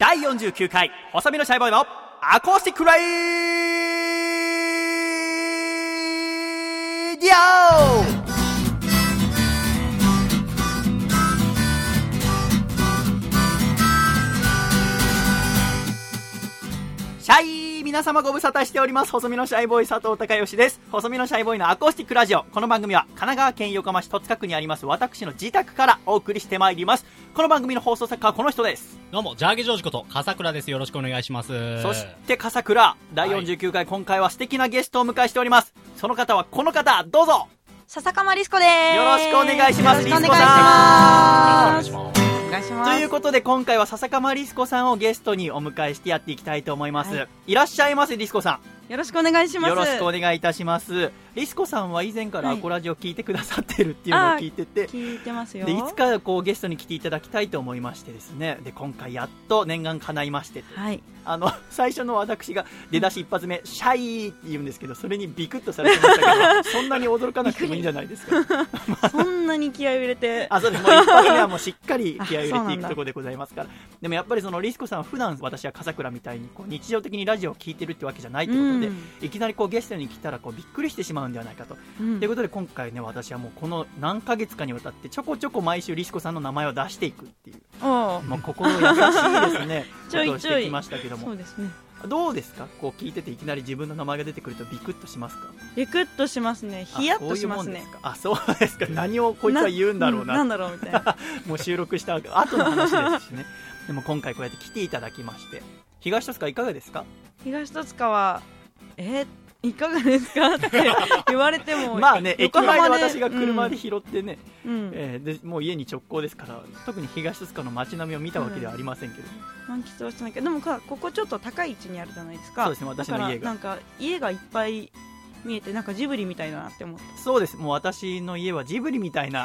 49回細身のシャイボーイのアコースティックライディオシャイ皆様ご無沙汰しております細身のシャイボーイ佐藤孝義です細身のシャイボーイのアコースティックラジオこの番組は神奈川県横浜市戸塚区にあります私の自宅からお送りしてまいりますこの番組の放送作家はこの人ですどうも、ジャーゲジョージこと、笠倉です。よろしくお願いします。そして笠倉第49回、今回は素敵なゲストをお迎えしておりますその方はこの方どうぞ笹かまリスコです。よろしくお願いしますよろしくお願いします。ます。お願いしまということで今回は笹釜リスコさんをゲストにお迎えしてやっていきたいと思います、、はいらっしゃいませリスコさよろしくお願いしんます。よろしくおい願いいたしますリスコさんは以前からはアいコラジオ聞いてくださってるっていうのを聞いてて、聞いてますよ。でいつかこうゲストに来ていただきたいと思いましてですねで今回やっと念願叶いましてはい。あの 最初の私が出だし一 発目、シャイって言うんですけど、それにビクッとされてましたけど、 そんなに驚かなくてもいいんじゃないですか、そんなに気合を入れて。 あそうですもう一発目は もうしっかり気合を入れあそうてないんくだところでございますから、でもやっぱりそのリスコさん、普段私は笠倉みたいにこう日常的にラジオを聞いてるってわけじゃないということで、いきなりこうゲストに来たらこうびっくりしてしまうんではないかと。うんということで、今回ね、私はもうこの何ヶ月かにわたって、ちょこちょこ毎週リスコさんの名前を出していくっていう、 おうもう心優しいですね、ちょことをいしちょていきましたけどもそ。うですね。どうですかこう聞いてていきなり自分の名前が出てくるとビクッとしますかビクッとしますね。あヒヤッとしますね。そういうもんですかあそう ですか何をこいつは言うんだろうなななんだろうみたい な。もう収録した後の話ですしねでも今回こうやって来ていただきまして東戸塚いかがですか東戸塚は、えいかがですかって言われても。 まあね駅横前浜でで私が車で拾ってね、うん。えーでもう家に直行ですから特に東戸塚の街並みを見たわけではありませんけど、満喫はしてないけど、でもか、ここちょっと高い位置にあるじゃないですか。そうですね私の家だかがらなんか、家がいっぱい見えて、なんかジブリみたいだなって思って。そうですもう私の家はジブリみた いな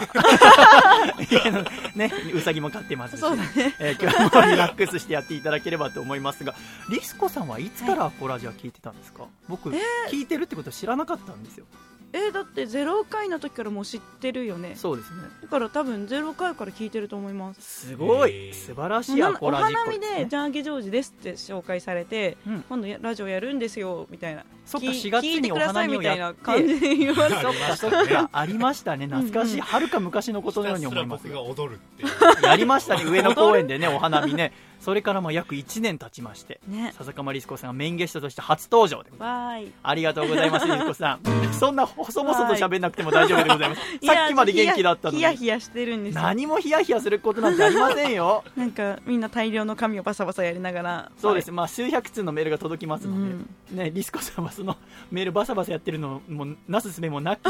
家のねうさぎも飼ってますしそうだね。えー今日もリラックスしてやっていただければと思いますがリスコさんはいつからアコラジア聞いてたんですか、僕え聞いてるってこと知らなかったんですよ えーだって0回の時からもう知ってるよねそうですねだから多分0回から聞いてると思いますすごい、えー素晴らしいなアんコおラジっ花子見ですで「ねジャーゲジョージです」って紹介されて、うん今度やラジオやるんですよみたいなそっか聞4月聞いてにおくださ花い見をみたいやなって感じで言われ ありまそしったねか。ありましたね懐かしうんいうんはるか昔のことのように思いますひたすら僕がが踊るっていうやりましたね上野公 園でねお花見ねそれからまあ約1年経ちましてね笹川リスコさんがメインゲストとして初登場でございわますーいありがとうございます、ゆずこさん。そんな細々と喋んなくても大丈夫でございます。さっきまで元気だったのいやに。ヒヤヒヤしてるんですよ何もヒヤヒヤすることなんてありませんよ。なんかみんな大量の紙をバサバサやりながらそうです。はまあ、数百通のメールが届きまいすうので、んね、リスコさんはそのメールバサバサやってるのも、なすすべもなく、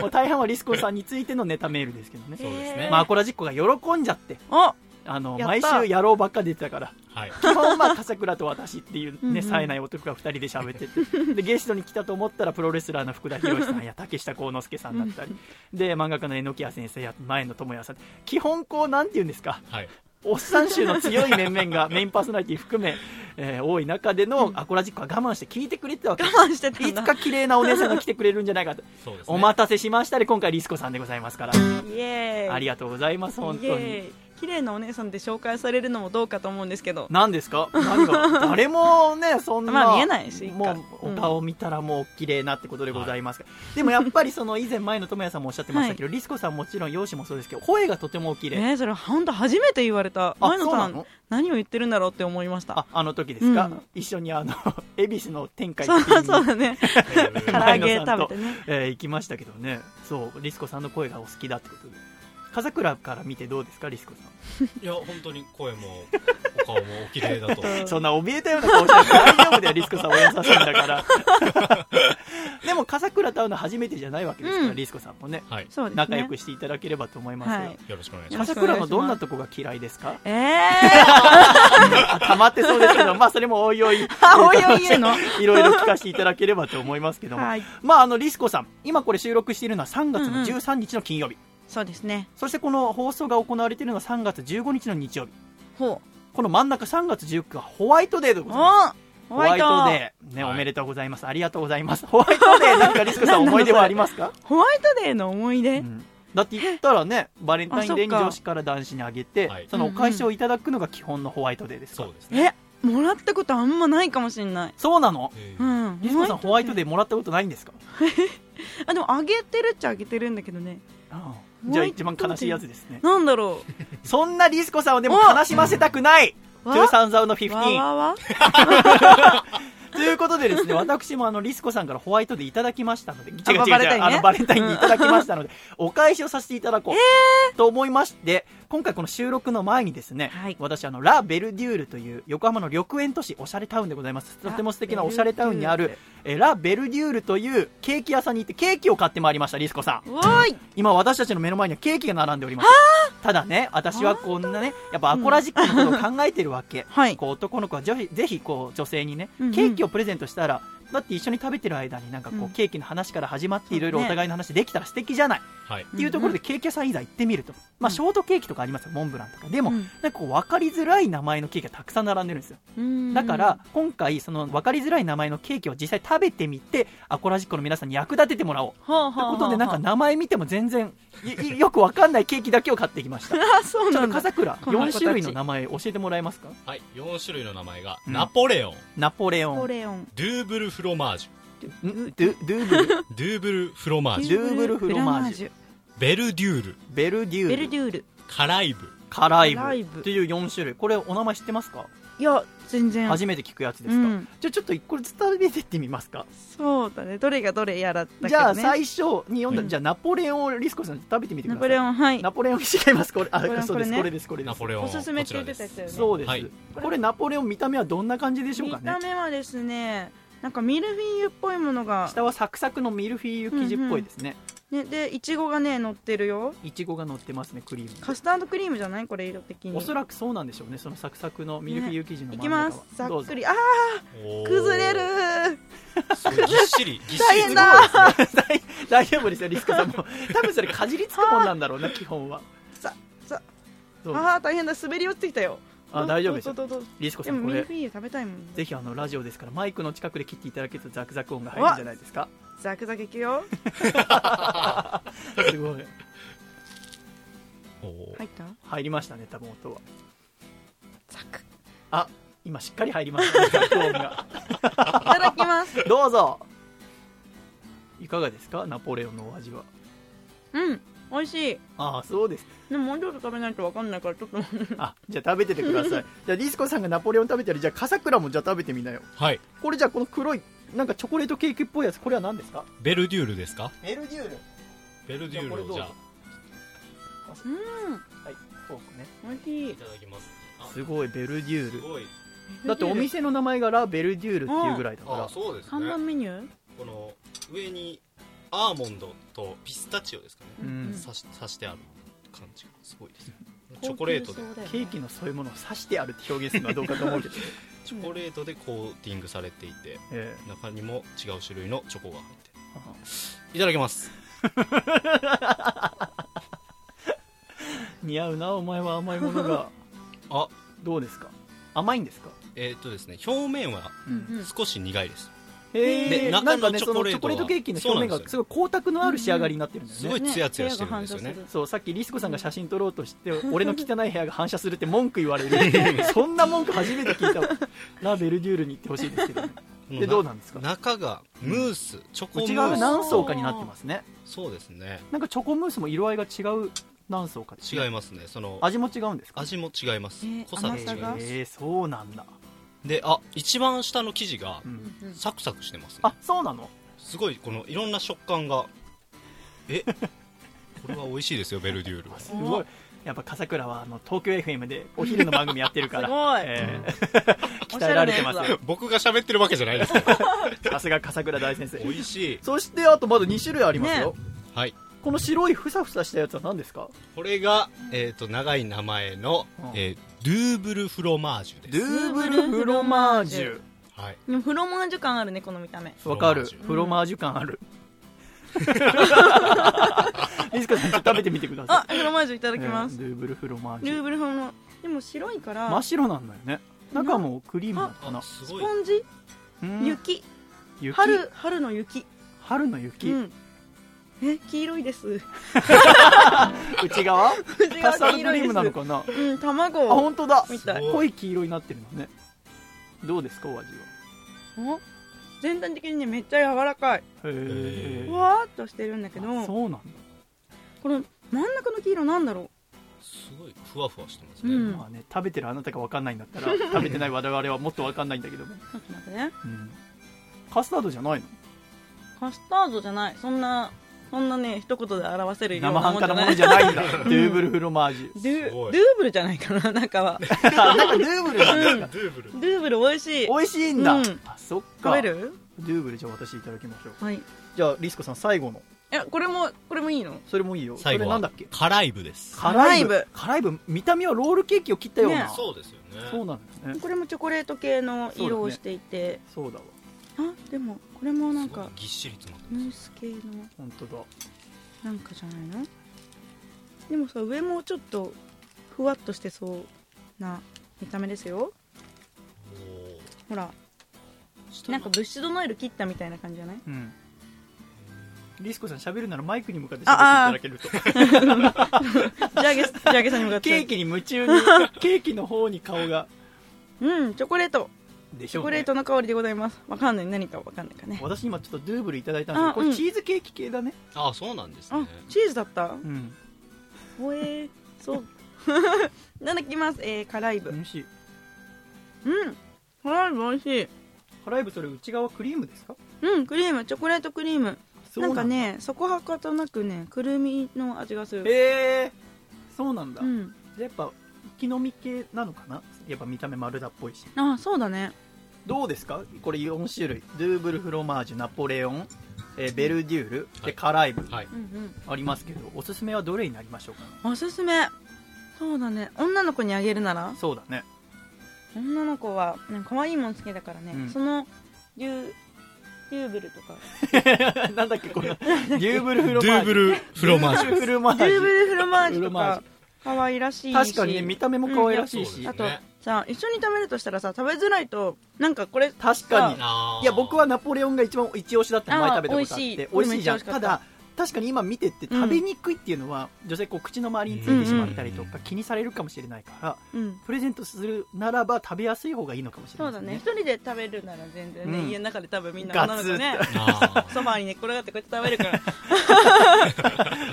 もう大半はリスコさんについてのネタメールですけどね。そうですねまあ、アコラジッコが喜んじゃって、おあの、や毎った週野郎ばっか出てたから、はい。基本まあ、笠倉と私っていううんうね、ん冴えない男が二人で喋ってて、で、ゲストに来たと思ったら、プロレスラーの福田博さんや竹下幸之助さんだったり、で、漫画家の榎谷先生や前野智也さん、基本こう、なんて言うんですか、はい。おっさん衆の強い面々 がメインパーソナリティ含め、えー多い中でのアコラジックは我慢して聞いてくれて たわけ我。慢してたいんだつか綺麗なお姉さんが来てくれるんじゃないかと。そうですね。お待たせしましたで、今回リスコさんでございま すから。イエーイありがとうございます、本イエ当に。ーイ綺麗なお姉さんで紹介されるのもどうかと思うんですけど何ですか何が誰 もねそんな、まあ見えないしもううおん顔見たらもう綺麗なってことでございますが、でもやっぱりその以前前の智也さんもおっしゃってましたけど、リスコさんもちろん容姿もそうですけど声がとてもお綺麗、ねえそれ本当初めて言われたあ前野そうさなんの何を言ってるんだろうって思いましたああの時ですか、うん一緒にあの 恵比寿の天海そうっていうそうのにだ ね唐唐揚前野げさんと食べてねえー行きましたけどねそうリスコさんの声がお好きだってことで笠倉から見てどうですかリスコさいや、本当に声も、お顔もお綺麗だと。んそんな怯えたような顔してない大丈夫だよリスコさんお優しいんだから でも笠倉と会うの初めてじゃないわけですから、うんリスコさんもねはい。そうですね仲良くしていただければと思いますよ、はいよろしくお願いしま笠倉のどんなとこが嫌いですかえ えあ溜まってそうですけど、まあそれもおいおい、あおいおい言うのいろいろ聞かせていただければと思いますけども。はいまああの、リスコさん、今これ収録しているのは3月うんうのん13日の金曜日。そうですねそしてこの放送が行われているのは3月15日の日曜日。ほうこの真ん中3月19日はホワイトデーでごおざいます。ホワイトデー。ね、はいおめでとうございます。ありがとうございます。ホワイトデー、なんかリスコさん思い出はありますかホワイトデーの思い出、うんだって言ったらねバレンタインデーにあそっか女子から男子にあげてはいそのお返しをいただくのが基本のホワイトデーですか、そうですね。えもらったことあんまないかもしれないそうなのえうーんリスコさんホワイトデーもらったことないんですか、あでもあげてるっちゃあげてるんだけどねうんじゃあ一番悲しいやつですねなんだろそんなリスコさんをでも悲しませたくないう わ13ザウのわ15わわということでですね、私もあの、リスコさんからホワイトでいただきましたので、違う違うバレンタ違インう、ねあの、バレンタインにいただきましたので、お返しをさせていただこう、と思いまして、今回この収録の前にですね、はい私あの、ラ・ベルデュールという横浜の緑園都市、おしゃれタウンでございます。とても素敵なおしゃれタウンにある、えラ・ベルデュールというケーキ屋さんに行ってケーキを買ってまいりました、リスコさん。おーい今私たちの目の前にはケーキが並んでおりますただね私はこんなねやっぱアコラジックのことを考えてるわけ、はいこう男の子はぜひぜひこう女性にねうんうんケーキをプレゼントしたら、だって一緒に食べてる間になんかこう、うんケーキの話から始まっていろいろそうおね互いの話できたら素敵じゃない、はい。っていうところでケーキ屋さんいざ行ってみると、まあ、ショートケーキとかありますよモンブランとかでも、うんなんかこう分かりづらい名前のケーキがたくさん並んでるんですようんだから今回その分かりづらい名前のケーキを実際食べてみてアコラジックの皆さんに役立ててもらおうはあといはうあことでなんか名前見ても全然い いよくわかんないケーキだけを買ってきま したちあそうょなっとんだ笠倉この子た4ち種類の名前教えてもらえますかはい。4種類の名前が、うんナポレオン、ナポレオンナポんレオンドゥーブルフロマージドゥドゥーブ ルュ、ドゥーブルフロマージュ、ルーブルフロマージュベルデュール、ベルデュベールルデュールカライブ。カライカライブブっていう4種類これお名前知ってますかいや全然初めて聞くやつですうかんじゃあちょっと1個ずつ食べてってみますかそうだねどれがどれやらだけどねじゃあ最初に読んうだんじゃあナポレオンをリスコさん食べてみてナくださポいレオンはいナポレオン違いますこれナあポレオンそうですここれれですこれでナすポレオン。おすすめって言ってこちたらやつだよねですそうです、はいこれナポレオン見た目はどんな感じでしょうか見ねた目はですねなんかミルフィーユっぽいものが、下はサクサクのミルフィーユ生地っぽいですね、ね、でいちごがね乗ってるよいちごが乗ってますねクリームカスタードクリームじゃないこれ色的におそらくそうなんでしょうねそのサクサクのミルフィーユ生地のい真きん中は、ますざどうっぞくりあーおー崩れる。すごいぎっしり、ぎっしり。大変だ大大丈夫ですよリスコさんも多分それかじりつくもんなんだろうな基本はささどうぞあー大変だ滑り落ちてきたよあど大丈夫ですよどどどリスコでさもんこミルれフィーユ食べたいもんぜひあのラジオですからマイクの近くで切っていただけるとザクザク音が入るんじゃないですかザクザクいくよすごいおー入った入りましたね多分音はザクい今しっかり入りましたね 音がただきますどうぞいかがですかナポレオンのお味はうん美味しいああそうですでももうちょっと食べないと分かんないからちょっと 待ってあじゃあ食べててくだ さいじゃあリスコさんがナポレオン食べてるじゃあ笠倉もじゃあ食べてみなよはい。これじゃあこの黒いなんかチョコレートケーキっぽいやつこれは何ですかベルデュールですかベルデュールベルデュールをじゃあ、うそうですねん美味しいいただきます。あ、すすごいベルデュールごい。だってお店の名前がラ・ベルデュールっていうぐらいだあか、そうです看板ね。メニューこの、上に、アーモンドとピスタチオですかね。ら、うん、刺し刺してある感じがすごいですねチョコレートでケーキのそういうものを刺してあるって表現するのはどうかと思う けど、チョコレートでコーティングされていてえ中にも違う種類のチョコが入ってえいただきます似合うなお前は甘いもの があどうですか甘いんですか、えーっとですね表面はうん少し苦いです、へでえ中のなんかねそのチチョョココレレーートトはケーキの表面がすごい光沢のある仕上がりになってるんだよね、すごいツヤツヤしてるんですよね部屋が反射すそうさっきリスコさんが写真撮ろうとして俺の汚い部屋が反射するって文句言わ れるそんな文句初めて聞いたわラ・ベルデュールに行ってほしいですけど、ね、このでどうなんですか中がムース、チョコム内側がース何層かになってますねそうですねなんかチョコムースも色合いが違う何層かですね違いますねその味も違うんですか味も違います、えー濃さが違い甘さまがすえー、そうなんだ、であ一番下の生地がうん、うんサクサクしてます、ね、あそうなのすごいこのいろんな食感がえ これは美味しいですよベルデュールはすごいやっぱ笠倉はあの東京 FM でお昼の番組やってるからすごいえー鍛えられてますおしゃれなやよ僕が喋ってるわけじゃないですけどさすが笠倉大先生美味しいそしてあとまだ2種類ありますよ、ねはいこの白いふさふさしたやつは何ですかこれが、えー、と長い名前の、うんえードゥーブルフロマージュドでゥす、ーブルフロマージュはい、でもフロマージュ感あるねこの見た目わかるフフロロママージュ感あるリスカさんちょっと食べてみてくだあさいフロマージュいただいきます、ドゥーブルフロマージルーュブルフのでも白いから真っ白なんだよね中もクリームなのかあなすスごいポンジうん雪雪春春の雪春の雪、うん、え黄色い です内側 内カ側スタ黄ードク色いリでームすなのかなあうん卵本当だみたいす濃い黄色になってるのねどうですかお味はお全体的にねめっちゃ柔らかいへへえーふわーっとしてるんだけどそうなんだこの真ん中の黄色なんだろすごいふわふわしてますね、うんまあね食べてるあなたが分かんないんだったら 食べてない我々はもっと分かんないんだけども、うちょっと待ってねうんカスタードじゃないのカスタードじゃないそんなそんなね一言で表せるよう生な半もん可じゃなないものじゃないんだドゥーブルフロマージドゥュ すごいドゥーブルじゃないかな中はあなんかドゥーブルなんだうんドゥーブルドゥーブル美味しい美味しいんだ、うんあそっ食かべドゥるーブルじゃあ私いただきましょうはいじゃあリスコさん最後のえこれもこれもいいのそれもいいよそれ最後なんはだっけ辛い部です辛い部辛い部見た目はロールケーキを切ったような、ねそうですよねそうなんですねこれもチョコレート系の色をしていて、そうだわあでもこれもなんすかごいぎっしり詰まってムまーすス系の本当だなんかじゃないのでもさ上もちょっとふわっとしてそうな見た目ですよおほらー下なのんかブッシュドノエル切ったみたいな感じじゃないうんリスコさん喋るならマイクに向かって喋っていただけるとジャーゲスジャーゲさんに向かって ケーキに夢中に ケーキの方に顔がうんチョコレートでしチょョうコレーねトの香りでございますわかんない何かわかんないかね私今ちょっとドゥーブルいただいたんですけどあこうれんチーズケーキ系だねあそうなんですあねチーズだったうんほえー、そう いただきますえー、辛い美部うん味しい辛い部美味しい辛い部それ内側クリームですかうんクリームチョコレートクリームそうなんかだねそこはかとなくねくるみの味がするへえそうなんだうんでやっぱ生き飲み系なのかなやっぱ見た目丸だっぽいしあそうだねどうですかこれ4種類ドゥーブルフロマージュナポレオン、えーベルデュールはでい辛い部はいうんうんありますけどおすすめはどれになりましょうかおすすめそうだね女の子にあげるならそうだね女の子はなんか可愛いもん好きだからね、うんそのリューリューブルとか なんだっけこのデューブルフロドマゥーージュブルフロマージュ デューブルフロマージリューブュルフロマージュとフロマーか可愛らしいし確かにね見た目も可愛らしいうんし、いやあそうとねさ一緒に食べるとしたらさ食べづらいとなんかこれ確かにあーいや僕はナポレオンが一番一押しだったの前あー食べたことあって美美味しい味しいじゃんこれめっちゃ美味しかたっただ確かに今見てって食べにくいっていうのは、女性こう口の周りについてしまったりとかうん気にされるかもしれないからうんプレゼントするならば食べやすい方がいいのかもしれそなういでだすね一人で食べるなら全然ね、うん家の中で多分みんなガ女ツの子ねあソファーに寝っ転がってこうやって食べるから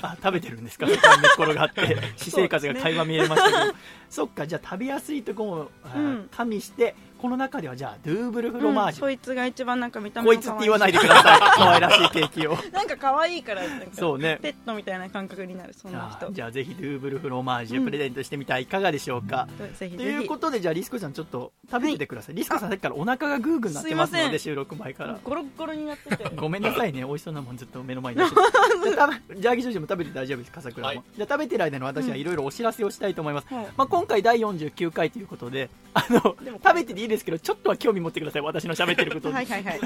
あ食べてるんですかそこに寝っ転がって 私生活が垣間見えましたけどそ,、っかじゃあ食べやすいとこも、あーうん加味してこの中ではじゃあドゥーブル フロマージうん、こュ、いつが一番なんか見た目こいつって言わないででください可愛らしいケー キをなんか可愛いからなんかそうねペットみたいな感覚になるそんなあ人ーじゃあぜひドゥーブルフロマージュプレゼントしてみてはいかがでしょうか、ぜひといぜうひことでじゃあリスコちゃんちょっと食べててください、リスコさんさっきからお腹がグーグーになってますすいのませでん収録前からゴロッゴロになっててごめんなさいね美味しそうなもんずっと目の前に出して じゃあ食べジャーギージョージも食べて大丈夫です笠倉も、はいじゃあ食べてる間の私はいろいろお知らせをしたいと思います、はいまあ、今回第49回ということであのでも食べてていいですけどちょっとは興味持ってください私の喋ってることにはいはいはい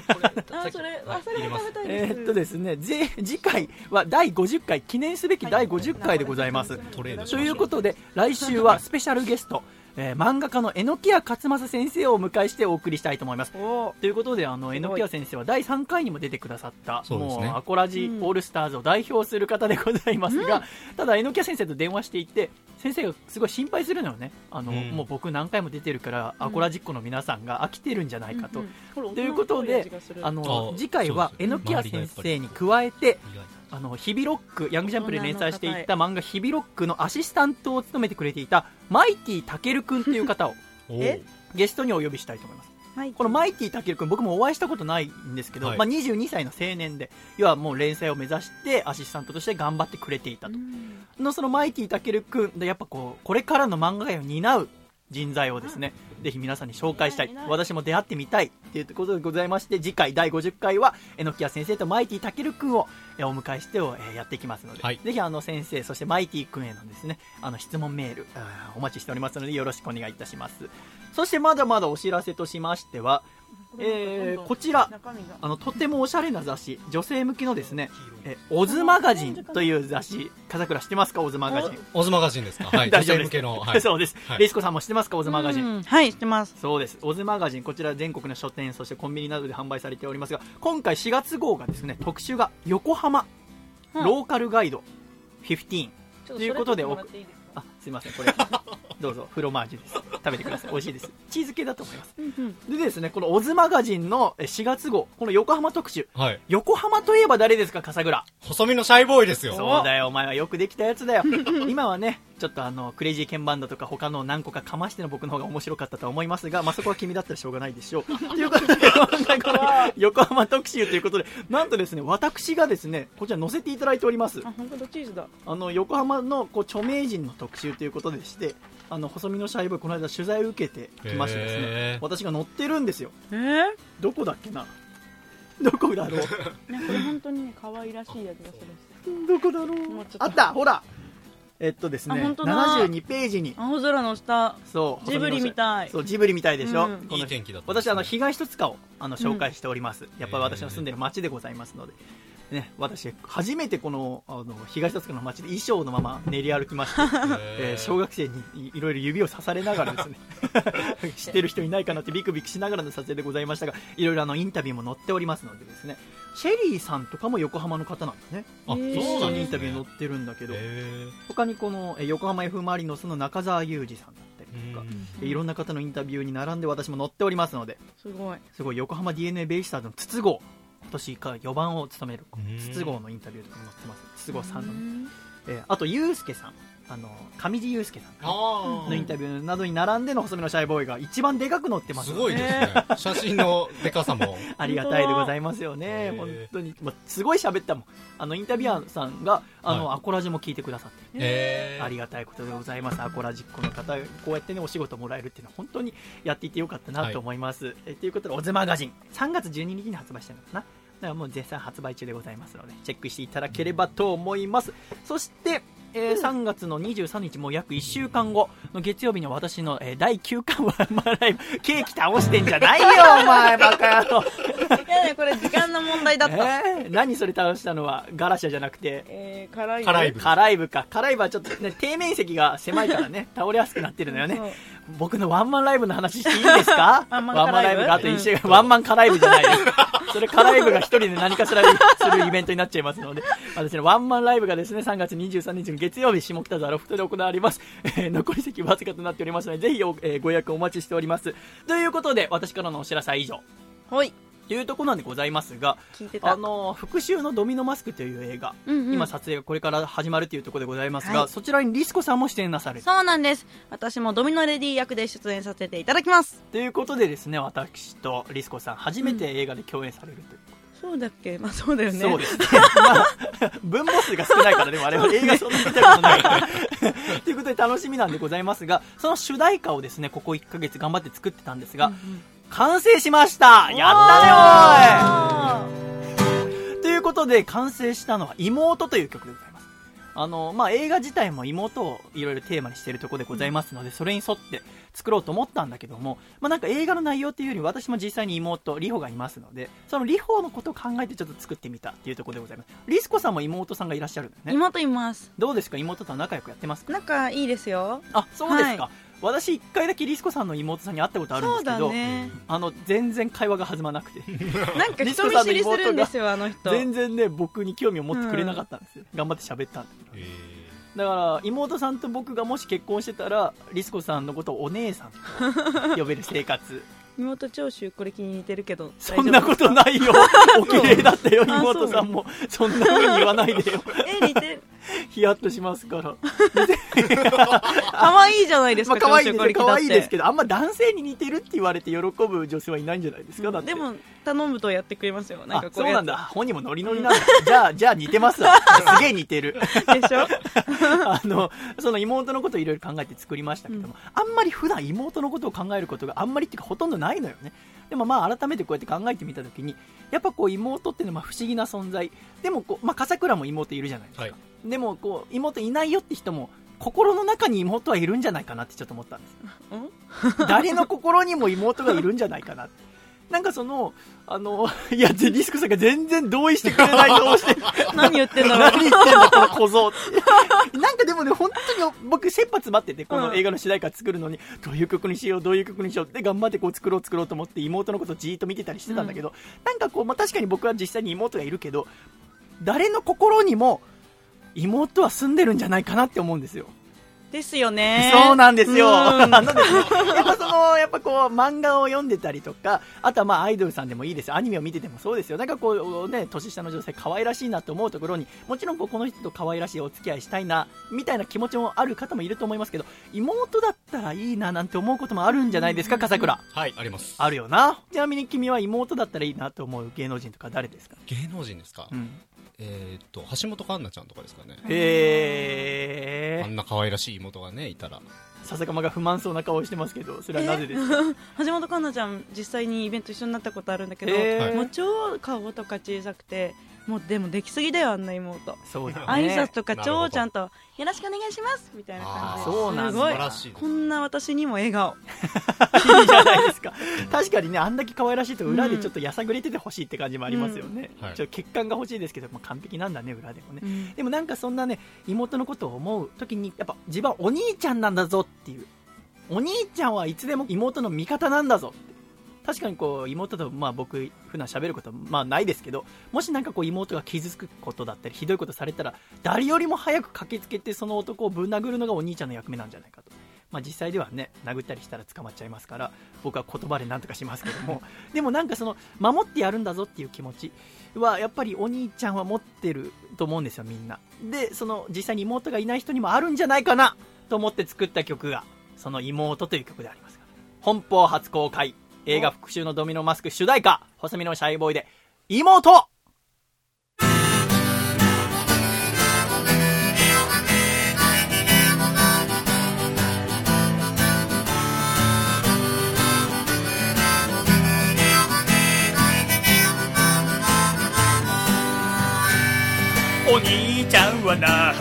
あそれあそれも食べたいでえすーっとですねぜ次回は第50回記念すべき第50回でございます、トレードしとまいしょうことで来週はスペシャルゲスト、えー漫画家の榎谷勝正先生をお迎えしてお送りしたいと思いますおということであのすごい榎谷先生は第3回にも出てくださったそうですねもうアコラジオールスターズを代表する方でございますが、ただ榎谷先生と電話していて先生がすごい心配するのよねあの、うんもう僕何回も出てるからうんアコラジっ子の皆さんが飽きてるんじゃないかと、とということであのあ次回はそうですね榎谷先生に加えて意外あの日々ロックヤングジャンプで連載していた漫画「日々ロック」のアシスタントを務めてくれていたマイティたけるくんという方をおーえゲストにお呼びしたいと思いますはいこのマイティたけるくん僕もお会いしたことないんですけど、はいまあ、22歳の青年で要はもう連載を目指してアシスタントとして頑張ってくれていたと、うんのそのマイティたけるくんでやっぱこうこれからの漫画界を担う人材をですね、ぜひ皆さんに紹介したいいないいない私も出会ってみたいということでございまして次回第50回は榎谷先生とマイティたけるくんをえお迎えしてをえやっていきますので、はいぜひあの先生そしてマイティくんへのですねあの質問メールあーお待ちしておりますのでよろしくお願いいたしますそしてまだまだお知らせとしましては、えーこちら中身があのとてもおしゃれな雑誌女性向きのですねえオズマガジンという雑誌笠倉知ってますかオズマガジンオズマガジン ですかはい女大丈夫性です向けのはいそうです、はいレイスコさんも知ってますかオズマガジン、うんはい知ってますそうですオズマガジンこちら全国の書店そしてコンビニなどで販売されておりますが今回4月号がですね特集が横浜うんローカルガイド15ちょっということでそれ撮ってもらっていいですかあすいませ んこれどうぞフロマージュです食べてください美味しいですチーズ系だと思 いますうんうんでですねこのオズマガジンのえ4月号この横浜特集はい。横浜といえば誰ですか笠倉細身のシャイボーイですよ。そうだよお前はよくできたやつだよ 今はねちょっとあのクレイジーケンバンドとか他の何個かかましての僕の方が面白かったとは思いますが、まあ、そこは君だったらしょうがないで しょうということで この横浜特集ということでなんとですね私がですねこちら載せていただいておりますあ本当だチーズだあの横浜のこう著名人の特集ということでしてあの細身のシャイボーイこの間取材を受けてきましてですへねー私が載ってるんですよえー、どこだっけな どこだろうなんか本当にね可愛らしいやつがするんですよどこだろうもうちょっとあったほらえっとですねあ本当だ72ページに青空の下そうジブリみたいそうジブリみたいでしょ、うんこいのい天気だった、私あの東戸塚をあの紹介しております、やっぱり私の住んでる町でございますので、ね、私初めてこのあの東戸塚の町で衣装のまま練り歩きまして えー小学学生にいいろいろ指を刺されながらです ね知ってる人いないかなってビクビクしながらの撮影でございましたがいろいろあのインタビューも載っておりますのでですねシェリーさんとかも横浜の方なんだねあ、そうへー一な緒んにでインすタねビュー載ってるんだけど、へ他にこのえー横浜 F ・マリノスの中澤裕二さんだったりーとうかんでいろんな方のインタビューに並んで私も載っておりますのですごいすごい横浜 d n a ベイスターズの筒香今年から4番を務めるうん筒香のインタビューとかも載ってます筒香さんのう、んえーあとユースケさんあの上地ユ介さんかなあのインタビューなどに並んでの細身のシャイボーイが一番でかく載ってーますすごいです ね。写真のでかさも。ありがたいでございますよね本当本だ当に、まあ、すごい喋ったもんあのインタビュアーさんがあの、はアコラジも聞いてくださってえーありがたいことでございますアコラジっ子の方こうやってねお仕事もらえるっていうのは本当にやっていてよかったなと思います、えということでオズマガジン3月12日に発売したのかなだからもう絶賛発売中でございますのでチェックしていただければと思います、そして、えー3月の23日もう約1週間後の月曜日の私の、えー第9巻ワンマンライブケーキ倒してんじゃない よお前バカ野郎いやねこれ時間の問題だった えー何それ倒したのはガラシャじゃなくてえー、辛いね辛い部カライブかカライブはちょっとね底面積が狭いからね倒れやすくなってるのよねそう僕のワンマンライブの話していいです かワンマンワカンマンラライイブブがあと一週間、ワンマンカライブじ ゃないです。それカライブが一人で何かしらするイベントになっちゃいますので、私のワンマンライブがですね、3月23日の月曜日、下北沢ロフトで行われます。えー残り席わずかとなっておりますので、ぜひお、えーご予約お待ちしております。ということで、私からのお知らせは以上。ほいというところなんでございますが、聞いてたあの復讐のドミノマスクという映画、うんうん今撮影がこれから始まるというところでございますが、はいそちらにリスコさんも出演なされるそうなんです私もドミノレディ役で出演させていただきますということでですね私とリスコさん初めて映画で共演されるという、そうだっけまあそうだよねそうですね、まあ、分母数が少ないからね我々映画そんな見たことないから ということで楽しみなんでございますがその主題歌をですねここ1ヶ月頑張って作ってたんですが、完成しましたやったねおいあということで完成したのは「妹」という曲でございますあの、まあ、映画自体も妹をいろいろテーマにしているところでございますので、それに沿って作ろうと思ったんだけども、まあ、なんか映画の内容というより私も実際に妹リホがいますのでそのリホのことを考えてちょっと作ってみたっていうところでございますリスコさんも妹さんがいらっしゃるんだーよね妹いますどうですか妹とは仲良くやってますか仲いいです よあそうですか、私一回だけリスコさんの妹さんに会ったことあるんでそすうけだど、ねあの全然会話が弾まなくてなんか人見知りするんですよあの人全然ね僕に興味を持ってくれなかったんですよ、頑張って喋ったんだけどえだから妹さんと僕がもし結婚してたらリスコさんのことをお姉さん と呼べる生活妹長州これ気に似てるけどそんなとことない よお綺麗だったよそう妹さんもそんな風に言わないでよえ似てるヒヤッとしますから可愛いじゃないですまかあ可愛い長州小です力だって可愛いですけどあんま男性に似てるって言われて喜ぶ女性はいないんじゃないですか、だってでも頼むとやってくれますよなんあかこそうれなんだ本人もノリノリなんだじゃあじゃあ似てますわすげえ似てるでしょ あのその妹のことをいろいろ考えて作りましたけども、あんまり普段妹のことを考えることがあんまりっていうかほとんどないのよねでもまあ改めてこうやって考えてみた時にやっぱこう妹っていうのはまあ不思議な存在でもこう、まあ、笠倉も妹いるじゃないでーすか、はい。でもこう妹いないよって人も心の中に妹はいるんじゃないかなってちょっと思ったんです うん誰の心にも妹がいるんじゃないかななんかそのあの いやリスクさんが全然同意してくれ ない顔して何言ってん だろう何言ってんだこの小僧 ってなんかでもね本当に僕切羽詰まっててこの映画の主題歌作るのに、どういう曲にしようどういう曲にしようって頑張ってこう作ろう作ろうと思って妹のことじーっと見てたりしてたんだけど、なんかこう、まあ、確かに僕は実際に妹がいるけど誰の心にも妹は住んでるんじゃないかなって思うんですよ。ですよねそうなんです よ。うなんので、やっぱその、やっぱこう、漫画を読んでたりとか、あとはまあアイドルさんでもいいですよアニメを見ててもそうですよ。なんかこう、ね、年下の女性可愛らしいなと思うところに、もちろんこうこの人と可愛らしいお付き合いしたいな、みたいな気持ちもある方もいると思いますけど、妹だったらいいななんて思うこともあるんじゃないですか、笠倉。はい、あります。あるよな。ちなみに君は妹だったらいいなと思う芸能人とか誰ですか芸能人ですか、うん。えーっと、橋本環奈ちゃんとかですかね。へあー。んな可愛らしい妹がね、いたら。笹釜が不満そうな顔をしてますけど、それはなぜですか橋本環奈ちゃん実際にイベント一緒になったことあるんだけど、えーもう超顔とか小さくてもうでもできすぎだよあんな妹そうだね。挨拶とかなるほ超どちゃんと「よろしくお願いします」みたいな感あじーでそうなすんだ素ごい晴らしいですこ。んな私にも笑 顔いいじゃないですか 確かにねあんだけ可愛らしいと裏でちょっとやさぐれててほしいって感じもありますよね、うんはいちょっと血管が欲しいですけど、まあ、完璧なんだね裏でもね、うんでもなんかそんなね妹のことを思う時にやっぱ自分はお兄ちゃんなんだぞっていうお兄ちゃんはいつでも妹の味方なんだぞって確かにこう妹とまあ僕普段喋ることはまあないですけどもしなんかこう妹が傷つくことだったりひどいことされたら誰よりも早く駆けつけてその男をぶん殴るのがお兄ちゃんの役目なんじゃないかと、まあ、実際ではね殴ったりしたら捕まっちゃいますから僕は言葉でなんとかしますけど もでもなんかその守ってやるんだぞっていう気持ちはやっぱりお兄ちゃんは持ってると思うんですよみんなでその実際に妹がいない人にもあるんじゃないかなと思って作った曲がその妹という曲でありますから本邦初公開映画復讐のドミノマスク主題歌細身のシャイボーイで妹お兄ちゃんはな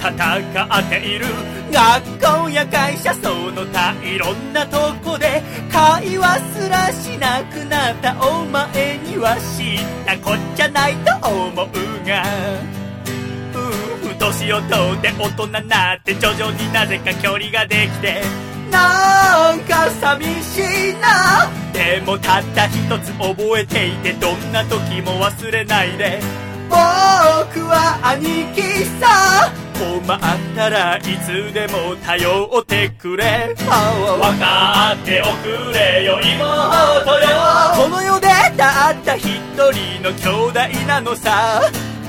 戦っている学校や会社その他いろんなとこで会話すらしなくなったお前には知ったこっちゃないと思うがうう年を取って大人になって徐々になぜか距離ができてなんか寂しいなでもたった一つ覚えていてどんな時も忘れないで僕は兄貴さ困ったらいつでも頼ってくれ分かっておくれよ妹よこの世でたった一人の兄弟なのさ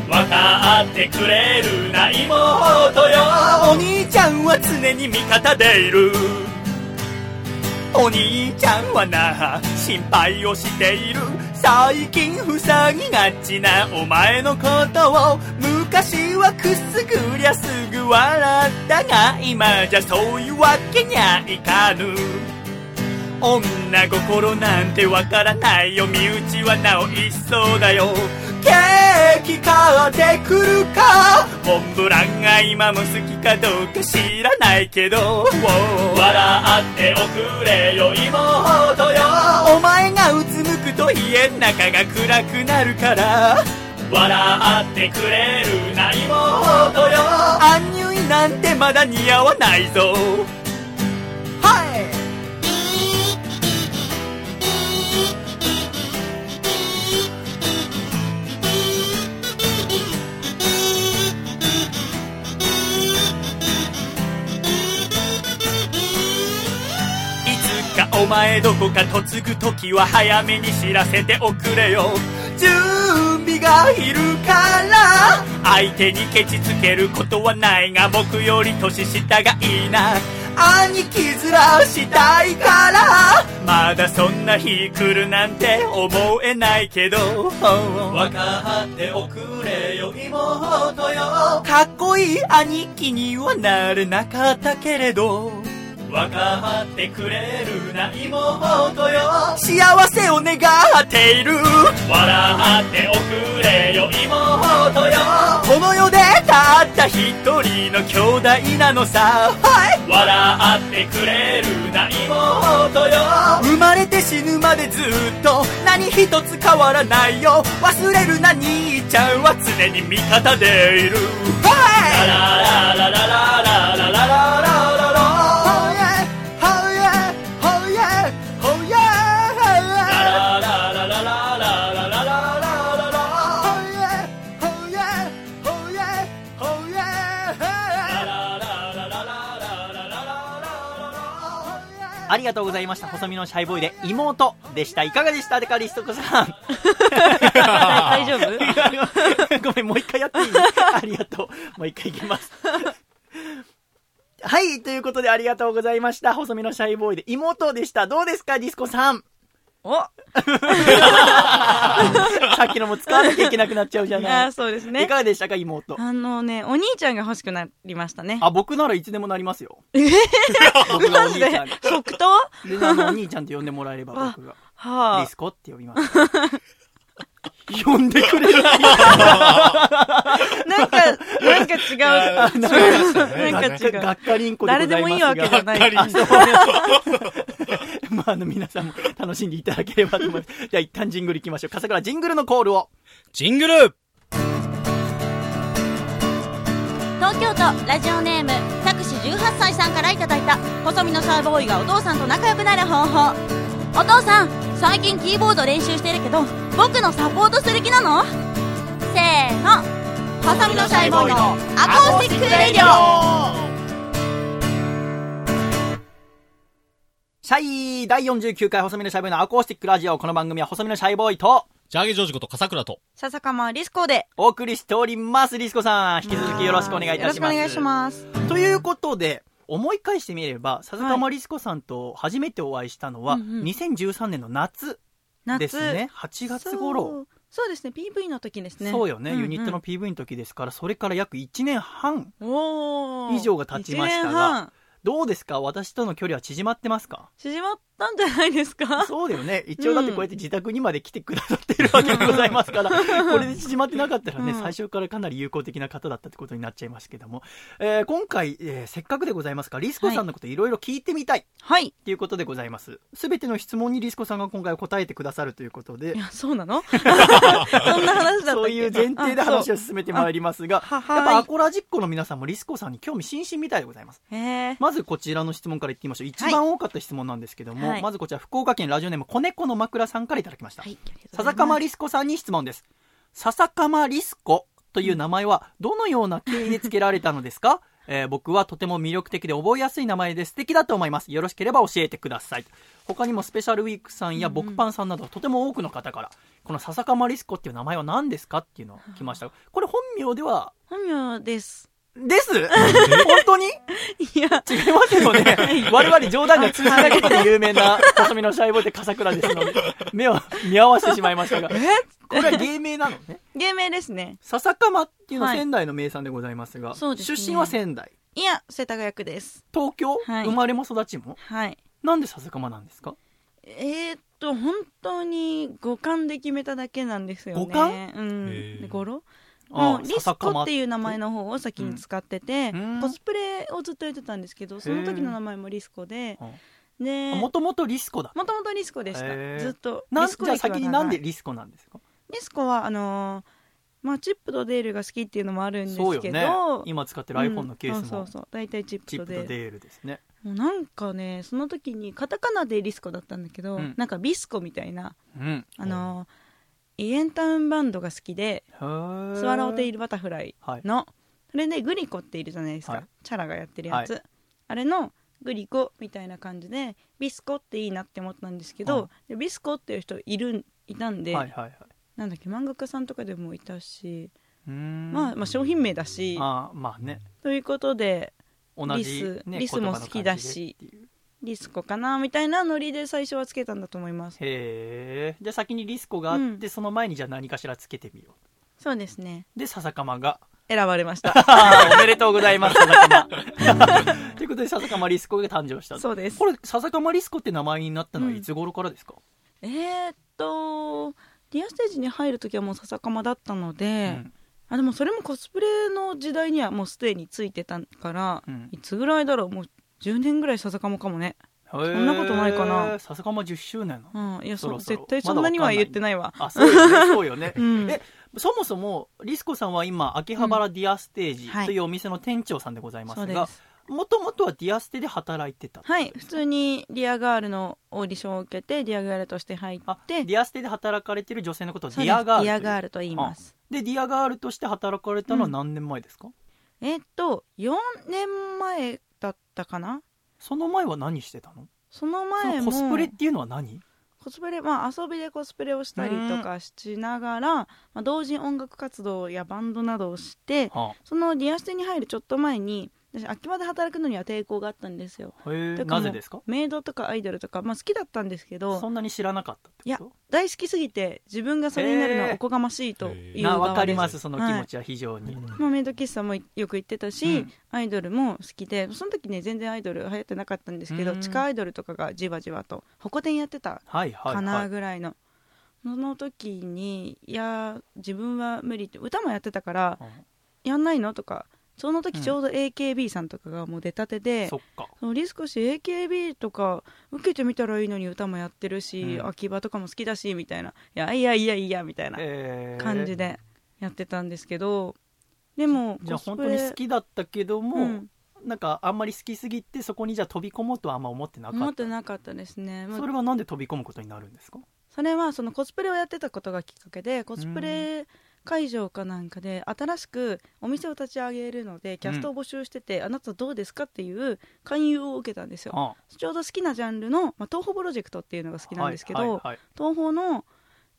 分かってくれるな妹よお兄ちゃんは常に味方でいるお兄ちゃんはな心配をしている最近塞ぎがちなお前のことを昔はくすぐりゃすぐ笑ったが今じゃそういうわけにはいかぬ女心なんてわからないよ身内はなお一層だよケーキ買ってくるかモンブランが今も好きかどうか知らないけど笑っておくれよ妹よお前がうつむくと家の中が暗くなるから笑ってくれるな妹よアンニュイなんてまだ似合わないぞはいいつかお前どこか嫁ぐ時は早めに知らせておくれよ準備がいるから相手にケチつけることはないが僕より年下がいいな兄貴面したいからまだそんな日来るなんて思えないけど分かっておくれよ妹よかっこいい兄貴にはなれなかったけれど分かってくれるな妹よ幸せを願っている笑っておくれよ妹よこの世でたった一人の兄弟なのさ、はい、笑ってくれるな妹よ生まれて死ぬまでずっと何一つ変わらないよ忘れるな兄ちゃんは常に味方でいるはいララララララララララララ La la la la la la la la la la la la. ありがとうございました細身のシャイボーイで妹でしたいかがでしたデカリストコさん大丈夫 ごめんもう一回やっ ていいありがとうもう一回いきますはいということでありがとうございました細身のシャイボーイで妹でしたどうですかディスコ さんおさっきのも使わなきゃいけなくなっちゃうじゃあなーいそうですいねかがでしたか妹あのねお兄ちゃんが欲しくなりましたねあ僕ならいつでもなりますよえー僕がおマジ兄ちで ゃんで即答はあのお兄ちゃんって呼んでもらえればわ僕がディあスコって呼びます。呼んでくれるなんかなんか 違うあ ーなんか違うがっかりんこで誰ごでざいもいまいわすけじゃが。ながっいかり まあ、あの、皆さんも楽しんでいただければと思います。じゃあ、 一旦ジングル行きましょう。笠倉ジングルのコールを。ジングル東京都ラジオネームタクシ18歳さんからいただいた細身のシャイボーイがお父さんと仲良くなる方法お父さん最近キーボード練習してるけど僕のサポートする気なのせーの細身のシャイボーイのアコースティックレディオシャイ第49回細身のシャイボーイのアコースティックラジオ。この番組は細身のシャイボーイとジャーゲジョージこと笠倉と。笹鎌リスコでお送りしております。リスコさん、引き続きよろしくお願いいたしまよろす。しくお願いしますということで、思い返してみれば、笹川リスコさんと初めてお会いしたのは、うんうん2013年の夏夏ですね。8月頃。そうそうですね PV の時ですそう,、ねよね、んんユニットの PV の時ですから、それから約1年半。おー以上が経ちましたが一年半どうですか私との距離は縮まってますか縮まったんじゃないですか そうだよね。一応だってこうやって自宅にまで来てくださってるわけでございますから、 これで縮まってなかったらね、うん最初からかなり友好的な方だったってことになっちゃいますけども、えー今回、えーせっかくでございますから、リスコさんのこといろいろ聞いてみたい。はいっていうことでございます。すべての質問にリスコさんが今回答えてくださるということでい、やそうな のそんな話だったっけそういう前提で話をを進めてまいりますが、はやっはぱアコラジッコの皆さんもリスコさんに興味津々みたいでございます。へえまずこちらの質問からいってみましょう。一番多かった質問なんですけども、はいまずこちら福岡県ラジオネーム子猫の枕さんからいただきました。はい笹鎌リスコさんに質問です。笹鎌リスコという名前はどのような経緯で付けられたのです かえー僕はとても魅力的で覚えやすい名前で素敵だと思います。よろしければ教えてください。他にもスペシャルウィークさんやうんうん僕パンさんなどとても多くの方から、この笹鎌リスコっていう名前は何ですかっていうのを来ました。これ本名では、本名ですです本当にいや 違いますよね。我々冗談が通じないことで有名な、細身のシャイボーイって笠倉ですので、目を見合わせてしまいましたが、これは芸名なのね。芸名ですね笹釜っていうのははい仙台の名産でございますが、そうですね出身は仙台。いや世田谷区です東京、はい生まれも育ちも。はいなんで笹釜なんですかえー、っと本当に五感で決めただけなんですよね五感うんへーで語呂あもあうリスコっていう名前の方を先に使ってて、うんコスプレをずっとやってたんですけどその時の名前もリスコででももともとリスコだ。ともとリスコでした、へーずっとなリんじスコゃあ歴は長先いになんでリスコなんですかリスコはあのーまあ、チップとデールが好きっていうのもあるんですそうよけどね。今使ってる iPhone のケーうんスそうもそう、そう大体チップチとップデーとルデールですね。もうなんかねその時にカタカナでリスコだったんだけど、うんなんかビスコみたいなうん。あのーイエンタウンバンドが好きでへースワローテイルバタフライはい。のそれでグリコっているじゃないですか、はいチャラがやってるやつ、あれのグリコみたいな感じでビスコっていいなって思ったんですけど、はでビスコっていう人いるんいたんで、はいはいはい。なんだっけ漫画家さんとかでもいたし、うーんまあ、まあ商品名だしああまあねということで同じ、ね、リス言葉のも好きだし感じでっていうリスコかなみたいなノリで最初はつけたんだと思いますへえじゃあ先にリスコがあって、うんその前にじゃあ何かしらつけてみよそうですねうで笹かまが選ばれましたあ ーおめでとうございます笹かまということで笹かまリスコが誕生し たそうですこれ笹かまリスコって名前になったのはいつ頃からですか、 えー、っとディアステージに入る時はもう笹かまだったのうんで、あでもそれもコスプレの時代にはもうすでについてたから、うんいつぐらいだろうもう10年ぐらい笹かもかもね、そんなことないかな笹かま10周年のうん、いやそそろそろ絶対そんなには言ってないわあそうよねそうよね、うんえそもそもリスコさんは今秋葉原ディアステージはいというお店の店長さんでございまそうすでがすもともとはディアステで働いてたはい普通にディアガールのオーディションを受けてディアガールとして入あっデてィアステで働かれてる女性のことをデそうですィアガールディアというガールと言いますでディアガールとして働かれたのはうん何年前ですか、えーっと4年前だったかなその前は何してたのそのそ前のもコスプレっていうのは何コスプレまあ遊びでコスプレをしたりとかしながら、まあ、同時に音楽活動やバンドなどをしてはそのリアステに入るちょっと前に私秋葉で働くのには抵抗があったんですよあへてえかもなうぜですかメイドとかアイドルとか、まあ、好きだったんですけそどんなに知らなかったってこといや大好きすぎて自分がそれになるのはおこがましいというえな側わかりですますその気持ちは非常に、まあ、メイド喫茶もよく行ってたし、うんアイドルも好きでその時ね全然アイドル流行ってなかったんですけど、うん地下アイドルとかがじわじわとホコ天やってたはいはいかはないぐらいの、その時にいやー自分は無理って歌もやってたからやんないのとかその時ちょうど AKB さんとかがもう出たてうでん、そっかそのリスコ氏 AKB とか受けてみたらいいのに歌もやってるし、うん秋葉とかも好きだしみたいないやいやいやいやみたいなえー感じでやってたんですけど、でもじゃあコス本プ当レに好きだったけども、うんなんかあんまり好きすぎてそこにじゃあ飛び込もうとはあんま思ってなかった思ってなかったですねもうそれはなんで飛び込むことになるんですかそれはそのコスプレをやってたことがきっかけでコスプレ会場かなんかで新しくお店を立ち上げるのでキャストを募集してて、あなたどうですかっていう勧誘を受けたんですよあちょうど好きなジャンルの、まあ、東宝プロジェクトっていうのが好きなんですけど、はいはいはい東宝の、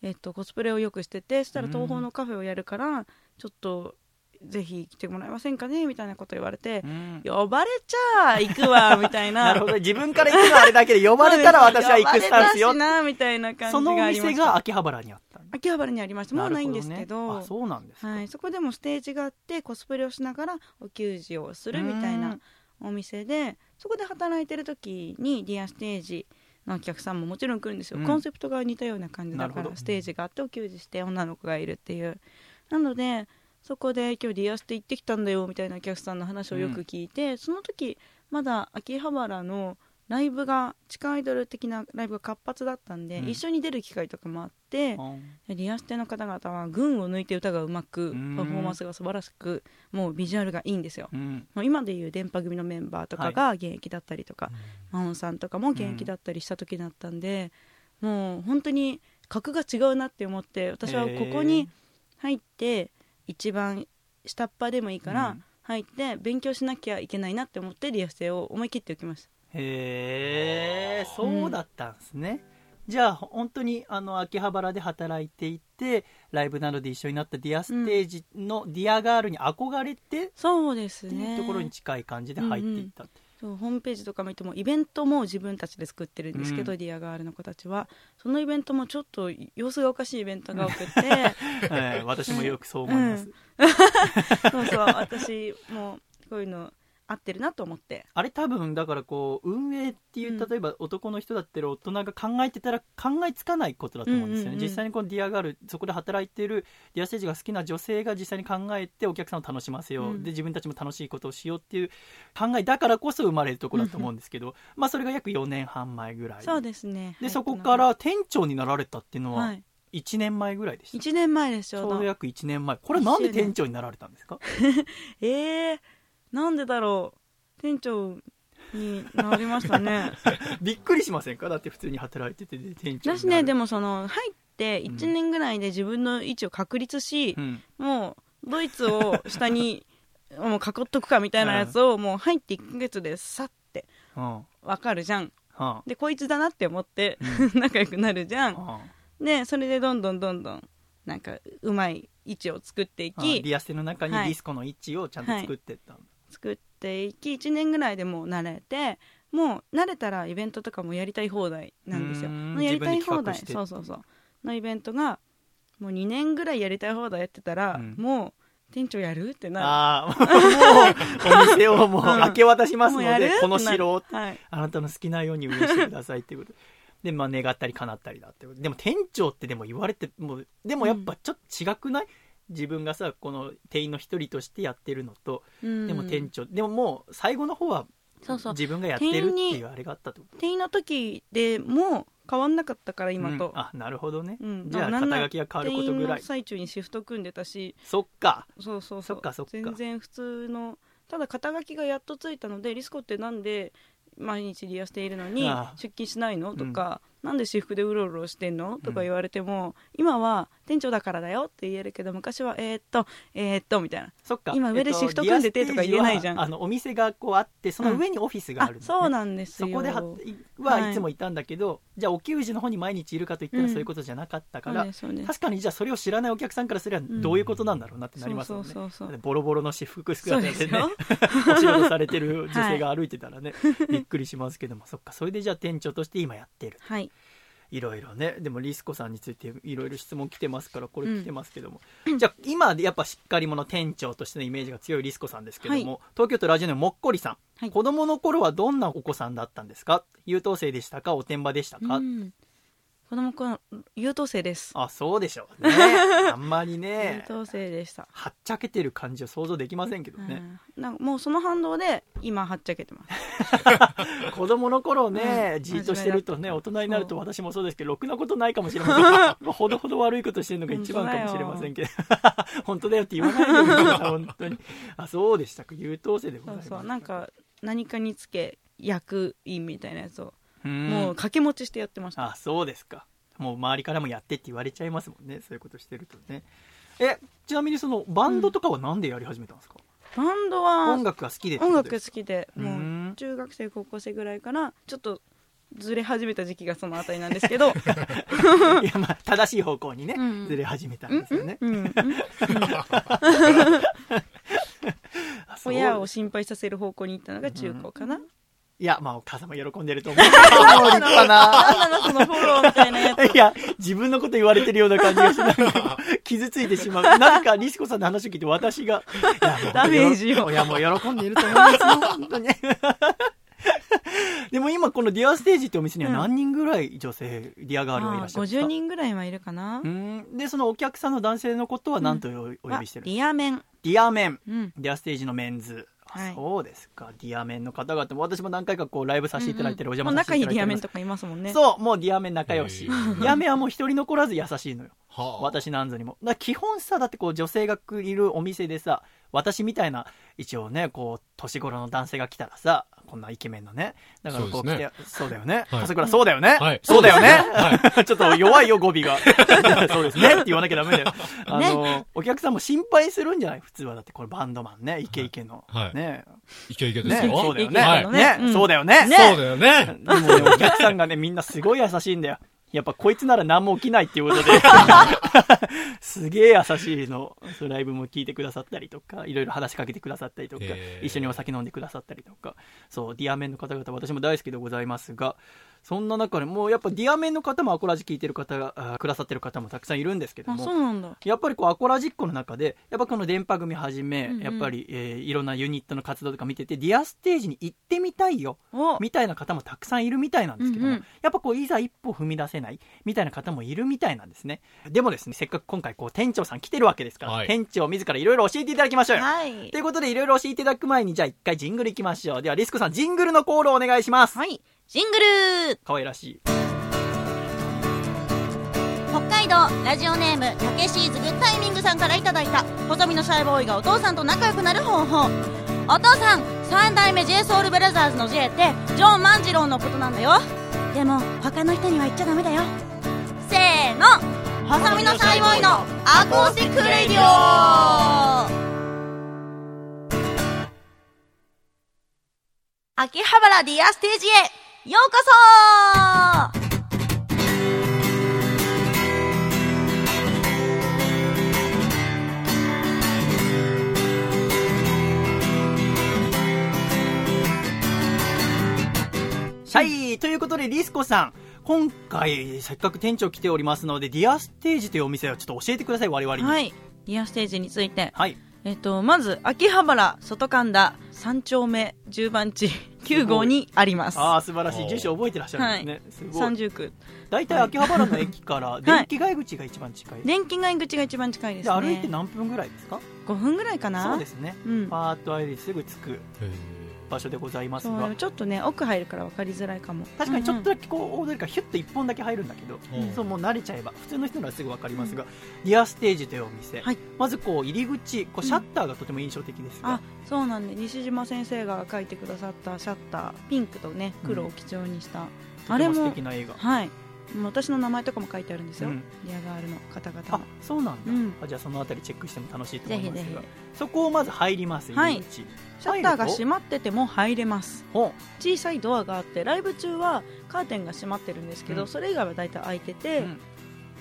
えっと、コスプレをよくしててそしたら東宝のカフェをやるから、ちょっとぜひ来てもらえませんかねみたいなこと言われて、うん呼ばれちゃあ行く わみたいななるほど自分から行くのはあれだけで呼ばれたら私は行くスタンスよ呼ばれたしなみたいな感そじのおがありま店したが秋葉原にあった秋葉原にありましたもうないんですけどるほねあそうなんですか、はい、そこでもステージがあってコスプレをしながらお給仕をするみたいうなんお店でそこで働いてる時にディアステージのお客さんももちろん来るんですよ、うんコンセプトが似たような感じだなかるほらどステージがあってお給仕して女の子がいるっていうなのでそこで今日ディアステ行ってきたんだよみたいなお客さんの話をよく聞いて、その時まだ秋葉原のライブが地下アイドル的なライブが活発だったんで、うん一緒に出る機会とかもあって、うんリアステの方々は群を抜いて歌がうまくうパんフォーマンスが素晴らしくもうビジュアルがいいんですようんもう今でいう電波組のメンバーとかが現役だったりとか、マオンさんとかも現役だったりした時だったんで、もう本当に格が違うなって思って私はここに入って一番下っ端でもいいからうん入って勉強しなきゃいけないなって思ってリアステを思い切って受けましたへえそうだったんですね、じゃあ本当にあの秋葉原で働いていてライブなどで一緒になったディアステージのディアガールに憧れてっそうですてねいうところに近い感じで入っていったって、そうホームページとか見てもイベントも自分たちで作ってるんですけど、うんディアガールの子たちはそのイベントもちょっと様子がおかしいイベントが多くてええ私もよくそう思います、うんそうそう私もこういうの合ってるなと思ってあれ多分だからこう運営っていううん例えば男の人だったり大人が考えてたら考えつかないことだと思うんですよね、うんうんうん実際にこのディアガールそこで働いてるディアステージが好きな女性が実際に考えてお客さんを楽しませよう、うんで自分たちも楽しいことをしようっていう考えだからこそ生まれるところだと思うんですけど、まあそれが約4年半前ぐらいそうですねでそこから店長になられたっていうのははい1年前ぐらいでした、 1年前ですちちょょううどど約1年前これなんで店長になられたんですかえー、なんでだろう店長になりました ねびっくりしませんかだって普通に働いててで店長私ねでも、もその入って1年ぐらいで自分の位置を確立し、うんもうドイツを下にもう囲っとくかみたいなやつをもう入って1ヶ月でさってうんはわかるじゃんあでこいつだなって思って、 仲良くなるじゃんでそれでどんどんどんどんなんかうまい位置を作っていあデきィアステの中にデはいィスコの位置をちゃんと作ってった、作っていき1年ぐらいでもう慣れてもう慣れたらイベントとかもやりたい放題なんですようーんのやりたい放自分で題企画してそうそうそうのイベントがもう2年ぐらいやりたい放題やってたら、うんもう店長やるってなるああもうお店をもううん明け渡しますもうのやで、るこの城をってなるはいあなたの好きなように運営してくださいっていうことでまあ願ったり叶ったりだってことでも店長ってでも言われてもうでもやっぱちょっと違くない、自分がさこの店員の一人としてやってるのとうんでも店長、でももう最後の方はそうそう自分がやってるって店員いにうあれがあったってこと店員の時でも変わんなかったから今とうん、あなるほどね、うんじゃあなんな肩ら書きが変わること店ぐら員のい最中にシフト組んでたしそっかそうそうそうそっかそっか全然普通のただ肩書きがやっとついたのでリスコってなんで毎日利用しているのにああ出勤しないのとか、なんで私服でうろうろしてんのとか言われても、今は店長だからだよって言えるけど昔はえーっとえーっとみたいなそっか今上でえっとシフト組んでてとか言えないじゃんリアステージはあのお店がこうあってその上にオフィスがああるんですねそうなんですそよこではははいいつもいたんだけど、じゃあお給仕の方に毎日いるかといったうらんそういうことじゃなかったから、そうですそうです確かにじゃあそれを知らないお客さんからすればんどういうことなんだろうなってなりますそもんうね、そうそうそだっうてボロボロの私服姿でそうですねよお仕事されてる女性が歩いてたらね、びっくりしますけどもそっかそれでじゃあ店長として今やってるはいいろいろねでもリスコさんについていろいろ質問来てますからこれ来てますけども、じゃあ今でやっぱしっかり者店長としてのイメージが強いリスコさんですけども、東京都ラジオネームもっこりさん、はい子供の頃はどんなお子さんだったんですか優等生でしたかおてんばでしたか、うん子供この優等生ですあそうでしょ うねあんまり優ね等生でした、はっちゃけてる感じは想像できませんけどうね、んなんかもうその反動で今はっちゃけてます子供の頃ね、うんじっとしてるとね真面目だった大人になると私もそうですけどろくなことないかもしれません まあほどほど悪いことしてるのが一番かもしれませんけど 本当だよって言わないでください本 当にあそうでしたか優等生でござそいうますそうなんか何かにつけ役員みたいなやつを、うんもう掛け持ちしてやってましたあそうですかもう周りからもやってって言われちゃいますもんねそういうことしてるとねえちなみにそのバンドとかはなんでやり始めたんですか、バンドは音楽が好きでってこ音と楽好ですかきでうもんう中学生高校生ぐらいからちょっとずれ始めた時期がそのあたりなんですけ ど、 いやまあ正しい方向にね、うんずれ始めたんですよね、うん うん、あそう親を心配させる方向に行ったのが中高かな、いやまあお母様喜んでると思 うもう立派ななんなのそのフォローみたいなやついや、自分のこと言われてるような感じが して、なんか、傷ついてしまう。なぜか、リスコさんの話を聞いて、私が、いやもうダメージをいや、もう喜んでいると思いますよ、本当に。 でも今、このディアステージってお店には何人ぐらい女性、ディアガールがいらっしゃるんですか50人ぐらいはいるかな、うんで、そのお客さんの男性のことは何とおお呼びしてるんですか、リアメン、ディアメン。うん、ディアステージのメンズ。あはいそうですか。ディアメンの方々も、私も何回かこう、ライブさせていただいてる、お邪魔もうさせ仲ていいいただいリてアおりメまンすとかいますもんねそう、もうディアメン仲良し。へデーィアメンはもう一人残らず優しいのよ。はあ私なんぞにも。だから基本さ、だってこう女性がいるお店でさ、私みたいな、一応ね、こう、年頃の男性が来たらさ、こんなイケメンのね。だからこうそうで来すてね、そうだよね。はい笠倉、そうだよね。はいそうだよね。は ちょっと弱いよ、語尾 が。そうですねって言わなきゃダメだよ。あの、お客さんも心配するんじゃない普通は。だってこれバンドマンね、イケイケの。はいね。いけいけでねすよ。そうだよね。はいイケイケのねねうんそうだよね。そうだよね。でもね、お客さんがね、みんなすごい優しいんだよ。やっぱこいつなら何も起きないっていうことで。すげえ優しいの。そうライブも聞いてくださったりとか、いろいろ話しかけてくださったりとかへ、ー一緒にお酒飲んでくださったりとか、そう、ディアメンの方々、私も大好きでございますが、そんな中でもうやっぱディアメンの方もアコラジ聞いてる方が、あーくださってる方もたくさんいるんですけどあもそ、うなんだやっぱりこうアコラジックの中でやっぱこの電波組はじめ、うんうんやっぱり、えーいろんなユニットの活動とか見ててディアステージに行ってみたいよおみたいな方もたくさんいるみたいなんですけども、うんうんやっぱこういざ一歩踏み出せないみたいな方もいるみたいなんですねでもですねせっかく今回こう店長さん来てるわけですから、はい店長自らいろいろ教えていただきましょうよ、はいということでいろいろ教えていただく前にじゃあ一回ジングルいきましょうではリスコさんジングルのコールをお願いしますはい。ジングル可愛らしい北海道ラジオネームたけしーズグッタイミングさんからいただいた細身のシャイボーイがお父さんと仲良くなる方法お父さん三代目 j s o u l b r o t h e r s の J ってジョン万次郎のことなんだよでも他の人には言っちゃダメだよせーの細身のシャイボーイのアコースティックレディオ秋葉原ディアステージへようこそシャイということで、リスコさん、今回、せっかく店長来ておりますので、ディアステージというお店をちょっと教えてください、我々に。。はいいリアステージについてはい。えっと、まず、秋葉原、外神田、三丁目、十番地、9号にあります。ああ、素晴らしい。おー住所覚えてらっしゃるんですね。すご三い。十区。大体秋葉原の駅から、電気街口が一番近い。電気街口が一番近いでですね。歩いて何分ぐらいですか5分ぐらいかなそうですね。うんパーッと歩いてすぐ着く場所でございますそうが、ちょっとね、奥入るから分かりづらいかも。確かにちょっとうんだけこう、大通りからヒュッと一本だけ入るんだけど、うんそう、もう慣れちゃえば、普通の人ならすぐわかりますが、ディアステージというお店。はいまずこう、入り口、こう、シャッターがとても印象的ですうんがあ、そうなんで、西島先生が書いてくださったシャッター、ピンクとね、黒を基調にした。とあてれも素も敵、な映画。はい。もう私の名前とかも書いてあるんですよ、うんリアガールの方々あのそうなんだ、うんあじゃあそのあたりチェックしても楽しいとぜ思いひまぜすひがそこをまず入りますはい入り口シャッターが閉まってても入れますほう小さいドアがあってライブ中はカーテンが閉まってるんですけど、うんそれ以外は大体開いてて、うん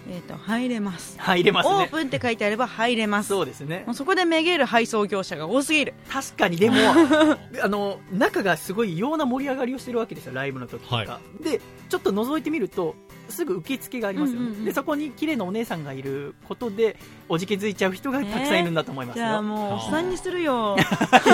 えー、と入れます入れますオーねプンって書いてあれば入れますそうですねもうそこでめげる配送業者が多すぎる確か にでもあの中がすごい異様な盛り上がりをしてるわけですよライブの時とか、はでちょっと覗いてみるとすぐ受付がありますよね、うんうんうんでそこに綺麗なお姉さんがいることでおじけづいちゃう人がたくさんいるんだと思いますじよ、ゃあもうおっさんにするよ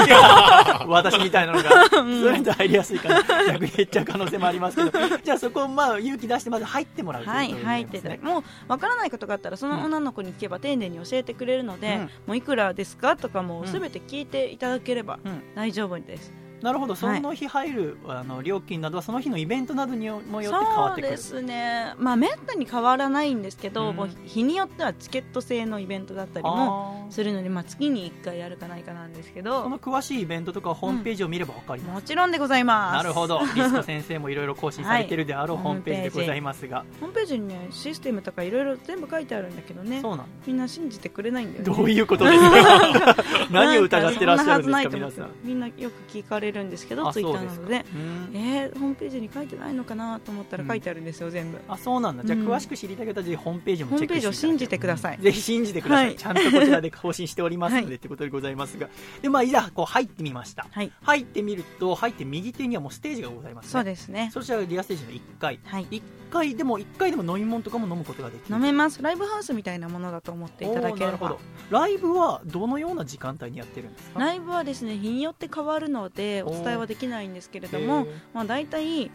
いや私みたいなのが、そんれと入りやすいから、 逆に減っちゃう可能性もありますけど、じゃあそこをまあ勇気出して、まず入ってもらうとはいいうことに入っなてりいたまだすくねもうわからないことがあったらその女の子に聞けば丁寧に教えてくれるので、うんもういくらですかとかもうんすべて聞いていただければうん大丈夫です、なるほど、そはいの日入るあの料金などは、その日のイベントなどにもよって変わっそうてくるで。すねまあめったに変わらないんですけど、うんもう日によってはチケット制のイベントだったりもあーするので、まあ、月に1回やるかないかなんですけそどの詳しいイベントとかはホームページを見れば分かります。もちろんでございますなるほど、リスコ先生もいろいろ更新されてるであろうはいホームページでございますが、ホームページにねシステムとかいろいろ全部書いてあるんだけどねそうなんだみんな信じてくれないんだよねどういうことです か、何を疑ってらっしゃるなんそんですか、皆んなはずないと思さっんて。みんなよく聞かれるんですけどあツイッターなそどうでうんえー、ホームページに書いてないのかなと思ったら書いてあるんですよ、全部あそうなんだじゃあうん詳しく知りたい方はぜひホームページもホーチェムッペクージを信じてください、ぜひ信じてください、はいちゃんとこちらで更新しておりますので、はいってことでございますがで、まあ、いざこう入ってみましたはい入ってみると入って右手にはもうステージがございます、ね、そうですねそちらがリアステージの1階はい1階でも1階でも飲み物とかも飲むことができる飲めますライブハウスみたいなものだと思っていただけおーなれるほばどライブはどのような時間帯にやってるんですかライブはですね日によって変わるのでお伝えはできないんですけれどへもー、まあ、大体、えー、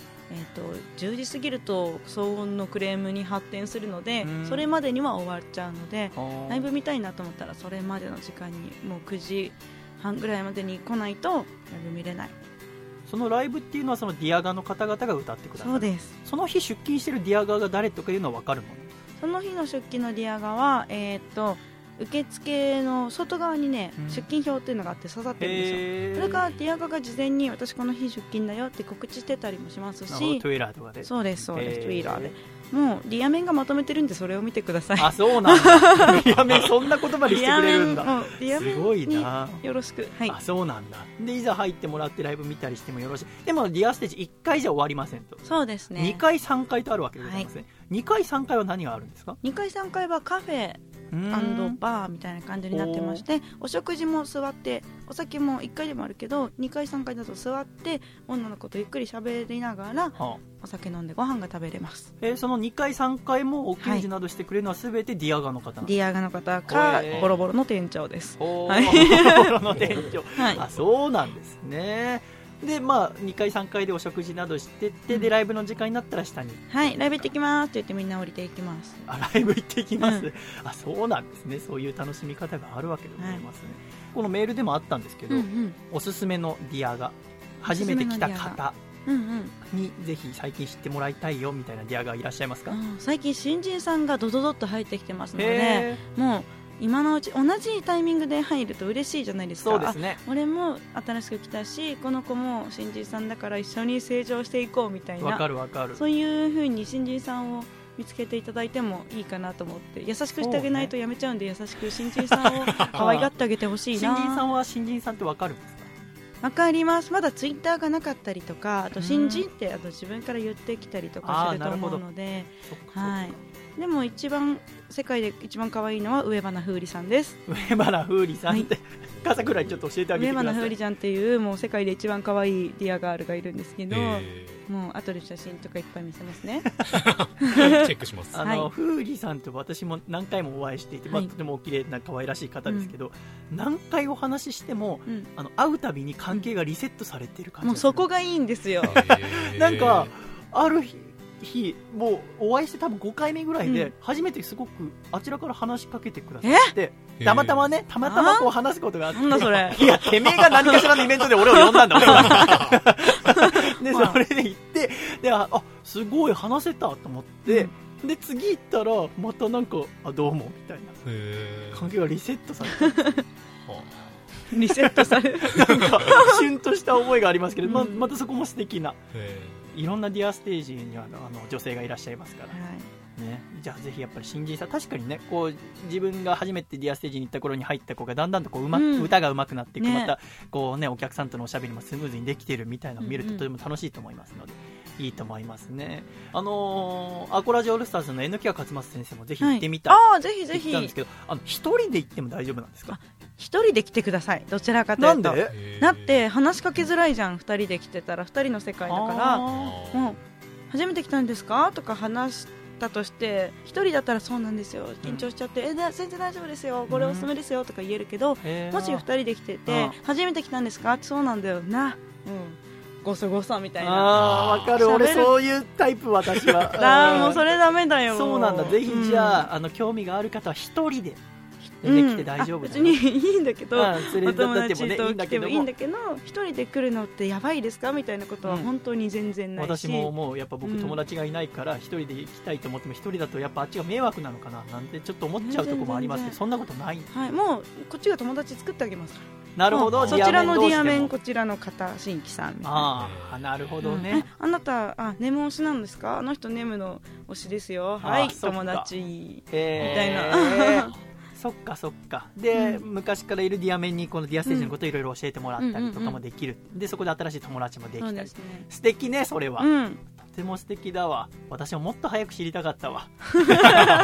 と10時過ぎると騒音のクレームに発展するのでうんそれまでには終わっちゃうのであーライブ見たいなと思ったらそれまでの時間にもう9時半ぐらいまでに来ないとライブ見れないそのライブっていうのはそのディアガーの方々が歌ってくださそうるですその日出勤してるディアガーが誰とかいうのは分かるものその日の出勤のディアガは、えー、と受付の外側にね、うん出勤表っていうのがあって刺さってるんですよへーそれからディアガが事前に私この日出勤だよって告知してたりもしますなるほどしトゥエラーとかでそうですそうですへーツイーラーでもうディア面がまとめてるんでそれを見てくださいあそうなん だいやめそんな言葉にデしてィアくれる面んだ、もうディアすごい面になよろしくはいあそうなんだでいざ入ってもらってライブ見たりしてもよろしいでもディアステージ1回じゃ終わりませんと、そうですね2回3回とあるわけでございますね、2回3回は何があるんですか2階3階はカフェうーんバーみたいな感じになってましてお食事も座ってお酒も1回でもあるけど2回3回だと座って女の子とゆっくり喋りながらはあお酒飲んでご飯が食べれますえーその2回3回もお給仕などしてくれるのは全てディアガの方なんデでィすアガの方かへーボロボロの店長ですほはーの店長はいあそうなんですねでまあ2回3回でお食事などしてってでライブの時間になったら下にはいライブ行ってきますって言ってみんな降りていきますあライブ行ってきます、うあそうなんですねそういう楽しみ方があるわけでございますね、このメールでもあったんですけど、うんおすすめのディアが初めて来たおすすめのディア方うんうんにぜひ最近知ってもらいたいよみたいなディアがいらっしゃいますか、うん最近新人さんがドドドッと入ってきてますのでへえもう今のうち同じタイミングで入ると嬉しいじゃないですかそうですね俺も新しく来たしこの子も新人さんだから一緒に成長していこうみたいわかなるわかるそういうふうに新人さんを見つけていただいてもいいかなと思って優しくしてあげないとやめちゃうんで、優しく新人さ んを可愛がってあげてほし新いな人さんは新人さんってわかるんですかわかりますまだツイッターがなかったりとかあと新人ってあと自分から言ってきたりとかするとあーなるほ思どうのでそっかそっかはいでも一番世界で一番可愛いのは上花風里さんです上原風里さんって、笠倉にちょっと教えてあげ上てく花だ風さ里いちゃんっていうもう世界で一番可愛いディアガールがいるんですけど、えもう後で写真とかいっぱい見せますね。ーチェックしますあの、はい風里さんと私も何回もお会いしていて、まあ、はいとてもお綺麗な可愛らしい方ですけど、何回お話ししてもうん、あの会うたびに関係がリセットされてる感じもうそこがいいんですよ。えーなんかある日日もうお会いして多分5回目ぐらいうで、ん初めてすごくあちらから話しかけてくださってたまたまねたまたまこう話すことがあってなんだそれ。いやてめえが何かしらのイベントで俺を呼んだんだ俺はでそれで行ってでああすごい話せたと思って、で次行ったらまたなんかあどうもみたいなへー関係がリセットされてはリセットされる。なんかシュンとした思いがありますけど、まうんまたそこも素敵なえいろんなディアステージにはあの女性がいらっしゃいますから、はいね、じゃあぜひやっぱり新人さん確かにねこう自分が初めてディアステージに行った頃に入った子がだんだんとこうう、まうん歌が上手くなっていく、ねまたこう、ね、お客さんとのおしゃべりもスムーズにできてるみたいなのを見るうんとうんとても楽しいと思いますので、いいと思いますねあのーアコラジオールスターズの N キア勝松先生もぜひ行ってみたい、ああぜひぜ行っひたんですけどあの一人で行っても大丈夫なんですか一人で来てくださいどちらかとないうんとでだって話しかけづらいじゃん二人で来てたら二人の世界だかああーらもう初めて来たんですかとか話したとして一人だったらそうなんですよ緊張しちゃって、えだ全然大丈夫ですよこれおすすめですよとか言えるけど、ーへーもし二人で来ててあ初めて来たんですかそうなんだよなうんごそごそみたいなあーわかる俺そういうタイプ私 はだもうそれダメだよそうなんだぜひじゃあ,、あ、あの興味がある方は一人でうんできて大丈夫あだ別よにいいんだけど、うん連おれて友だっても達ねいいとんだ来けてどもいいんもだけど一人で来るのってやばいですかみたいなことはうん本当に全然ないし、私ももうやっぱ僕うん友達がいないから一人で行きたいと思っても一人だとやっぱあっちが迷惑なのかななんてちょっと思っちゃうところもありますけ全然全ど然そんなことないはい、もうこっちが友達作ってあげますからなるほうどんそちらのディアメン同士でもこちらの方新規さんみたいなああなるほどうんえね、あなたあネム推しなんですかあの人ネムの推しですよあはいそっか友達えみたいー そっかそっかで、う昔からいるディアメンにこのディアステージのことをいろいろ教えてもらったりとうんうんかうんうもんできる、でそこで新しい友達もできそうたりですね素敵ねそれは、うんとても素敵だわ私ももっと早く知りたかっ たわ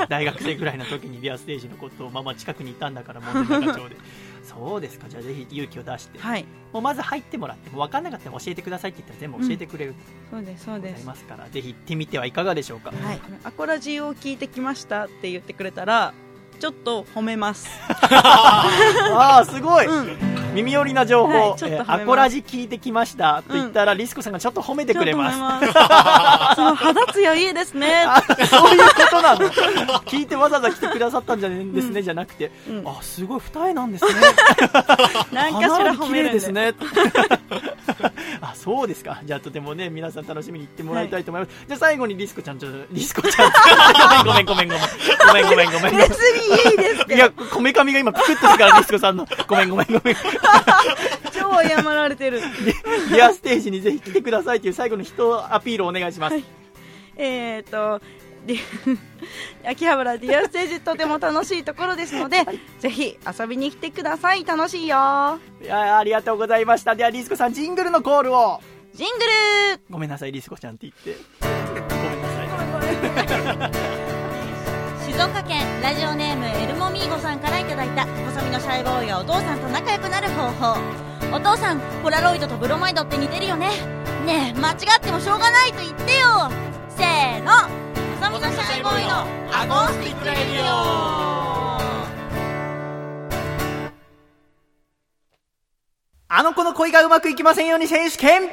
大学生ぐらいの時にディアステージのことをまあまあ近くにいたんだから門前仲 町でそうですかじゃあぜひ勇気を出して、はいもうまず入ってもらってもう分かんなかったら教えてくださいって言ったら全部教えてくれるそうですそうござでいすますから、ぜひ行ってみてはいかがでしょうかはい、アコラジを聞いてきましたって言ってくれたらちょっと褒め ます、ああすごい、うん、耳寄りな情報、はいちょっと褒えーめますアコラジ聞いてきましたって言ったら、リスコさんがちょっと褒めてくれますちょっと褒めますその肌ツヤいいですね、 あそういうことなの聞いてわざわざ来てくださったんじゃねんですね、うんじゃなくてうん、あすごい二重なんですね何かしら花より褒綺める麗んですねあそうですかじゃあとてもね皆さん楽しみに行ってもらいたいと思います、じゃあ最後にリスコちゃんちょっとリスコちゃんごめんごめんごめんごめんごめんごめんごめん別にいいですけいどやこめかみが今ピクッとするからリスコさんのごめんごめんごめん 超謝られてるでリアステージにぜひ来てくださいという最後の人アピールをお願いします、はいえっ、とで 秋葉原ディアステージとても楽しいところですので、ぜひ遊びに来てください楽しいよいやありがとうございましたではリスコさんジングルのコールをジングルごめんなさいリスコちゃんって言ってごめんなさい静岡県ラジオネームエルモミーゴさんからいただいた細身のシャイボーイがお父さんと仲良くなる方法お父さんポラロイドとブロマイドって似てるよねねえ間違ってもしょうがないと言ってよせーの細身のシャイボーイのアゴースティックレディオあの子の恋がうまくいきませんように選手権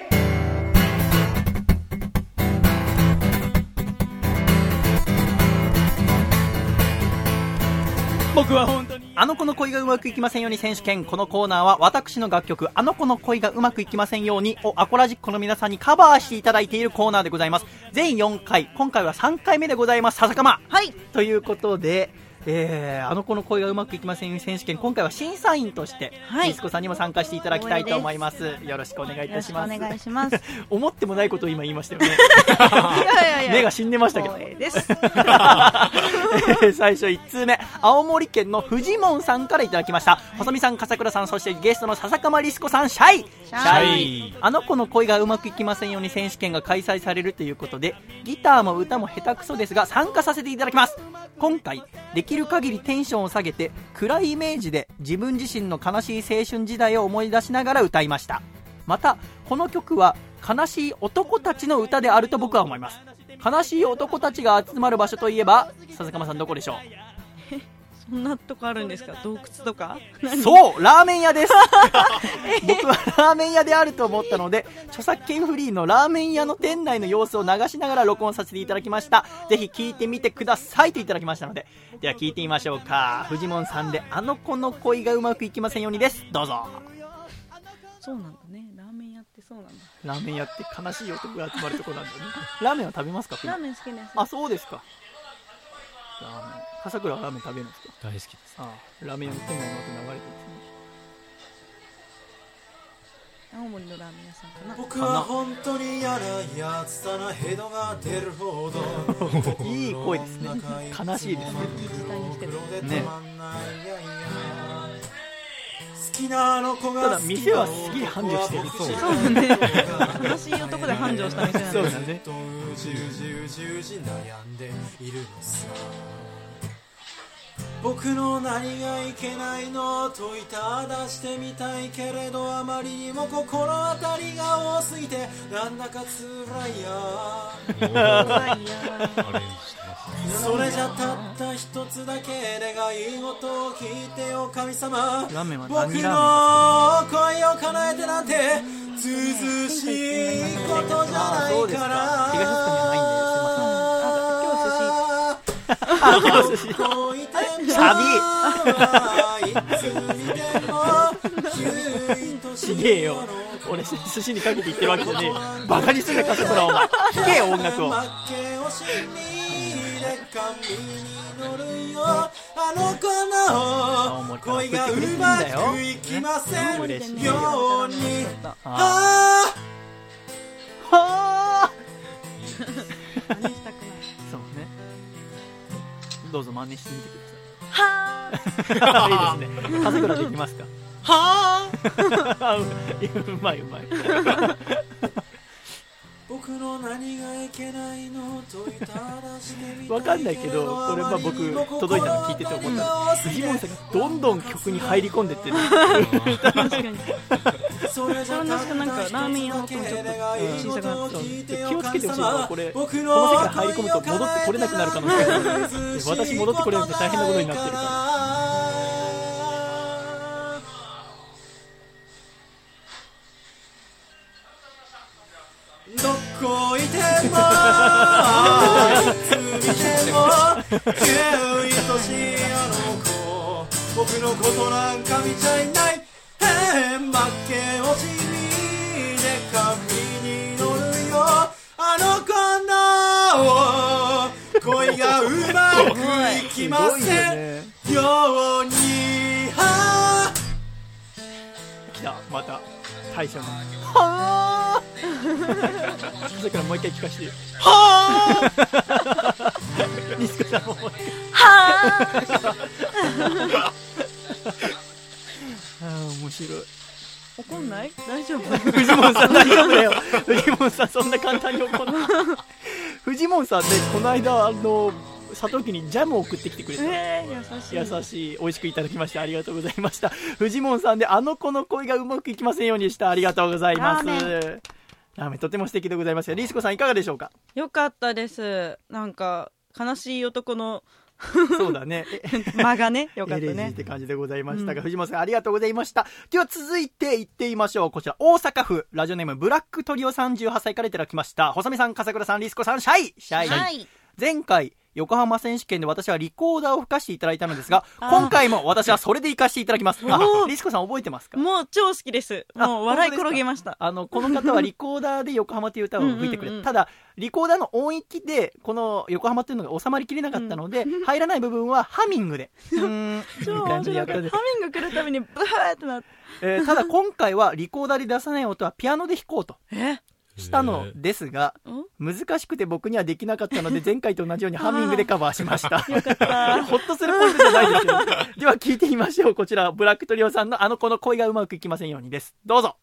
僕は本当にあの子の恋がうまくいきませんように選手権このコーナーは私の楽曲「あの子の恋がうまくいきませんように」をアコラジックの皆さんにカバーしていただいているコーナーでございます全4回今回は3回目でございます笹かまはいということで、えーあの子の恋がうまくいきません選手権今回は審査員として、はいリスコさんにも参加していただきたいと思いますよろしくお願いいよろたししくおます願いしますい思ってもないことを今言いまし たよねやいやいや 目が死んでましたけど光栄です えー最初1通目青森県のフジモンさんからいただきました細見さん笠倉さんそしてゲストの笹鎌リスコさんシャイャイイあの子の恋がうまくいきませんように選手権が開催されるということでギターも歌も下手くそですが参加させていただきます今回できる限りテンションを下げて暗いイメージで自分自身の悲しい青春時代を思い出しながら歌いましたまたこの曲は悲しい男たちの歌であると僕は思います悲しい男たちが集まる場所といえば笹鎌さんどこでしょそんなとこあるんですか洞窟とかうそうラーメン 屋です僕はラーメン屋であると思ったので著作権フリーのラーメン屋の店内の様子を流しながら録音させていただきましたぜひ聞いてみてくださいといただきましたのででは聞いてみましょうかフジモンさんで「あの子の恋がうまくいきませんように」ですどうぞそうなんだねラーメン屋ってそうなんだラーメン屋って悲しい男が集まるとこなんだねラーメンは食べますかラーメン好きですあそうですかラーメン笠倉はラーメン食べるんですか大好きですああラーメン屋の店内の音流れてるんですね青森のラーメン屋さんかな僕は本当に嫌なやつだなヘドが出るほど いい声ですね悲しいですねね好きなあの子がただ店はすげえ繁盛してるそそううだね悲しい男で繁盛した店なんそうでだすねとうじうじうじうじ悩んでいるのさ僕の何がいけないのと問いただしてみたいけれどあまりにも心当たりが多すぎてなんだかつら怖いいややアレンジしてますねそれじゃたった一つだけ願い事を聞いてよ神様ラーメンは僕何ラーメンの恋を叶えてなんて涼しいことじゃないからああ今日寿司ちげえよ俺寿司にかけて言ってるわけじゃ ねえよバカにすんなカスプラお前聞けよ音楽を負け惜しみで神に乗るよあの子の恋がうまくいきませんよ嬉しいうにああはあ真似したくないそうねどうぞ真似してみてくはーださ いいいですねカスプラできますかはあ ううまいうまい僕の何がいけないのといたらしてみたわかんないけどこれまあ僕届いたの聞いてて思ったんです藤森さんがどんどん曲に入り込んでってる確かにそれじゃなんかなんかラーメン屋の音もちょっと小さくなって気をつけてほしいのはこれこの世界入り込むと戻ってこれなくなる可能性がある私戻ってこれなくて大変なことになってるからどこいてもあいつ見ても急いとしいあの子僕のことなんか見ちゃいないへえ負け惜しみで神に乗るよあの子の恋がうまくいきませんようには来たまた大将のはあそれからもう一回聞かせてはあ西子さんももう一回ーはーあー面白い怒んない大丈夫藤本さん大丈夫だよ藤本さんそんな簡単に怒んない藤本さんねこの間あの佐藤家にジャムを送ってきてくれたえー、優しい優しい美味しくいただきましてありがとうございました藤本さんであの子の恋がうまくいきませんようにでしたありがとうございますラーラーメンとても素敵でございましたリスコさんいかがでしょ うかよかったですなんか悲しい男のそうだねえ間がねよか エっレたジーっねて感じでございましたが、藤本さんありがとうございました。では続いて行ってみましょう。こちら、大阪府、ラジオネーム、ブラックトリオ38歳からいただきました。細見さん、笠倉さん、リスコさん、シャイシャイ、はい前回、横浜選手権で私はリコーダーを吹かしていただいたのですが、今回も私はそれで行かしていただきます。あリスコさん覚えてますかもう超好きですあ もう笑い本当転ですかげましたあの、この方はリコーダーで横浜という歌を吹いてくれうんうんうんただ、リコーダーの音域で、この横浜というのが収まりきれなかったので、入らない部分はハミ ングで、うーん、み超たい面な白やっかたっんでたハミング来るたびにブワーってなってえーただ今回はリコーダーで出さない音はピアノで弾こうとえしたのですが、ん難しくて僕にはできなかったので前回と同じようにハミングでカバーしました。よかったほっとするポイントじゃないですよ。では聞いてみましょう。こちら、ブラックトリオさんのあの子の恋がうまくいきませんようにです。どうぞ。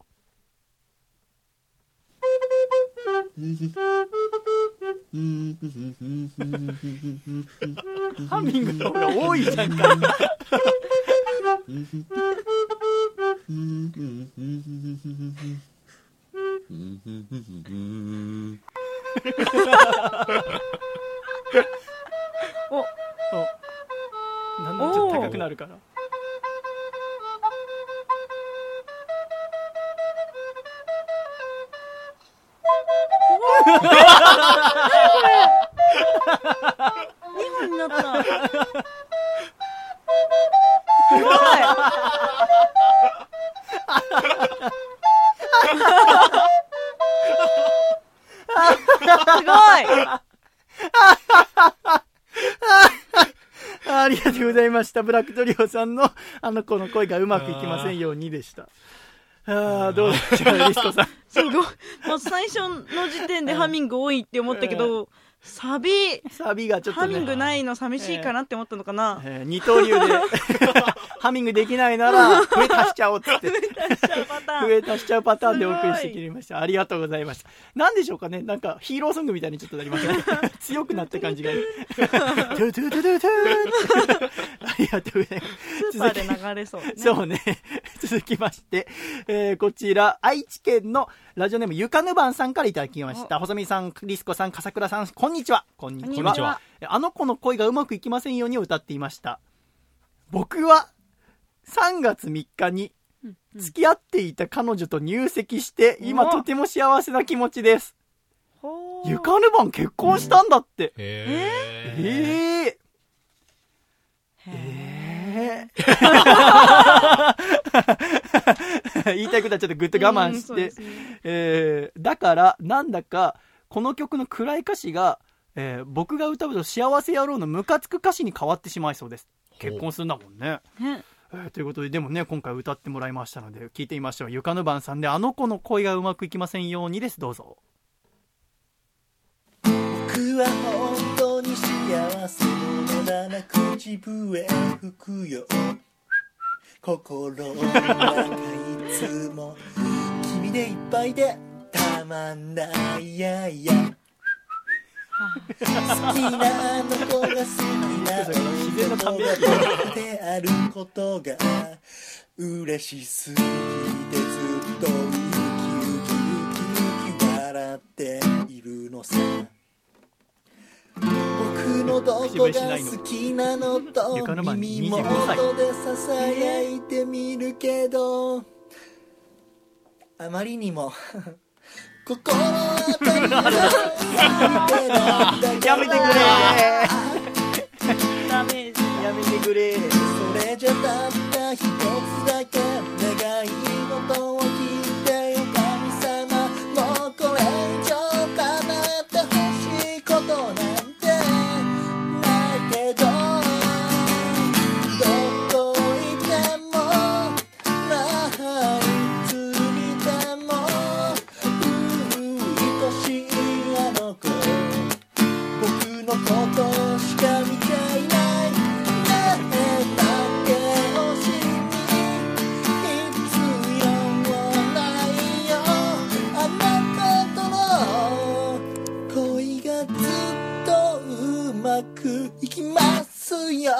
ハミングの方が多いじゃんか。おそうなんだちょっと高くなるから。二本になった。すごい。ありがとうございました。ブラックトリオさんの、あの子の声がうまくいきませんようにでした。ああ、どうでしょう、リスコさん。すごい。もう最初の時点でハミング多いって思ったけど、サビ、サビがちょっとハね。ミングないの寂しいかなって思ったのかな。えー二刀 流で、ハミングできないなら、笛足しちゃおうっつって、パターン。笛足しちゃうパターンでお送りしてきました。ありがとうございました。なんでしょうかねなんかヒーローソングみたいにちょっとなりましたね。 強くなった感じが。トゥトゥトゥトゥトゥ ーンありがとうございます。スーパ続ーきで流れそう、 ね。そうね。続きまして、えーこちら、愛知県のラジオネームゆかぬばんさんからいただきました。細見さん、リスコさん、笠倉さん、こんにちは。こんにこんちにはちは。あの子の恋がうまくいきませんようにを歌っていました。僕は、3月3日に、付き合っていた彼女と入籍して、今うわとても幸せな気持ちです。ほーゆかぬばん結婚したんだって。へえ。ええへえー言いたいことはちょっとぐっとー我慢うんしそうでてす、ねえーだからなんだかこの曲の暗い歌詞が、えー僕が歌うと「幸せ野郎」のムカつく歌詞に変わってしまいそうです結婚するんだもんね、ねえーということででもね今回歌ってもらいましたので聞いてみましょうゆかぬばんさんで「あの子の恋がうまくいきませんように」ですどうぞ僕は本当に幸せ者だな口笛吹くよ心の中いつも君でいっぱいでたまんないやいや好きなあの子が好きな自然なため息僕であることが嬉しすぎてずっとウキウキウキウキ笑っているのさ僕のどこが好きなのと床の間に耳元25歳でささやいてみるけどあまりにも心当たりがすぎてやめてくれダメージーやめてくれーそれじゃたった一つだけ願い事を聞いてよ神様もうこれ以上叶ってほしいことなんてないけどどこいてもないつにでもうん愛しいあの子僕のことしか見ちゃいないあれだけをしに必要ないよあなたとの恋がずっとうまくいきますよ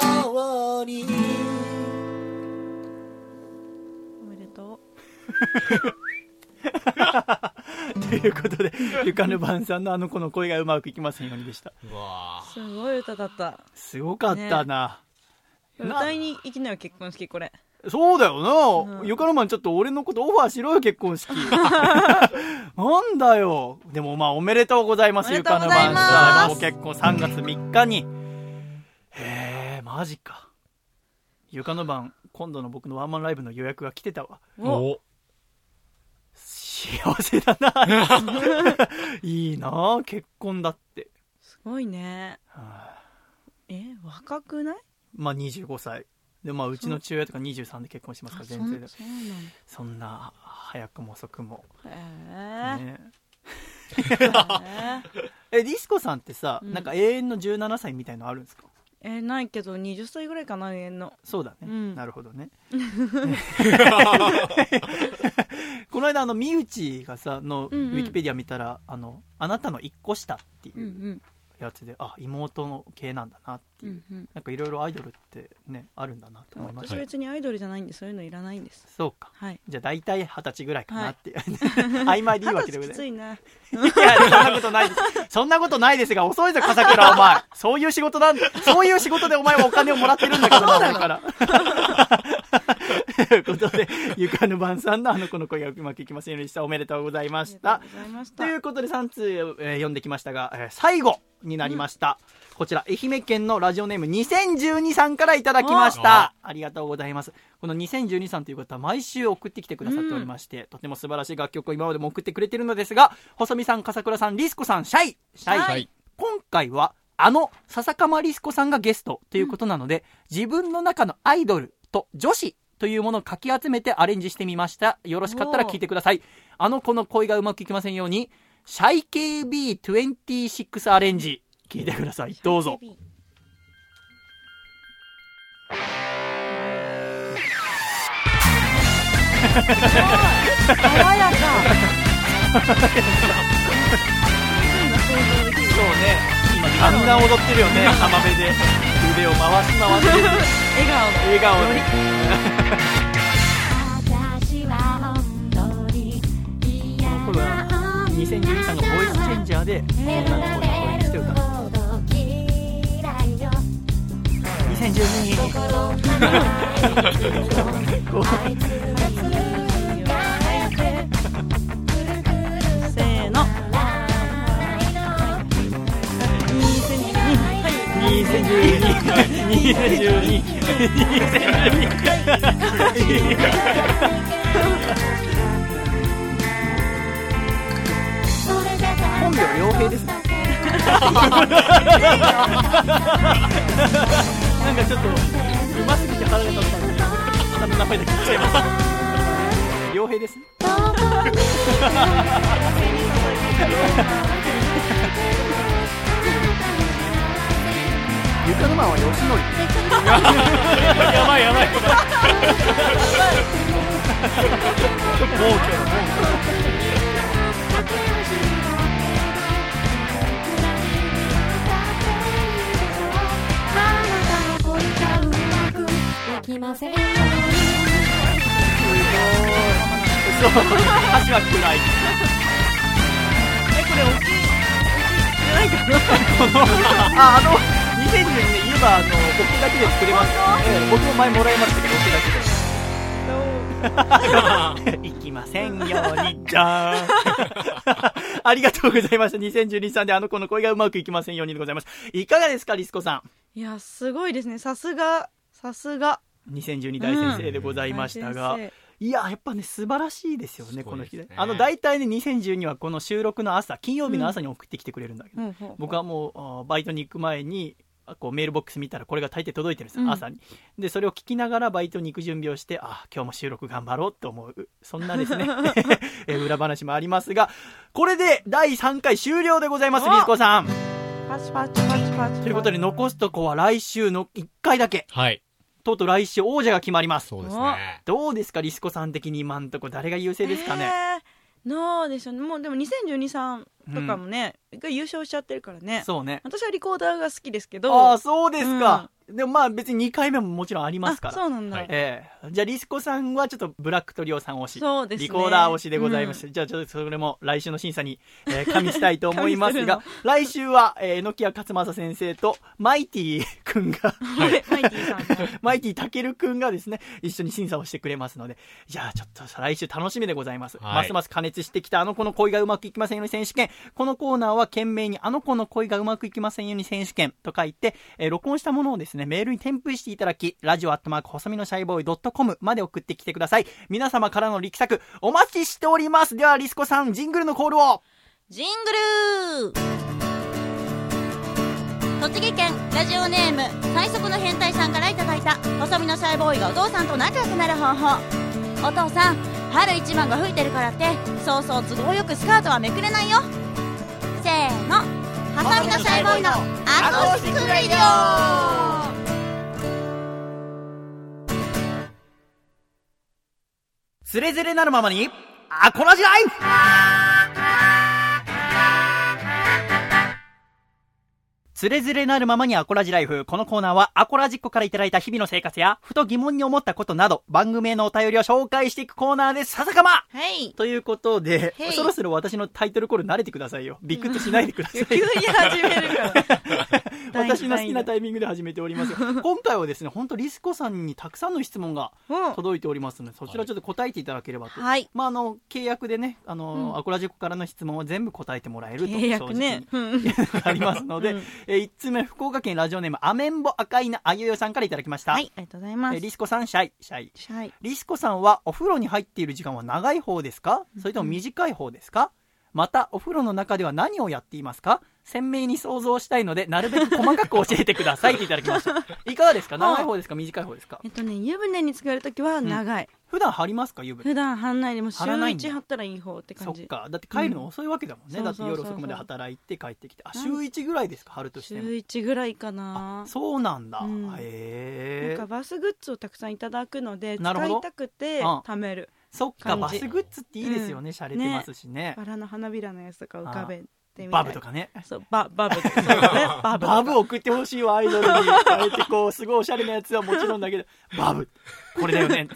うにおめでとということでゆかぬばんさんの「あの子の恋がうまくいきませんように」でしたうわうすごい歌だったすごかったな、な歌いに行きなよ結婚式これそうだよな、うんゆかのまんちょっと俺のことオファーしろよ、結 婚式。なんだよ。でもまあ、おめでとうございます、おめゆでとかうのごまんざいますさん。ご結婚3月3日に。へえ、マジか。ゆかのばん、今度の僕のワンマンライブの予約が来てたわ。ー。お幸せだ な。いいなあ結婚だって。すごいねはあえ若くないまあ、25歳。で、まあ、うちの父親とか23で結婚してますから、そ全ん然なだ。そうなのそんな、早くも遅くも。へねええディスコさんってさ、うんなんか永遠の17歳みたいのあるんですかえーないけど20歳ぐらいかな永遠のそうだね、うんなるほ どねこの間あの身内がさのウうんうんィキペディア見たら、あのあなたの一個下ってういうんやつで、あ妹の系なんだなってうんういう、んうんなんかいろいろアイドルってねあるんだなと思いまし私た、別にアイドルじゃないんでそういうのいらないんですそうかはいじゃあ大体二十歳ぐらいかなっていう、 曖昧でいいわけでご二十歳きざ いますついないや、そんなことないです。そんなことないですが、遅いぞ、笠倉、お前。そういう仕事なんだ。そういう仕事でお前はお金をもらってるんだからな、俺から。ということで、ゆかぬばんさんのあの子の声がうまくいきませんようにでした。おめでとうございまありしがたとう。ございましたということで、3通、えー読んできましたが、えー最後になりました。こちら、愛媛県のラジオネーム2012さんからいただきました。ありがとうございます。この2012さんという方は毎週送ってきてくださっておりまして、とても素晴らしい楽曲を今までも送ってくれてるのですが、細見さん、笠倉さん、リスコさん、シャイシャイ、はい。今回は、あの、笹かまリスコさんがゲストということなので、自分の中のアイドルと女子というものをかき集めてアレンジしてみました。よろしかったら聞いてください。あの子の恋がうまくいきませんように、シャイ KB26 アレンジ、聞いてください。どうぞ。爽やか想像できるそうね。今、あんな踊ってるよね、浜辺で。腕を回し回して、笑顔笑顔で。私は本当に嫌この頃はな女2023がボイスチェンジャーで、メロが女の子の声にして出る歌ほう。ど嫌いよ2012年。 心から愛してるよあいつが連れてくるくるせーの2012はい2012 2012 2012それじゃ本名良平ですねなんかちょっとうますぎて腹が立ったんで下の名前だけ言っちゃいました良平ですねどこに床の間は吉やばいやばいきません典そう橋は暗いえこれ大きい大きいじゃないかああの2012年言えばあの僕だけで作れます、ええ僕も前もらいましたけど僕だけで行きませんようにじゃーんありがとうございました2012さんであの子の恋がうまくいきませんようにでございますいかがですかリスコさいやすごいですねさすがさすがん2012大先生でございましたが、大先いややっぱね素晴らしいですよねすこごいのです日、ねあの大体ね2012はこの収録の朝金曜日の朝に送ってきてくれるんだけど、生ほうほうほう僕はもうあーバイトに行く前にあこうメールボックス見たらこれが大抵届いてるんですよ、うん朝にでそれを聞きながらバイトに行く準備をしてあー今日も収録頑張ろうと思うそんなで すねえー裏話もありますがこれで第3回終了でございますおリスコさんパチパチパチパチということで残すとこは来週の1回だけはい。とうとう来週王者が決まりますそうですね。どうですかリスコさん的に今んとこ誰が優勢ですかね、えーどうでしょうねもうでも2012さんとかもね、一回優勝しちゃってるからねそうね私はリコーダーが好きですけどああそうですか、でもまあ別に2回目ももちろんありますからあそうなんだ、はいええじゃあ、リスコさんはちょっとブラックトリオさん推し。そうですねリコーダー推しでございまして、じゃあ、ちょっとそれも来週の審査に、えー、加味したいと思いま すが、来週は、えー、榎谷勝正先生と、マイティくんが、 はいマイティさんがマイティたけるくんがですね、一緒に審査をしてくれますので、じゃあ、ちょっと来週楽しみでございます。はいますます加熱してきた、あの子の恋がうまくいきませんように選手権。このコーナーは、懸命に、あの子の恋がうまくいきませんように選手権と書いて、えー録音したものをですね、メールに添付していただき、ラジオアットマーク、細身のシャイボーイドットコムまで送ってきてください。皆様からの力作、お待ちしております。では、リスコさん、ジングルのコールを。ジングル栃木県ラジオネーム最速の変態さんからいただいた細身のシャイボーイがお父さんと仲良くなる方法お父さん春一番が吹いてるからってそうそう都合よくスカートはめくれないよせーのハサミのシャイボーイのアコースティックレディオズレズレなるままに、アコラジライフつれづれなるままにアコラジライフ。このコーナーは、アコラジっ子からいただいた日々の生活や、ふと疑問に思ったことなど、番組へのお便りを紹介していくコーナーです。ささかまはいということでへい、そろそろ私のタイトルコール慣れてくださいよ。ビクッとしないでくださ いいや。急に始めるから 私の好きなタイミングで始めております。今回はですね、本当リスコさんにたくさんの質問がうん届いておりますので、そちらちょっと答えていただければと。はいまあ、あの契約でね、あのうんアコラジコからの質問は全部答えてもらえると契約ね正直うんにあります ので、うんえ1つ目、福岡県ラジオネーム、アメンボ赤いなあゆよさんからいただきました。はいありがとうございまえすリスコさん、シャイ、シャイ。はいリスコさんはお風呂に入っている時間は長い方ですかそれとも短い方ですかまたお風呂の中では何をやっていますか鮮明に想像したいので、なるべく細かく教えてくださいっていただき ました。いかがですか長い方ですか短い方ですかえっとね湯船に浸かるときは長い、普段張りますか湯船普。段張んないでもう週張らないんだ1張ったらいい方ってそ感っじか。だって帰るの遅いわけだもんね。うんだってそうそう夜そうそう遅くまで働いて帰ってきて。あ、なん週1ぐらいですか、春とし週ても。 1ぐらいかあなそうなんだ。うんなんへえか。バスグッズをたくさんいただくのでなる使ほどいたくてあ貯めるそっか、感バじスグッズっていいですよね。うん洒落てますしね。バラの花びらのやつとか浮かべてみたいバブとかね。そうババ ブそうだねバブバブ送ってほしいわ、アイドルに。こうやってこう、すごいおしゃれなやつはもちろんだけど、バブ、これだよね。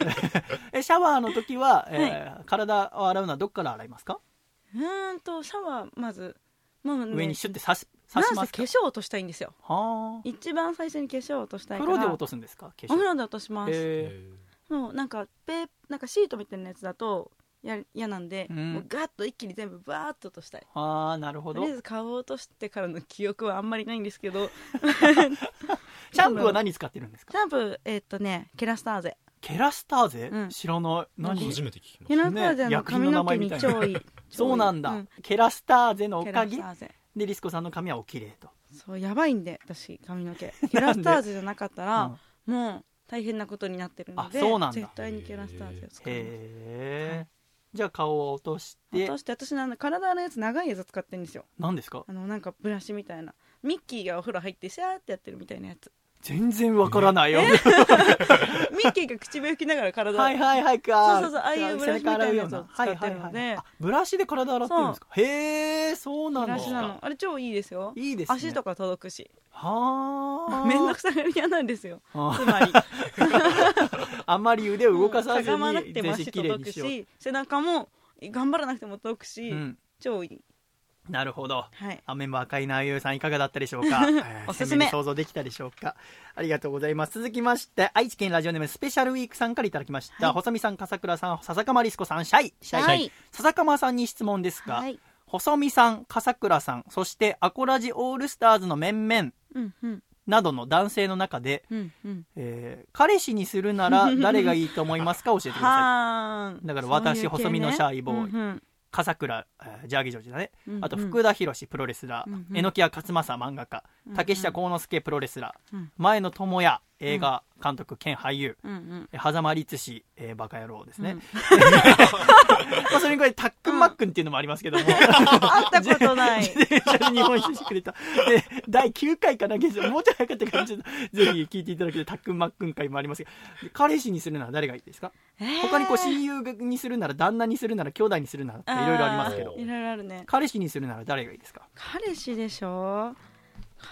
え、シャワーの時は、えー体を洗うのはどっから洗いますかうーんとシャワーまずもう、ね、上にシュッて刺し、な刺しんますせか化粧を落としたいんですよはあ。一番最初に化粧を落としたいから風呂で落とすんですか化お風粧。呂で落とします、ええもうなんかペーなんかシートみたいなやつだとや嫌なんで、うんもうガッと一気に全部バーッと落としたいー、はあ、なるほとどりあ。えず顔を落としてからの記憶はあんまりないんですけど シャンプーは何使ってるんですかシャンプーえーっとねケラスターゼケラスターゼ、うん知らない。ー何初めて聞きまケしラスターゼの髪の毛に薬品超の名前いい そうなんだ、うケラスターゼのおケかラスげターゼで、リスコさんの髪はおきれいと。そうやばいんで私髪 の毛ケラスターゼじゃなかったうんら、もう大変なことになってるのであそうなんだ絶対にケラスターゼを使いますへえ。じゃあ顔を落とし落てと、して私のあの体のやつ長いやつ使ってるんですよ何ですかあのなんかブラシみたいなミッキーがお風呂入ってシャーってやってるみたいなや つ全然わからないよ。ミッキーが口笛吹きながら体を はいはいはいそか。うそうそうああいうブラシみたいなやつを使ってるのではいはいはいあブラシで体洗ってるんですか。へえ、そうなんブだ。ラシなのあれ超いいですよいいですね。足とか届くしはあ。めんどくさがり屋なん ですよあつまり あんまり腕を動かさしずゃがまなくにて全も身足きれい届にくしよう。し背中も頑張らなくても届くし、うん。超いいなるほど。はいあメンバー赤いなゆうさんいかがだったでしょうか、えーおすすめ鮮明に想像できたでしょうかありがとうございます続きまして愛知県ラジオネームスペシャルウィークさんからいただきました、細見さん笠倉さん笹鎌リスコさんシャイシャイ、はい笹鎌さんに質問ですが、はい細見さん笠倉さんそしてアコラジオールスターズの面々うんうんなどの男性の中で、うんうんえー彼氏にするなら誰がいいと思いますか教えてくださはーんだから私そういう系ね細身のシャイボーイうんうんい笠倉、えージャーギジョージだねうんうんあと福田博士プロレスラうー、んうん榎谷勝正漫画家うんうん竹下幸之助プロレスラー、うん前野智也映画監督兼俳優、うんうんえ狭間律師、えーバカ野郎ですね、うん まあそれに加えてタックンマックンっていうのもありますけども、 会ったこと ない自転車で日本一してくれた。で、第9回かな、現在、もうちょい早かったから、ちょっと、ぜひ聞いていただけて、たっくんまっくん会もありますが、彼氏にするなら誰がいいですか、他にこう、親友にするなら、旦那にするなら、兄弟にするならって、いろいろありますけどー、いろいろあるね彼氏にするなら誰がいいですか彼氏でしょ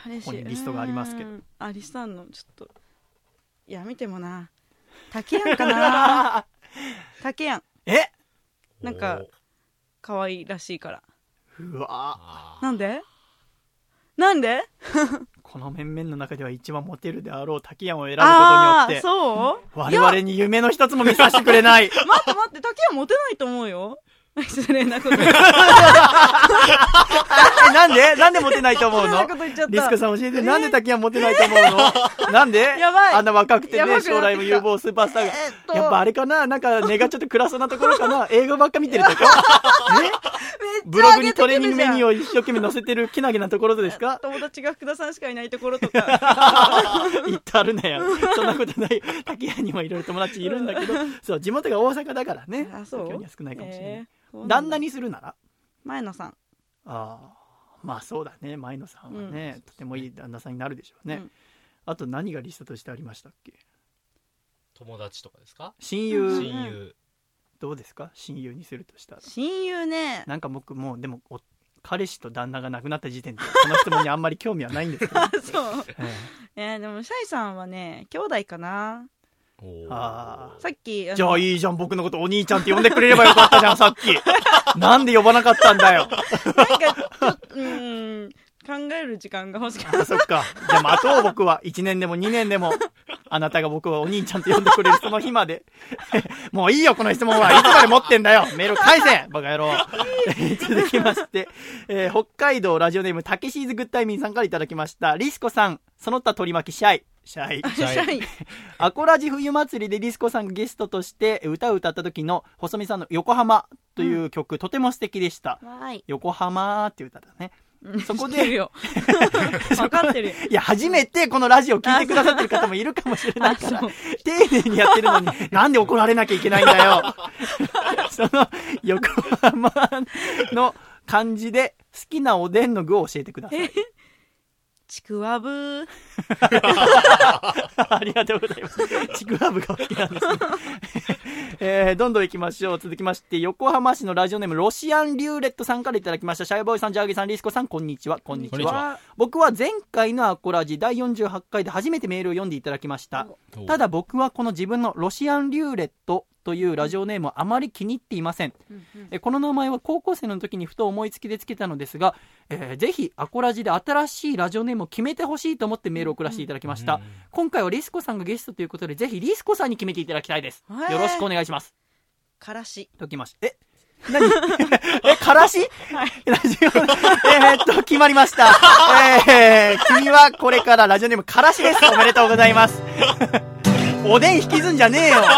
彼氏ここにリストがありますけどうーんあリストあんのちょっといや見てもな竹やんか な竹やんえたなんかおー可愛いらしいからうわぁあなんでなんでこの面々の中では一番モテるであろう滝山を選ぶああーことによって、そう我々に夢の一つも見させてく れない。待って待って、竹はモテないと思うよ。失礼な こと。失えなんでなんでモテないと思う礼なのこと言っちゃった。リスクさん教えて、なんで滝はモテないと 思うのなんでやばいあんな若くてやばくなっね、てきた将来も有望スーパースターが。えっと、やっぱあれかななんか根がちょっと暗そうなところかな映画ばっか見てると かえブログにトレーニングメニューを一生懸命載せてるけなげなところですか友達が福田さんしかいないところとか。言ってあるなよ。そんなことない。滝谷にもいろいろ友達いるんだけど、そう、地元が大阪だからね。あ、そう東京には少 ないかもしれない。ない旦那にするなら前野さん。ああ、まあそうだね。前野さんはね、とてもいい旦那さんになるでしょうね。うんあと何がリストとしてありましたっけ友達とかですか親友、うん親友どうですか親友にするとしたら親友ね。なんか僕もうでもお彼氏と旦那が亡くなった時点でこの質問にあんまり興味はないんですけど、あ、そう。え えー、でも、シャイさんはね、兄弟かな。おーあさっき、えあじゃのあいいじゃん僕のことお兄ちゃんって呼んでくれればよかったじゃんさっきなんで呼ばなかったんだよなんか、ちょっと、うーん、考える時間が欲しかった。あそっかじゃあ待とう僕は1年でも2年でもあなたが僕はお兄ちゃんって呼んでくれるその日まで もういいよこの質問はいつまで持ってんだよメール返せバカ野郎 続きまして、えー北海道ラジオネームたけしーずグッタイミンさんからいただきましたリスコさんその他取り巻きシャイシャイシャイ。アコラジ冬祭りでディスコさんがゲストとして歌を歌った時の細見さんの「横浜」という曲、とても素敵でした「はい横浜」っていう歌だねそこ知ってるで、 よ分かってるよいや、初めてこのラジオ聞いてくださってる方もいるかもしれないから、丁寧にやってるのに、なんで怒られなきゃいけないんだよ。その、横浜の漢字で、好きなおでんの具を教えてください。ちくわぶ ありがとうございます。ちくわぶが好きなんです ね。えー、どんどん行きましょう。続きまして、横浜市のラジオネーム、ロシアンリューレットさんからいただきました。シャイボーイさん、ジャーギーさん、リスコさん、こんにちは。こんにちこんにちはは。僕は前回のアコラジ第48回で初めてメールを読んでいただきました。ただ僕はこの自分のロシアンリューレットというラジオネームをあまり気に入っていません。えこの名前は高校生の時にふと思いつきでつけたのですが、えーぜひアコラジで新しいラジオネームを決めてほしいと思ってメールを送らせていただきました。今回はリスコさんがゲストということで、ぜひリスコさんに決めていただきたいです。はいよろしくお願いします。からしときました。え何 え、からし、 ラジオ、えーっと、決まりました。えー、君はこれからラジオネームからしです。おめでとうございます。 おでん引きずんじゃねえよ。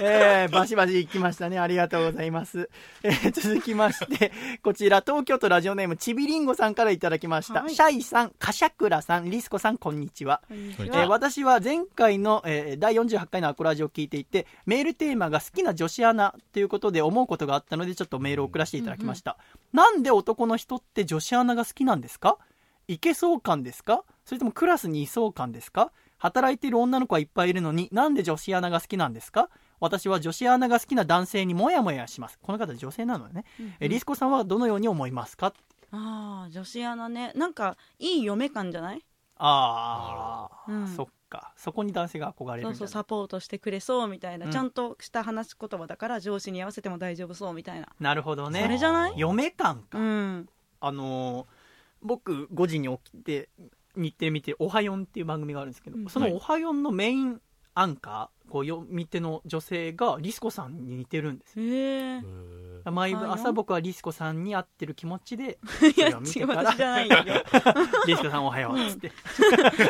えー、バシバシ行きましたね。ありがとうございます。えー続きまして、こちら、東京都ラジオネーム、ちびりんごさんからいただきました。はいシャイさん、かしゃくらさん、リスコさん、こんにちは。こんにちえーは私は前回の、えー第48回のアコラジを聞いていてメールテーマが好きな女子アナということで思うことがあったのでちょっとメールを送らせていただきました、なんで男の人って女子アナが好きなんですかいけそう感ですかそれともクラスにいそう感ですか働いている女の子はいっぱいいるのになんで女子アナが好きなんですか私は女子アナが好きな男性にモヤモヤしますこの方女性なのでね、えーリスコさんはどのように思いますかああ女子アナねなんかいい嫁感じゃないああ、うんそっかそこに男性が憧れるみたいそなうそうサポートしてくれそうみたいな、うんちゃんとした話し言葉だから上司に合わせても大丈夫そうみたいななるほどねそれじゃない嫁感か、うんあのー僕5時に起きて日テレ見て「おはよん」っていう番組があるんですけど、うんその「おはよん」のメインアンカーこう読み手の女性がリスコさんに似てるんですよへえ毎おはよん朝僕はリスコさんに会ってる気持ちで いやそれを見違てうから私じゃないよ「リスコさんおはよう」っつって、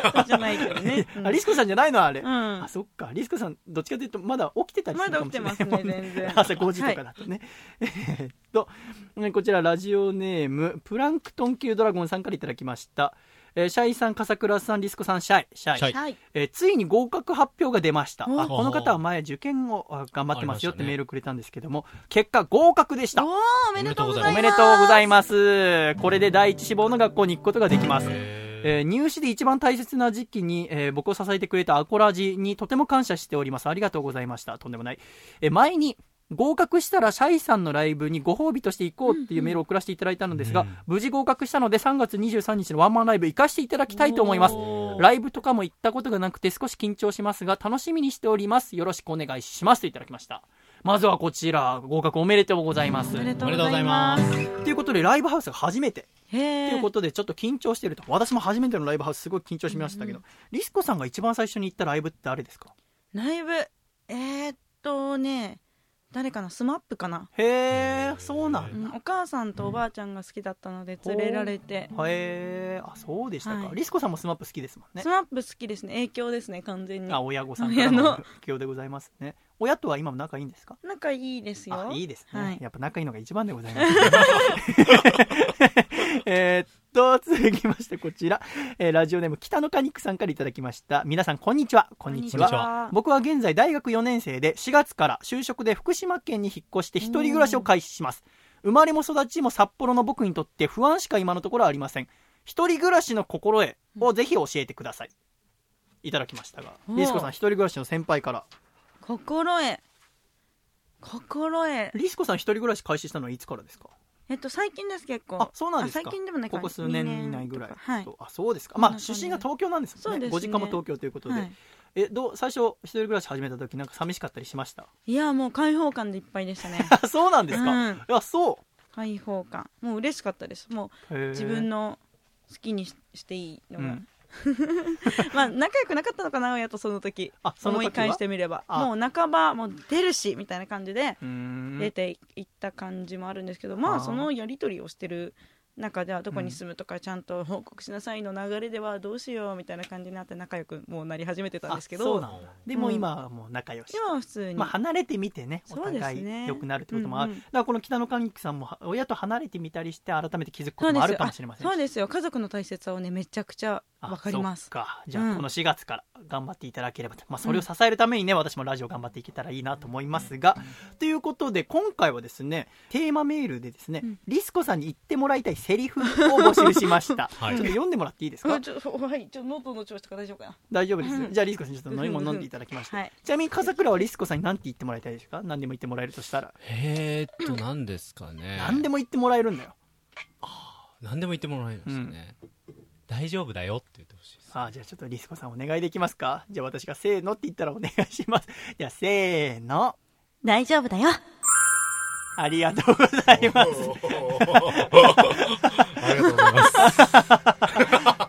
私じゃないけどね、うん あリスコさんじゃないのあれ、うあんそっかリスコさんどっちかというとまだ起きてたりすまるかだも起きしてれなまいすね全然 朝5時とかだとね、えーっとねこちらラジオネームプランクトン級ドラゴンさんからいただきました、えーシャイさん笠倉さんリスコさんシャイシャイ、シャイはいえーついに合格発表が出ましたおあこの方は前受験をあ頑張ってますよっありましたてねメールくれたんですけども、結果合格でしおたおおめでとうござおいますめでとうございますこれで第一志望の学校に行くことができますえー入試で一番大切な時期に、えー僕を支えてくれたアコラジにとても感謝しております。ありがとうございました。とんでもない。えー前に合格したらシャイさんのライブにご褒美として行こうっていうメールを送らせていただいたのですが、うん無事合格したので3月23日のワンマンライブ行かせていただきたいと思います。ライブとかも行ったことがなくて少し緊張しますが、楽しみにしております。よろしくお願いします。といただきました。まずはこちら、合格おめでとうございます。おめでととうございますいうことで、ライブハウスが初めてへえということでちょっと緊張してると私も初めてのライブハウスすごい緊張しましたけど、リスコさんが一番最初に行ったライブって誰ですかライブえー、っとね誰かなスマップかな、へえそうなうんだ、ん、お母さんとおばあちゃんが好きだったので連れられて、へえあそうでしたか、はいリスコさんもスマップ好きですもんねスマップ好きですね影響ですね完全にあ親御さんからの親の影響でございますね親とは今も仲いいんですか仲いいですよあいいですね、はいやっぱ仲いいのが一番でございます、 えーっと続きましてこちら、えーラジオネーム北の果肉さんからいただきました皆さんこんにちはこんにちはこんにちは僕は現在大学4年生で4月から就職で福島県に引っ越して一人暮らしを開始します生まれも育ちも札幌の僕にとって不安しか今のところありません一人暮らしの心得をぜひ教えてくださいいただきましたがうんリスコさん一人暮らしの先輩から心得心得リスコさん一人暮らし開始したのはいつからですかえっと最近です結構あそうなんですかあ最近でもないかここ数年以内ぐらい二年とかはいあそうですかこんなまあ感じ出身が東京なんですそもうんですねねご実家も東京ということで、はい、えどう最初一人暮らし始めた時なんか寂しかったりしました いやもう開放感でいっぱいでしたね あそうなんですか、うんいやそ開放感もう嬉しかったですもうへうー自分の好きにししていいのうが、んまあ仲良くなかったのかな親とその時あその時は思い返してみればあもう半ばもう出るしみたいな感じでうーん出ていった感じもあるんですけど、まああーそのやり取りをしてる中ではどこに住むとかちゃんと報告しなさいの流れではどうしようみたいな感じになって仲良くもうなり始めてたんですけあそどうなんだでもう今はもう仲良し、今は普通に、まあ、離れてみてねおそうです互いね良くなるってこともある、うんうんだからこの北野貫之さんもは親と離れてみたりして改めて気づくこそうとでもすあるかもしれませんしあそうですよ家族の大切さをねめちゃくちゃあわかりまそっすかじゃうあんこの4月から頑張っていただければと、まあ、それを支えるためにね、私もラジオ頑張っていけたらいいなと思いますが、ということで今回はですねテーマメールでですね、うんリスコさんに言ってもらいたいセリフを募集し ました、はいちょっと読んでもらっていいですうかんちょっとはいちょっと喉の調子とか大丈夫かな大丈夫です、うんじゃあリスコさんちょっと飲み物飲んでいただきまして、はいちなみに笠倉はリスコさんに何て言ってもらいたいですか何でも言ってもらえるとしたら、えーっと、何ですかね。何でも言ってもらえるんだよ何でも言ってもらえるんですよね。大丈夫だよって言ってほしいです。さあじゃあちょっとリスコさんお願いできますかじゃあ私がせーのって言ったらお願いします じゃあせーの大丈夫だよ。ありがとうございますありがとうございます。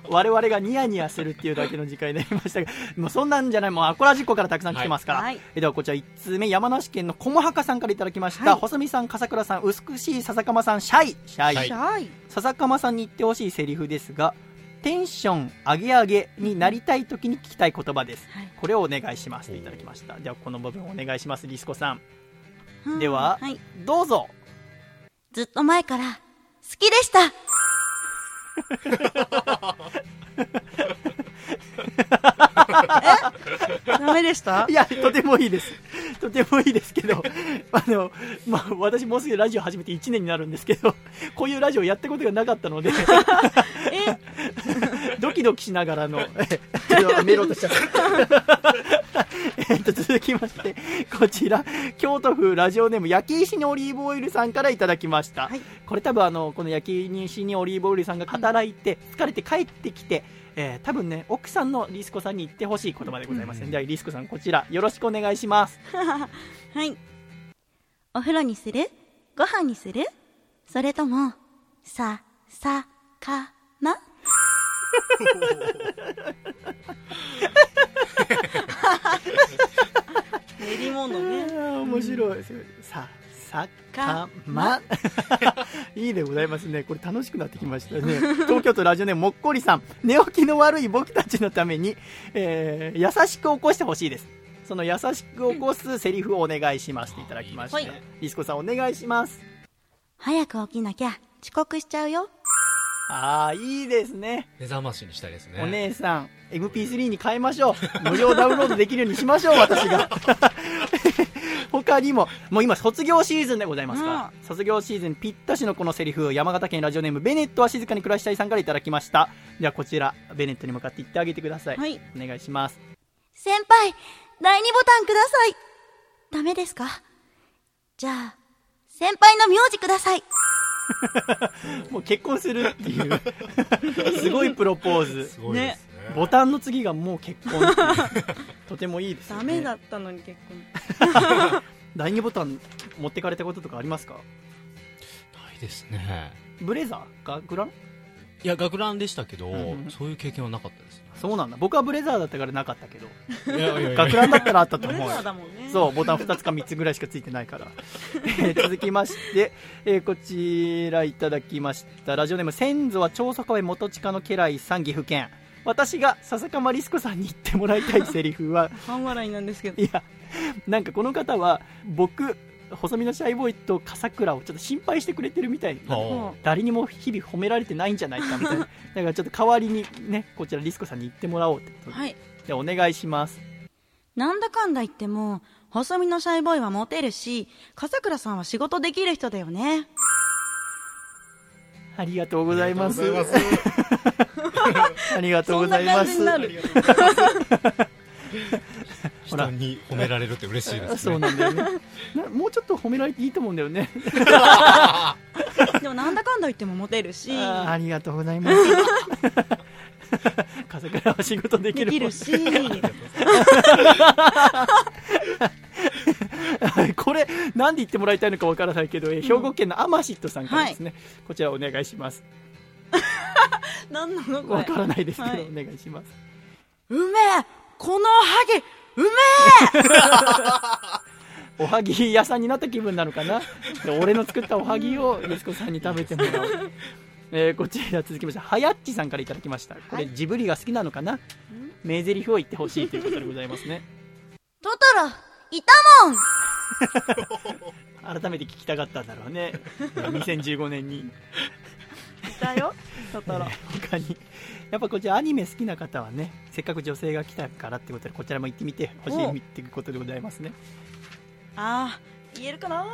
我々がニヤニヤするっていうだけの時間になりましたが、もうそんなんじゃない、もうアコラジッコからたくさん来てますから。はいえではこちら1通目、山梨県のこもはかさんからいただきました。はい細見さん、笠倉さん、美しい笹かまさん、シャイ、シャイ。はいじゃあい笹かまさんに言ってほしいセリフですが、テンション上げ上げになりたい時に聞きたい言葉です。はいこれをお願いしますといただきました。ではこの部分お願いします、リスコさん。うん。ではいどうぞずっと前から好きでした。ダメでしたいや、とてもいいです。とてもいいですけど、 あの、まあ、私もうすぐラジオ始めて1年になるんですけど、 こういうラジオやったことがなかったので、えドキドキしながらの、えちょっとメロとしちゃった。 えっと、続きまして、こちら、京都府ラジオネーム、焼き石にオリーブオイルさんからいただきました。はいこれ多分あの、この焼き石にオリーブオイルさんが働いて、疲れて帰ってきて、えー多分ね、奥さんのリスコさんに言ってほしい言葉でございます、うんでは、リスコさん、こちら、よろしくお願いします。はい。お風呂にするご飯にするそれとも、さ、さ、か、ま練り物ねあー面白い、ささかまいいでございますねこれ楽しくなってきましたね東京都ラジオネームもっこりさん寝起きの悪い僕たちのために、えー優しく起こしてほしいですその優しく起こすセリフをお願いしますっていただきました、はいリスコさんお願いします早く起きなきゃ遅刻しちゃうよ。ああいいですね 目覚ましにしたいですね。お姉さん MP3 に変えましょう無料ダウンロードできるようにしましょう私が 他にももう今卒業シーズンでございますから、卒業シーズンぴったしのこのセリフを山形県ラジオネームベネットは静かに暮らしたいさんからいただきましたではこちらベネットに向かって言ってあげてください、はいお願いします先輩、第二ボタンください。ダメですかじゃあ、先輩の名字ください。もう結婚するっていう すごいプロポーズすごいですね。ボタンの次がもう結婚っていうとてもいいですよダねメだったのに結婚第2ボタン持ってかれたこととかありますかないですね。ブレザーかグランいや、学ランでしたけど、んうんそういう経験はなかったですね。そうなんだ僕はブレザーだったからなかったけどいやいやいや学ランだったらあったとブレ思うよザーだもんねそうボタン2つか3つぐらいしかついてないから、 えー続きまして、えーこちらいただきましたラジオネーム先祖は長宗我部元親の家来さん岐阜県私が笹かまリスコさんに言ってもらいたいセリフは 半笑いなんですけどいやなんかこの方は僕細身のシャイボーイと笠倉をちょっと心配してくれてるみたいなあ誰にも日々褒められてないんじゃないかみたいなだからちょっと代わりにねこちらリスコさんに言ってもらおうってことではいでお願いしますなんだかんだ言っても、細身のシャイボーイはモテるし、笠倉さんは仕事できる人だよ ね。ありがとうございますありがとうございま すありがとうございますそんな感じになるほら人に褒められるって嬉しいですね。そうなんだよね なもうちょっと褒められていいと思うんだよねでもなんだかんだ言ってもモテるしあーありがとうござ います笠倉は仕事できでるきるしはいこれなんで言ってもらいたいのかわからないけど、えー兵庫県のアマシットさんからですね、こちらお願いしますなんなのこわれからないですけど、はいお願いしますうめえこのハゲうめおはぎ屋さんになった気分なのかなで俺の作ったおはぎを息子さんに食べてもらうえーこちら続きましてはやっちさんからいただきましたこはれいジブリが好きなのかな名台詞を言ってほしいということでございますねトトロ、いたもん改めて聞きたかったんだろうね2015年にだよトトロ他にやっぱこちらアニメ好きな方はねせっかく女性が来たからってことでこちらも行ってみてほしいっていうことでございますねあー言えるかな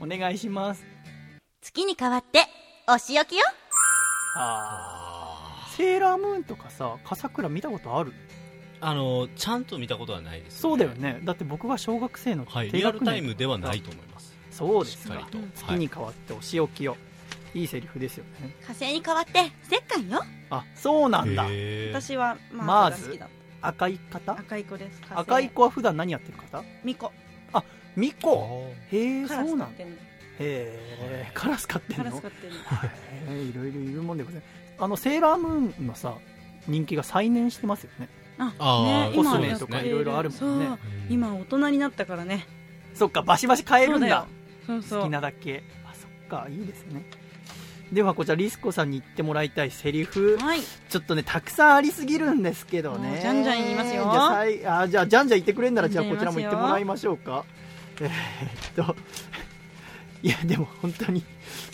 お願いします月に代わって、お仕置きよあセーラームーンとかさ笠倉見たことあるあのちゃんと見たことはないです、そうだよねだって僕が小学生のはい、低リアル学タイ年ムではないと思いますそうですしっかかりと月に変わってお仕置きをいいセリフですよね火星に代わって、石棺よあそうなんだへー私はママーーズズが好きだった赤い方赤い子です火星赤い子は普段何やってる方ミコミあコーへえカラそス飼うなっんだてんのへえカラス飼ってカんラスの飼ってんのへえいろいろいるもんでございますあのセーラームーンのさ人気が再燃してますよねああーねコス今メやとっかていろいろあるもんねそう今大人になったからねそっかバシバシ買えるそんうだだよそうそ好きうなだけあそっかいいですねではこちらリスコさんに言ってもらいたいセリフはいちょっとねたくさんありすぎるんですけどもねうじゃんじゃん言いますよじゃあさいあじゃあじゃんじゃん言ってくれんならじじゃゃあんじゃこんちらも言い言っますよてもらいましょうかえーっと いやでも本当に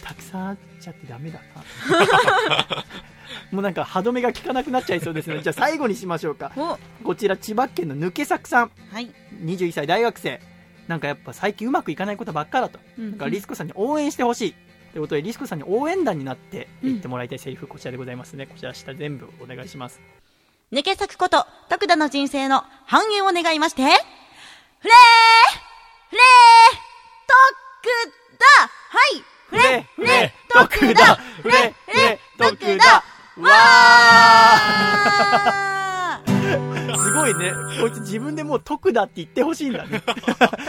たくさんあっちゃってダメだな もうなんか歯止めが効かなくなっちゃいそうですねじゃあ最後にしましょうかおこちら千葉県の抜け作さんはい21歳大学生なんかやっぱ最近うまくいかないことばっかだとうんだからリスコさんに応援してほしいということでリスコさんに応援団になって言ってもらいたいセリフこちらでございますねこちら下全部お願いします抜け咲くこと、徳田の人生の繁栄を願いまして、フレーフレー徳田はいフレーフレー徳田フレフレ徳田田わあーーすごいねこいつ自分でもう徳田って言ってほしいんだね徳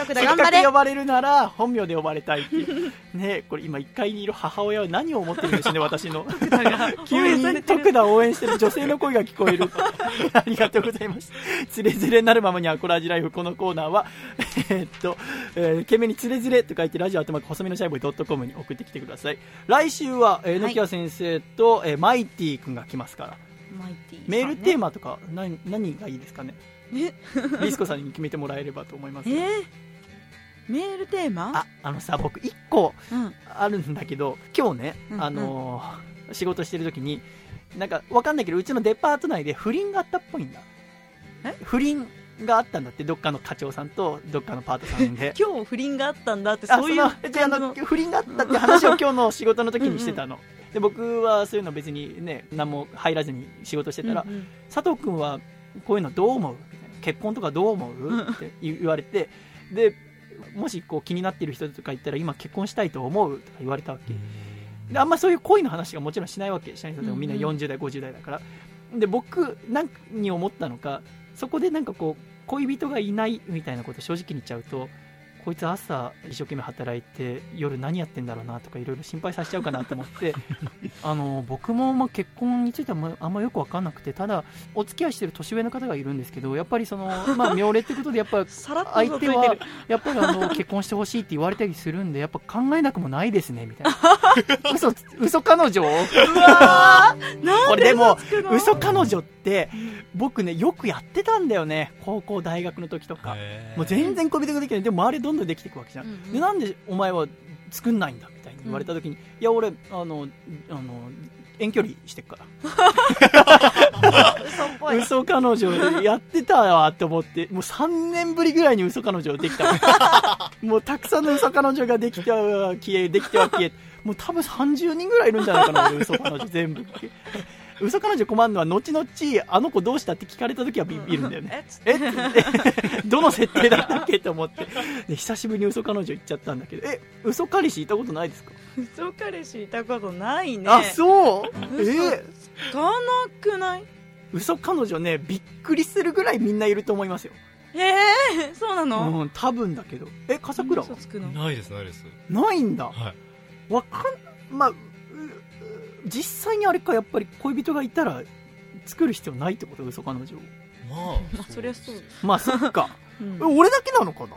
せ田っ頑か張くれ呼ばれるなら本名で呼ばれたいっていうねこれ今1階にいる母親は何を思ってるんでしょうね私の 急に徳田を応援してる女性の声が聞こえるありがとうございますつれづれになるままにアコラジライフこのコーナーは えーっと、えー、懸命につれづれと書いてラジオ頭細身のシャイボーイ .com に送ってきてください来週はえーはい榎谷先生と、えーマイティ君が来ますからマイティメールテーマとか何何がいいですかねえ リスコさんに決めてもらえればと思いますえーメールテーマああのさ僕1個うんあるんだけど今日ね、うんうんあのー仕事してる時になんかわかんないけどうちのデパート内で不倫があったっぽいんだえ不倫があったんだってどっかの課長さんとどっかのパートさん で今日不倫があったんだってあそういうそのじゃああの感じの不倫があったって話を今日の仕事の時にしてたので僕はそういうの別にね何も入らずに仕事してたら、うんうん佐藤君はこういうのどう思うみたいな結婚とかどう思うって言われてでもしこう気になってる人とか言ったら今結婚したいと思うとか言われたわけであんまそういう恋の話がもちろんしないわけ社員さんでもみんなうんうん40代50代だからで僕なんかに思ったのかそこでなんかこう恋人がいないみたいなこと正直に言っちゃうとこいつ朝一生懸命働いて夜何やってんだろうなとかいろいろ心配させちゃうかなと思って あの僕もまあ結婚についてはあんまあんまよく分かんなくてただお付き合いしてる年上の方がいるんですけどやっぱり その、まあ、妙齢ってことでやっぱさらっと相嘘つ手いてはるやっぱりあ の結婚してほしいって言われたりするんでやっぱ考えなくもないですねみ たいな嘘つ嘘彼女うわーなんこれでもつくの嘘彼女って僕ねよくやってたんだよね高校大学の時とかもう全然恋人ができないでも周りどんどんできていくわけじゃん、でなんでお前は作んないんだみたいに言われた時に、いや俺あのあの遠距離してっから嘘っぽい嘘彼女やってたわって思ってもう3年ぶりぐらいに嘘彼女でき たもうたくさんの嘘彼女ができては消えできては消えもう多分30人ぐらいいるんじゃないかな俺嘘彼女全部嘘彼女困るのは後々あの子どうしたって聞かれた時はビビるんだよね、えつえって 言ってどの設定だったっけと思ってで久しぶりに嘘彼女行っちゃったんだけどえ嘘彼氏いたことないですか、嘘彼氏いたことないねあそうえ嘘ーつかなくない嘘彼女ねびっくりするぐらいみんないると思いますよえー、そうなのうん、多分だけど。え、笠倉は嘘つくのないですないですないんだ。はいわかん、まあ、うう実際にあれか、やっぱり恋人がいたら、作る必要ないってこと嘘彼女を。まあそりゃそうですよまあ、そっか。うんえ俺だけなのかなっ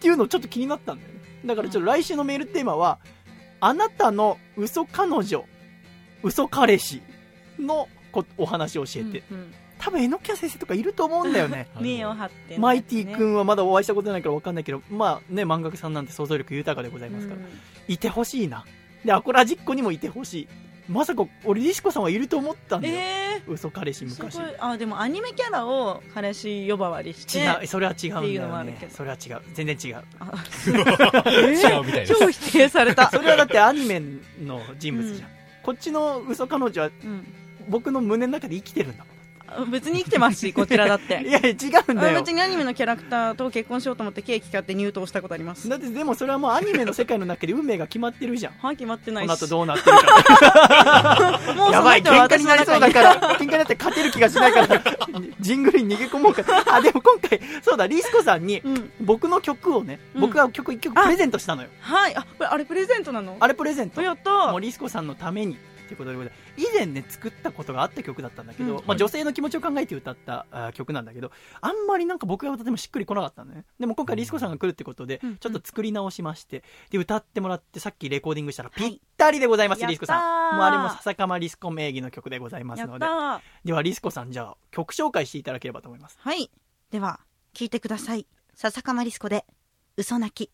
ていうのちょっと気になったんだよね。だからちょっと来週のメールテーマは、あなたの嘘彼女嘘彼氏のこお話を教えて、うんうん多分榎谷先生とかいると思うんだよ ね目を張って、マイティ君はまだお会いしたことないから分かんないけどまあね漫画家さんなんて想像力豊かでございますから、うんいてほしいなでアコラジッコにもいてほしいまさか俺リシコさんはいると思ったんだよ、え嘘彼氏ー、す昔ごいあでもアニメキャラを彼氏呼ばわりして 違うそれは違うんっていうだのもよあるねけどそれは違う全然違うあ違うみたいです超否定され たそれはだってアニメの人物じゃん、こっちの嘘彼女はうん、僕の胸の中で生きてるんだもんあ別に生きてますしこちらだって いやいや違うんだあよ別にアニメのキャラクターと結婚しようと思ってケーキ買って入党したことありますだってでもそれはもうアニメの世界の中で運命が決まってるじゃんこはい決まってないの後しどうなってるかもうやそばのい人は喧嘩私にのなりそ中うだにから喧嘩になって勝てる気がしないからジングルに逃げ込もうかあでも今回そうだリスコさんにうん僕の曲をね、うん僕が曲1曲プレゼントしたのよはいあこれあれプレゼントなのあれプレゼントおやったもうリスコさんのためにってことでございます以前ね作ったことがあった曲だったんだけど、うんまあ、女性の気持ちを考えて歌ったあー曲なんだけどあんまりなんか僕が歌ってもしっくりこなかったのねでも今回リスコさんが来るってことで、うんちょっと作り直しましてで歌ってもらってさっきレコーディングしたらぴったりでございます、はいリスコさやったんーもうあれも笹かまリスコ名義の曲でございますやのっでたーではリスコさんじゃあ曲紹介していただければと思いますはいでは聞いてください笹かまりすこで嘘泣き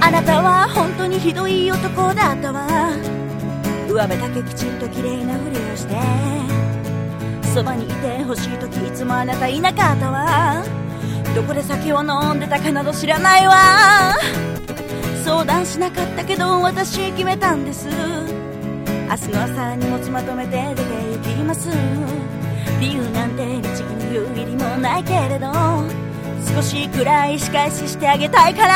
あなたは本当にひどい男だったわ上辺だけきちんと綺麗なふりをしてそばにいてほしい時いつもあなたいなかったわどこで酒を飲んでたかなど知らないわ相談しなかったけど私決めたんです明日の朝荷物まとめて出て行きます理由なんて律儀に言う意味もないけれど少しくらい仕返ししてあげたいから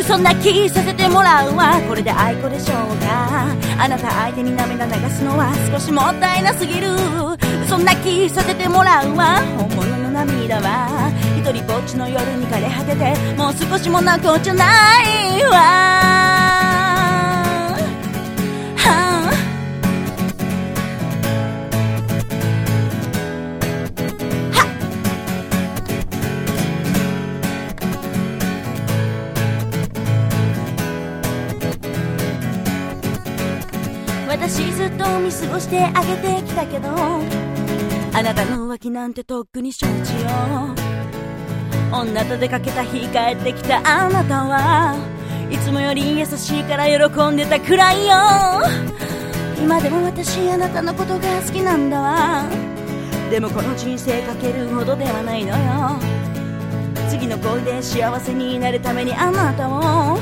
嘘泣きさせてもらうわこれで愛子でしょうかあなた相手に涙流すのは少しもったいなすぎる嘘泣きさせてもらうわ本物の涙は一人ぼっちの夜に枯れ果ててもう少しも泣こうじゃないわはあ私ずっと見過ごしてあげてきたけどあなたの浮気なんてとっくに承知よ女と出かけた日帰ってきたあなたはいつもより優しいから喜んでたくらいよ今でも私あなたのことが好きなんだわでもこの人生かけるほどではないのよ次の恋で幸せになるためにあなたを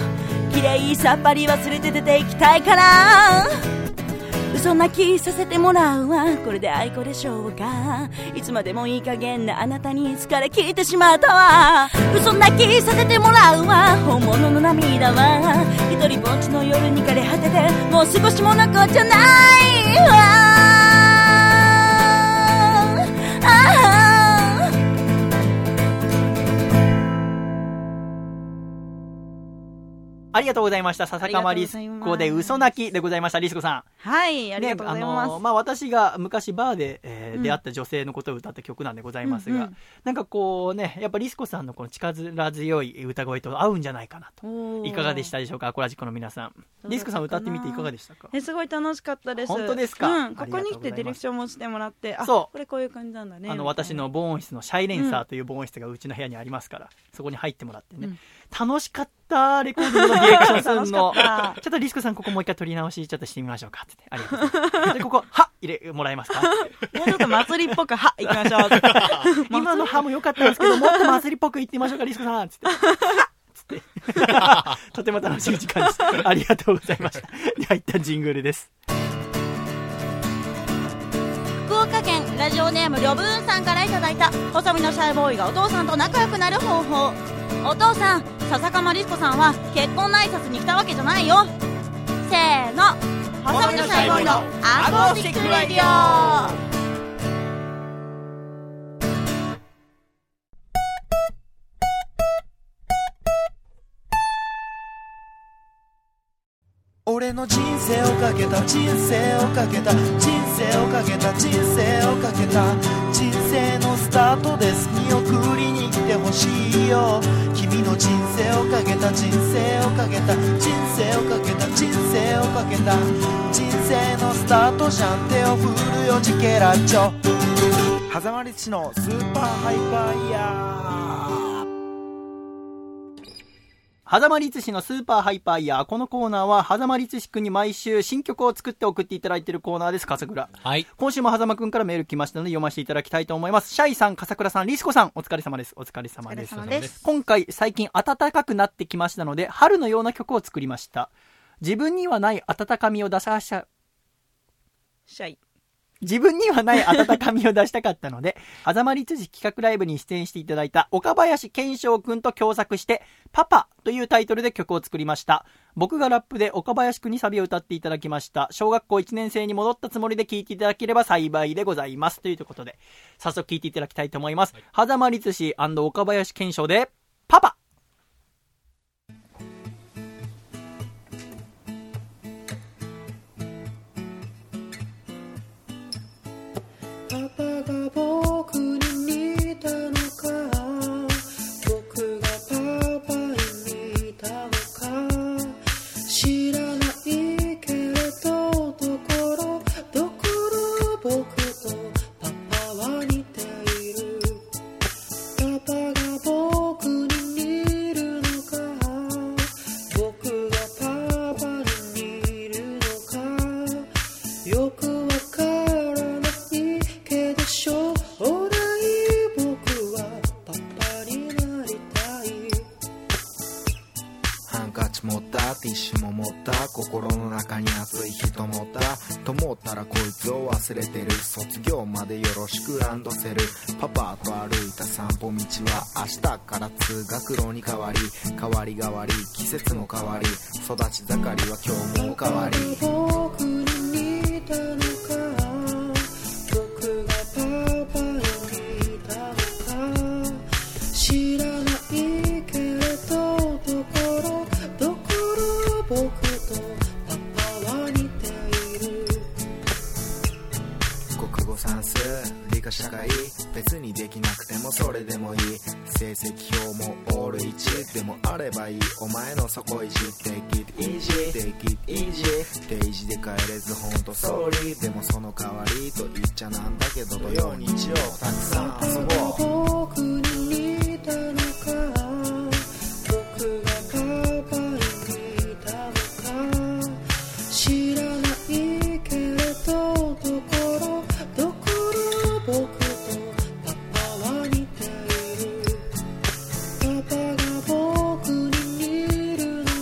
綺麗さっぱり忘れて出ていきたいから嘘泣きさせてもらうわこれで愛子でしょうかいつまでもいい加減なあなたに疲れ切ってしまったわ嘘泣きさせてもらうわ本物の涙は一人ぼっちの夜に枯れ果ててもう少しも残っちゃないわああありがとうございました笹かまリスコで嘘泣きでございましたリスコさんはいありがとうございねあまのーす、まあ、私が昔バーで、うえーん出会った女性のことを歌った曲なんでございますが、うんうんなんかこうねやっぱリスコさんのこの力強い歌声と合うんじゃないかなとおーいかがでしたでしょうかアコラジコの皆さんたかなリスコさん歌ってみていかがでしたかえすごい楽しかったです本当ですかうん、こあこりがとうございますに来てディレクションもしてもらってあそうこれこういう感じなんだねあのみたい私なの防音室のシャイレンサーという防音室がうちの部屋にありますから、そこに入ってもらってね、楽しかったレコーディングのディレクションするの楽しかっちょっとリスコさんここもう一回撮り直しちょっとしてみましょうかって言ってありがとうございますでここは入れもらえますか もうちょっと祭りっぽくは行きましょう 今の歯も良かったんですけど、もっと祭りっぽく言ってみましょ うか、リスコさんつって。つって。とても楽しい時間でした。ありがとうございました。では、一旦ジングルです。福岡県ラジオネームりょぶーんさんからいただいた細身のシャイボーイがお父さんと仲良くなる方法お父さん笹かまりすこさんは結婚の挨拶に来たわけじゃないよせーの細身のシャイボーイのアコースティックレディオ教俺の人生をかけた人生をかけた人生をかけた人生をかけた人生のスタートです見送りに来てほしいよ君の人生をかけた人生をかけた人生をかけた人生をかけた人生のスタートじゃん手を振るよジケラッチョ狭間リッチのスーパーハイパーイヤー狭間律師のスーパーハイパーイヤー。このコーナーは、狭間律師くんに毎週新曲を作って送っていただいているコーナーです、笠倉。はい。今週も狭間くんからメール来ましたので読ませていただきたいと思います。シャイさん、笠倉さん、リスコさん、お疲れ様です。お疲れ様です。お疲れ様です今回、最近暖かくなってきましたので、春のような曲を作りました。自分にはない温かみを出さしゃ、シャイ自分にはない温かみを出したかったので、 狭間律師企画ライブに出演していただいた岡林健翔くんと共作して、パパというタイトルで曲を作りました。僕がラップで岡林くんにサビを歌っていただきました。小学校1年生に戻ったつもりで聴いていただければ幸いでございます。ということで、早速聴いていただきたいと思います。狭間律師岡林健翔で、パパパパが僕に似たのか僕がパパに似たのか知らないけれどところどころ僕とパパは似ているパパが僕に似るのか僕がパパに似るのかよくわからないけどしょうがない僕はパパになりたいハンカチ持ったティッシュも持った心の中に熱い人持ったと思ったらこいつを忘れてる卒業までよろしくランドセルパパと歩いた散歩道は明日から通学路に変わり変わり変わり季節も変わり育ち盛りは今日も変わり僕に似たのか僕がパパに似たのか知らないけれどところどころ僕とパパは似ている国語算数理科社会別にできなくてもそれでもいい成績表もオール1でもあればいいお前の底意地 Take it easy Take it easy 定時で帰れずほんとソーリーでもその代わりと言っちゃなんだけど土曜日曜たくさん遊ぼう僕に似たのか僕がパパに似たのか知らないけれどところどころ僕とパパは似ているパパが僕に似るのか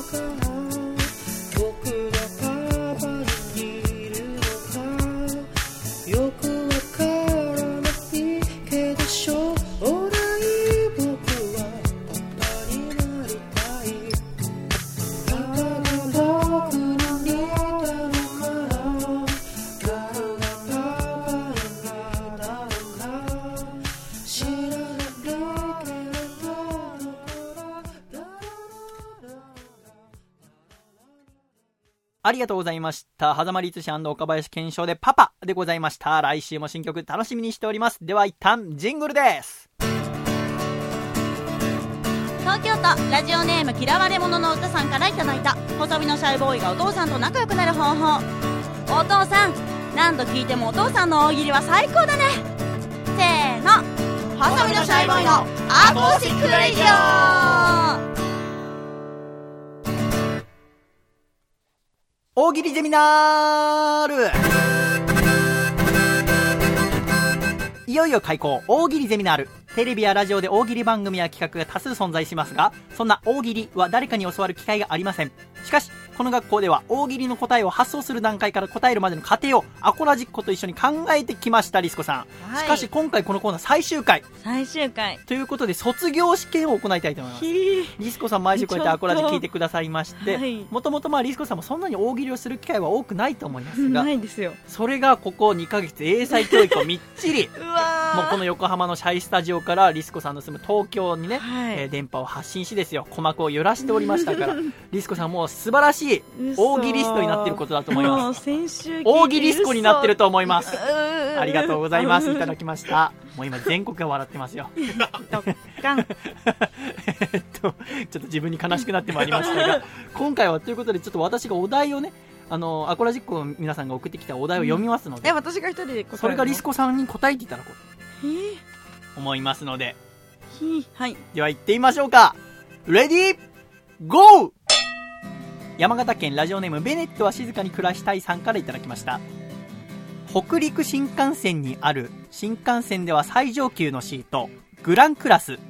僕がパパに似るのかよくわからないけどしょうがない僕はパパになりたいパパが僕に似たのか僕がパパになったのか知らないけれどどころどころありがとうございました。狭間律師岡林健翔でパパでございました。来週も新曲楽しみにしております。では一旦ジングルです。東京都ラジオネーム嫌われ者の歌さんからいただいた細身のシャイボーイがお父さんと仲良くなる方法お父さん何度聞いてもお父さんの大喜利は最高だねせーの細身のシャイボーイのアコースティックレディ大喜利ゼミナールいよいよ開講大喜利ゼミナールテレビやラジオで大喜利番組や企画が多数存在しますがそんな大喜利は誰かに教わる機会がありませんしかしこの学校では大喜利の答えを発想する段階から答えるまでの過程をアコラジッコと一緒に考えてきましたリスコさん、はいしかし今回このコーナー最終回オ最終回ということで卒業試験を行いたいと思いますリスコさん毎週こうやってアコラジ聞いてくださいましちょっとはていもともとまあリスコさんもそんなに大喜利をする機会は多くないと思いますがないですよ それがここ2ヶ月英才教育をみっちりうわもうこの横浜のシャイスタジオからリスコさんの住む東京にね、はいえー電波を発信しですよ鼓膜を揺らしておりまし たからリスコさんもう素晴らしい嘘大喜リストになってることだと思いもうます先週大喜リスコになってると思いますあありがとうござい ますいただきましたもう今全国が笑ってますよドッカンえっとちょっと自分に悲しくなってまいりました が今回はということでちょっと私がお題をねあのアコラジックの皆さんが送ってきたお題を読みますので、え私が一人で答えるのそれがリスコさんに答えていただこうえーと思いますのでひはいでは行ってみましょうかレディーゴー山形県ラジオネームベネットは静かに暮らしたいさんからいただきました北陸新幹線にある新幹線では最上級のシートグランクラス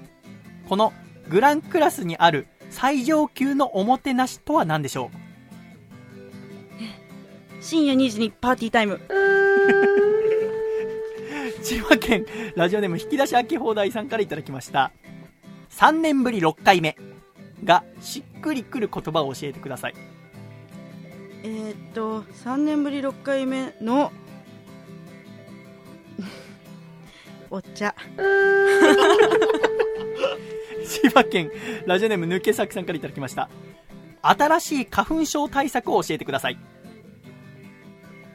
このグランクラスにある最上級のおもてなしとは何でしょう深夜2時にパーティータイム千葉県ラジオネーム引き出し秋放題さんからいただきました3年ぶり6回目がしっくりくる言葉を教えてくださいえーっと3年ぶり6回目 のお茶千葉県ラジオネーム抜け作さんからいただきました新しい花粉症対策を教えてください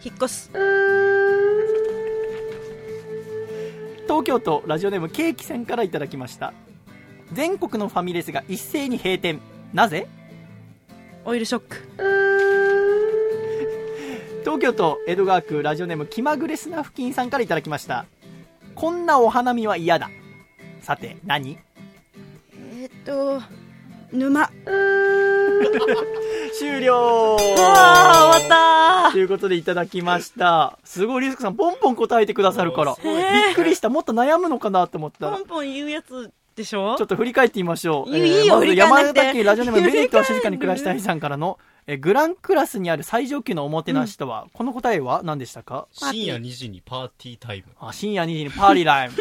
引っ越す東京都ラジオネームケーキさんからいただきました全国のファミレスが一斉に閉店なぜオイルショック東京都江戸川区ラジオネーム気まぐれスナフキンさんからいただきましたこんなお花見は嫌ださて何えーっと沼終了あー終わっということでいただきましたすごいリスクさんポンポン答えてくださるからごいびっくりしたもっと悩むのかなと思ったたらポンポン言うやつでしょ ちょっと振り返ってみましょう。いいよまず振り返山らなくて形県ラジオネー ムメリットは静かに暮らしたいさんからの、えーグランクラスにある最上級のおもてなしとは、この答えは何でしたか深夜2時にパーティータイム。あ深夜2時にパーリーライ ム。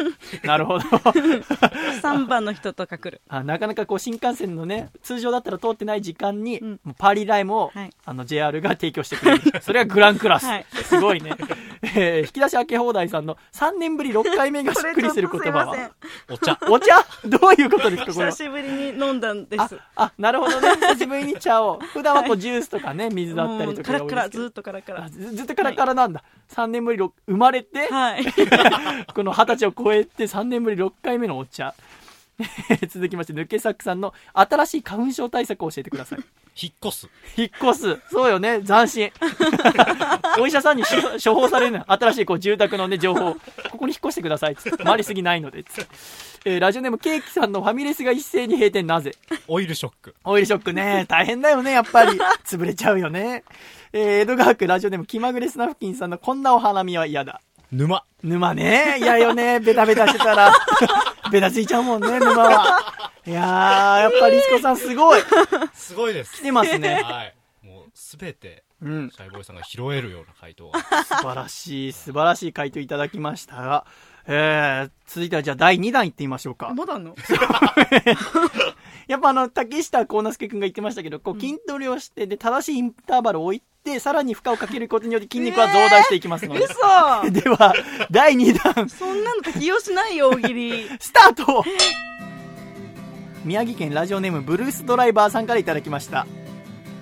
なるほど。 3番の人とか来るあなかなかこう新幹線のね、通常だったら通ってない時間に、うんもうパーリーライムを、はいあの JR が提供してくれる。 それがグランクラス。はいすごいね。えー引き出し開け放題さんの3年ぶり6回目がしっくりする言葉これちょっはと。お 茶。お茶どういうことですかこれは久しぶりに飲んだんですああなるほどね 久しぶりに茶を普段はこうジュースとかね水だったりとかもうカがラ多いカですラけずどっとカラカあラずずっとカラカラなんだ、3年ぶりろ生まれて、はい この20歳を超えて3年ぶり6回目のお茶 続きまして抜け作さんの新しい花粉症対策を教えてください引っ越す。引っ越すそうよね斬新 お医者さんに処処方されるの新しいこう住宅のね情報ここに引っ越してくださいっつって回りすぎないのでつって、えーラジオネームケーキさんのファミレスが一斉に閉店なぜオイルショック。オイルショック ね、大変だよね、やっぱり。潰れちゃうよね。えー、江戸川区ラジオでも気まぐれスナフキンさんのこんなお花見は嫌だ。沼。沼ね、嫌よね、ベタベタしてたら。 ベタついちゃうもんね、沼は。いやー、やっぱりリスコさんすごい。すごいです。来てますね。はい。もうすべて、うんシ。ャイボーイさんが拾えるような回答 が。素晴らしい、素晴らしい回答いただきましたが、えー、続いてはじゃあ第2弾いってみましょうか。まだあんのやっぱあの、竹下幸之助くんが言ってましたけど、こう筋トレをして、で、正しいインターバルを置いて、さらに負荷をかけることによって筋肉は増大していきますので。嘘 では、第2弾、そんなの適用しないよ大喜利スタート宮城県ラジオネームブルースドライバーさんからいただきました。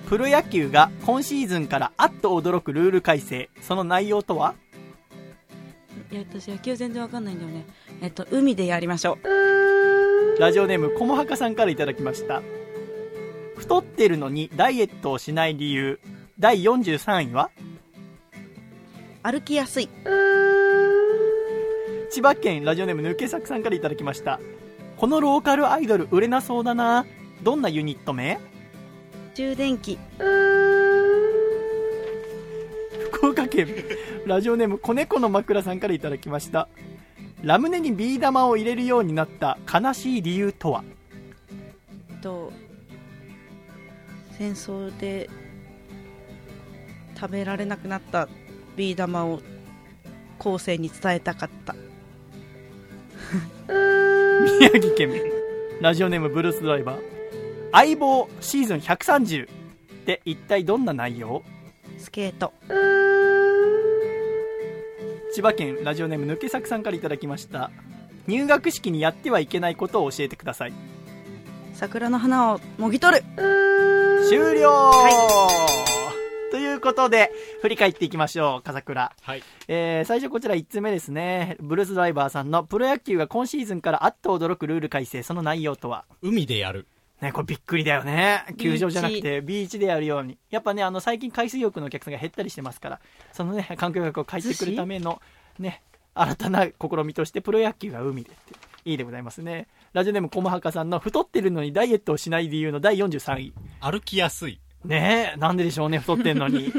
プロ野球が今シーズンからあっと驚くルール改正。その内容とはいや私野球全然わかんないんだよねえっと海でやりましょうラジオネームこもはかさんからいただきました。太ってるのにダイエットをしない理由。第43位は歩きやすい千葉県ラジオネーム抜け作さんからいただきました。このローカルアイドル売れなそうだな。どんなユニット名充電器福岡県ラジオネーム子猫の枕さんからいただきましたラムネにビー玉を入れるようになった悲しい理由とはえっと戦争で食べられなくなったビー玉を後世に伝えたかった宮城県ラジオネームブルースドライバー相棒シーズン130って一体どんな内容スケート千葉県ラジオネーム抜け作さんからいただきました入学式にやってはいけないことを教えてください桜の花をもぎ取る終了、ということで振り返っていきましょう笠倉はい。えー最初こちら1つ目ですねブルースドライバーさんのプロ野球が今シーズンからあっと驚くルール改正その内容とは海でやる。ね、これびっくりだよね。球場じゃなくビて、ビーチでやるように。やっぱね、あの、最近海水浴のお客さんが減ったりしてますから、そのね、環境学を変えてくるための、ね、新たな試みとして、プロ野球が海でって、いいでございますね。ラジオネームコモハカさんの、太ってるのにダイエットをしない理由の第43位。歩きやすい。ねえ、なんででしょうね、太ってんのに。びっ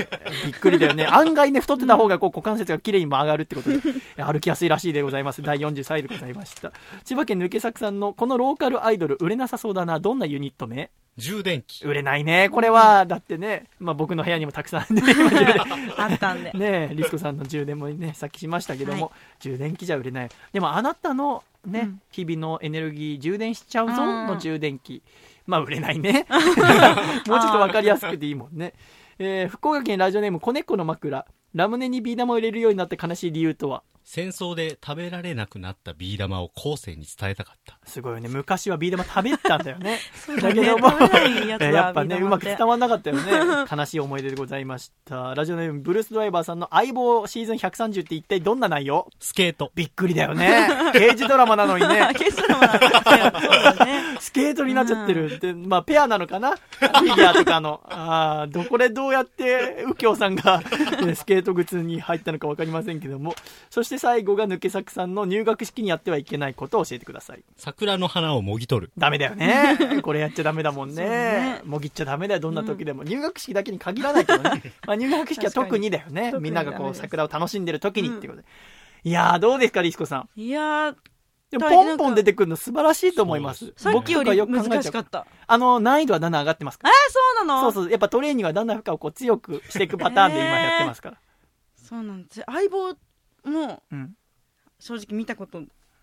くりだよね。案外ね、太ってた方がこう股関節が綺麗に曲がるってことで、歩きやすいらしいでございます。第43位でございました。千葉県抜け作さんの、このローカルアイドル、売れなさそうだな、どんなユニット名充電器。売れないね、これは。だってね、まあ僕の部屋にもたくさんね、今充電あったんでねえ、リスコさんの充電もね、 さっきしましたけども、は充電器じゃ売れない。でもあなたのね、うん日々のエネルギー充電しちゃうぞあーの充電器。まあ売れない ね。 もうちょっとわかりやすくていいもんね。えー福岡県ラジオネーム、子猫の枕。ラムネにビー玉を入れるようになった悲しい理由とは戦争で食べられなくなったビー玉を後世に伝えたかった。すごいよね。昔はビー玉食べてたんだ よね。だだけけどどもも、やつは えーやっぱね、ビうー玉っまくて伝わんなかったよね。悲しい思い出でございました。ラジオネーム、ブルース・ドライバーさんの相棒シーズン130って一体どんな内容スケート。びっくりだよ ね。刑事ドラマなのに ね。消したのはそうだねスケートになっちゃってる。で、まあ、ペアなのかなフィギュアとかの。ああ、どこでどうやって、右京さんが、ねスケート靴に入ったのかわかりませんけども。そして最後が抜け作さんの入学式にやってはいけないことを教えてください。桜の花をもぎ取る。ダメだよね。 これやっちゃダメだもんね。ねもぎっちゃダメだよ、どんな時でも。入学式だけに限らないけどね。まあ入学式は 特にだよね確か。にみんなが特にダこメうです桜を楽しんでる時にってことで。いやー、どうですか、リスコさん。いやーでも大変ポンポン出てくるの素晴らしいと思います。さっきよ僕とかりく考えちゃう難しかったあの、難易度はだんだん上がってますかえーら。そうなのそうそう。やっぱトレーニングはだんだん負荷をこう強くしていくパターンで今やってますから。そうなんです相棒もうん。正直見たこと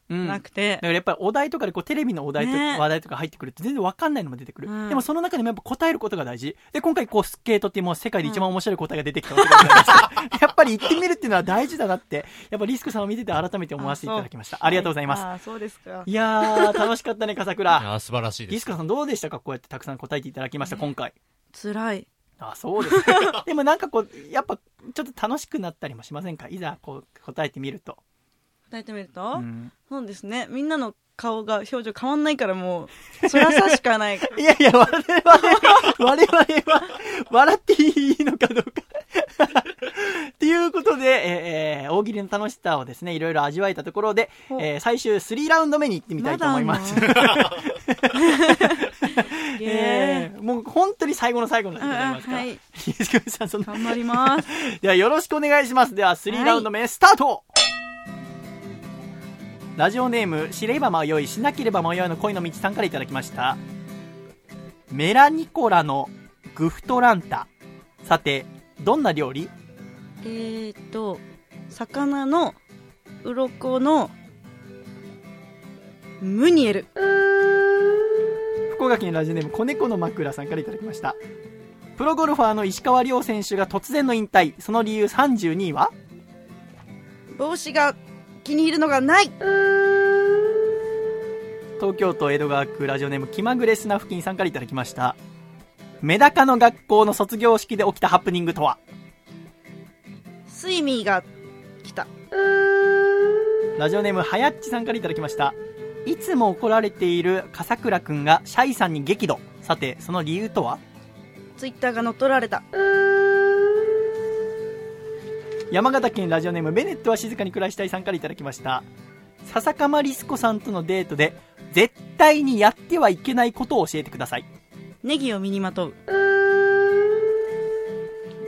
うん。なくてだか、らやっぱりお題とかでこうテレビのお題とかね話題とか入ってくると全然わかんないのも出てくる、うんでもその中でもやっぱ答えることが大事で今回こうスケートっていうもう世界で一番面白い答えが出てきたわけでございますから、 やっぱり行ってみるっていうのは大事だなってやっぱリスクさんを見てて改めて思わせていただきましたありがとうございます、あーそうですかい、やー楽しかったね笠倉ああ、素晴らしいでリすス。クさんどうでしたかこうやってたくさん答えていただきました今回辛いあそうですか でもなんかこうやっぱちょっと楽しくなったりもしませんかいざこう答えてみると、答えてみると、うんそうですねみんなの顔が表情変わんないからもう辛さしかない いやいや、我々、我々は、笑っていいのかどうか。っていうことで、えーえー大喜利の楽しさをですね、いろいろ味わえたところで、おえー最終3ラウンド目に行ってみたいと思います。ま えーもう本当に最後の最後のでございますから。 うんうんは西い上さん、そんな頑張りますではよろしくお願いしますでは3ラウンド目スタート、ラジオネーム「知れば迷いしなければ迷い」の恋の道さんからいただきましたメラニコラのグフトランタさてどんな料理 えーっと魚の鱗のムニエル福岡県ラジオネーム子猫の枕さんからいただきましたプロゴルファーの石川遼選手が突然の引退その理由32位は帽子が気に入るのがない東京都江戸川区ラジオネーム気まぐれ砂付近さんからいただきましたメダカの学校の卒業式で起きたハプニングとはスイミーが来たラジオネームはやっちさんからいただきましたいつも怒られている笠倉くんがシャイさんに激怒さてその理由とはツイッターが乗っ取られた山形県ラジオネームベネットは静かに暮らしたいさんからいただきました笹かまりすこさんとのデートで絶対にやってはいけないことを教えてくださいネギを身にまとう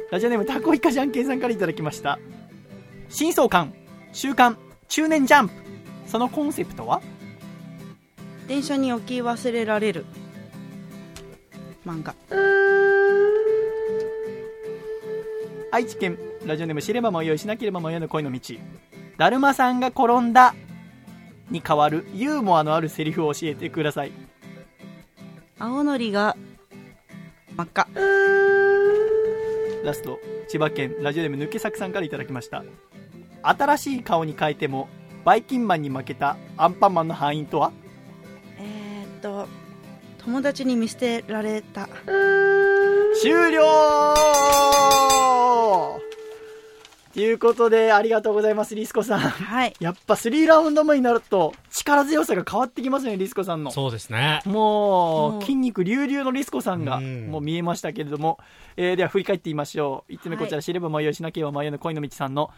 ラジオネームタコイカじゃんけんさんからいただきました真相感週刊中年ジャンプそのコンセプトは電車に置き忘れられる漫画愛知県ラジオネーム知れば迷いしなければ迷いの恋の道だるまさんが転んだに代わるユーモアのあるセリフを教えてください青のりが真っ赤ラスト千葉県ラジオネーム抜け作さんからいただきました新しい顔に変えてもバイキンマンに負けたアンパンマンの敗因とはえーっと友達に見捨てられた終了ということでありがとうございますリスコさんはいやっぱ3ラウンド目になると力強さが変わってきますねリスコさんのそうですね。ももうう筋肉隆々のリスコさんがうんもう見えましたけれども、えーでは振り返ってみましょう1つ目こちら、知れば迷いしなければ迷いの恋の道さんの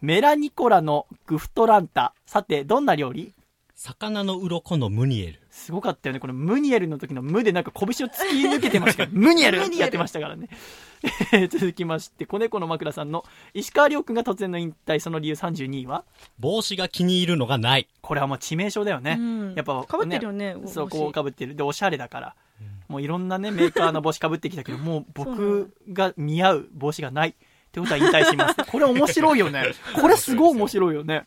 メラニコラのグフトランタさてどんな料理魚の鱗のムニエル。すごかったよねこれムニエルの時の無でなんか拳を突き抜けて ましたからムニエルってやってましたからね えー続きまして子猫の枕さんの石川遼君が突然の引退その理由32位は帽子が気に入るのがない。これはもう致命傷だよね、うんやっぱ被ってるよねそ帽う子こうかぶってるでおしゃれだから、もういろんなねメーカーの帽子かぶってきたけ どもう僕が似合う帽子がないってことは引退します これ面白いよね これすごい面白いよね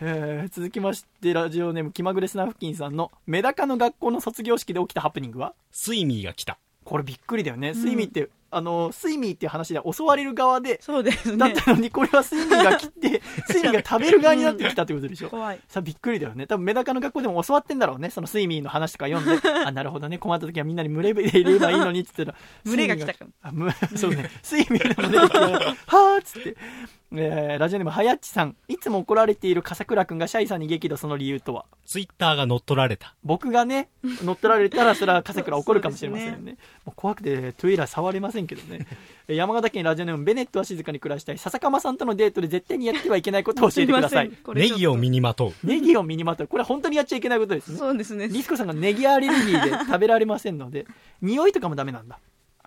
えー続きましてラジオネーム気まぐれスナフキンさんのメダカの学校の卒業式で起きたハプニングはスイミーが来た。これびっくりだよね、スイミーってあのスイミーっていう話では襲われる側でそうですだっねたのにこれはスイミーが 来てスイミーが食べる側になってきたってことでしょ怖いさびっくりだよね多分メダカの学校でも教わってんだろうねそのスイミーの話とか読 んであなるほどね困った時はみんなに群れでいればいいのにっつってたら群れが来たかもあむ そうねスイミーの群れが来たらはあっつって、えーラジオネームはやっちさんいつも怒られている笠倉くんがシャイさんに激怒その理由とはツイッターが乗っ取られた。僕がね乗っ取られたらそれは笠倉怒るかもしれませんよそねもう怖くてトゥイラー触れませんけどねえー山形県ラジオネームベネットは静かに暮らしたい笹釜さんとのデートで絶対にやってはいけないことを教えてくださいすませんこれネちょっとギを身にまとう。ネギを身にまとうこれは本当にやっちゃいけないことですねそうですねリスコさんがネギアレルギーで食べられませ んので匂いとかもダメなんだ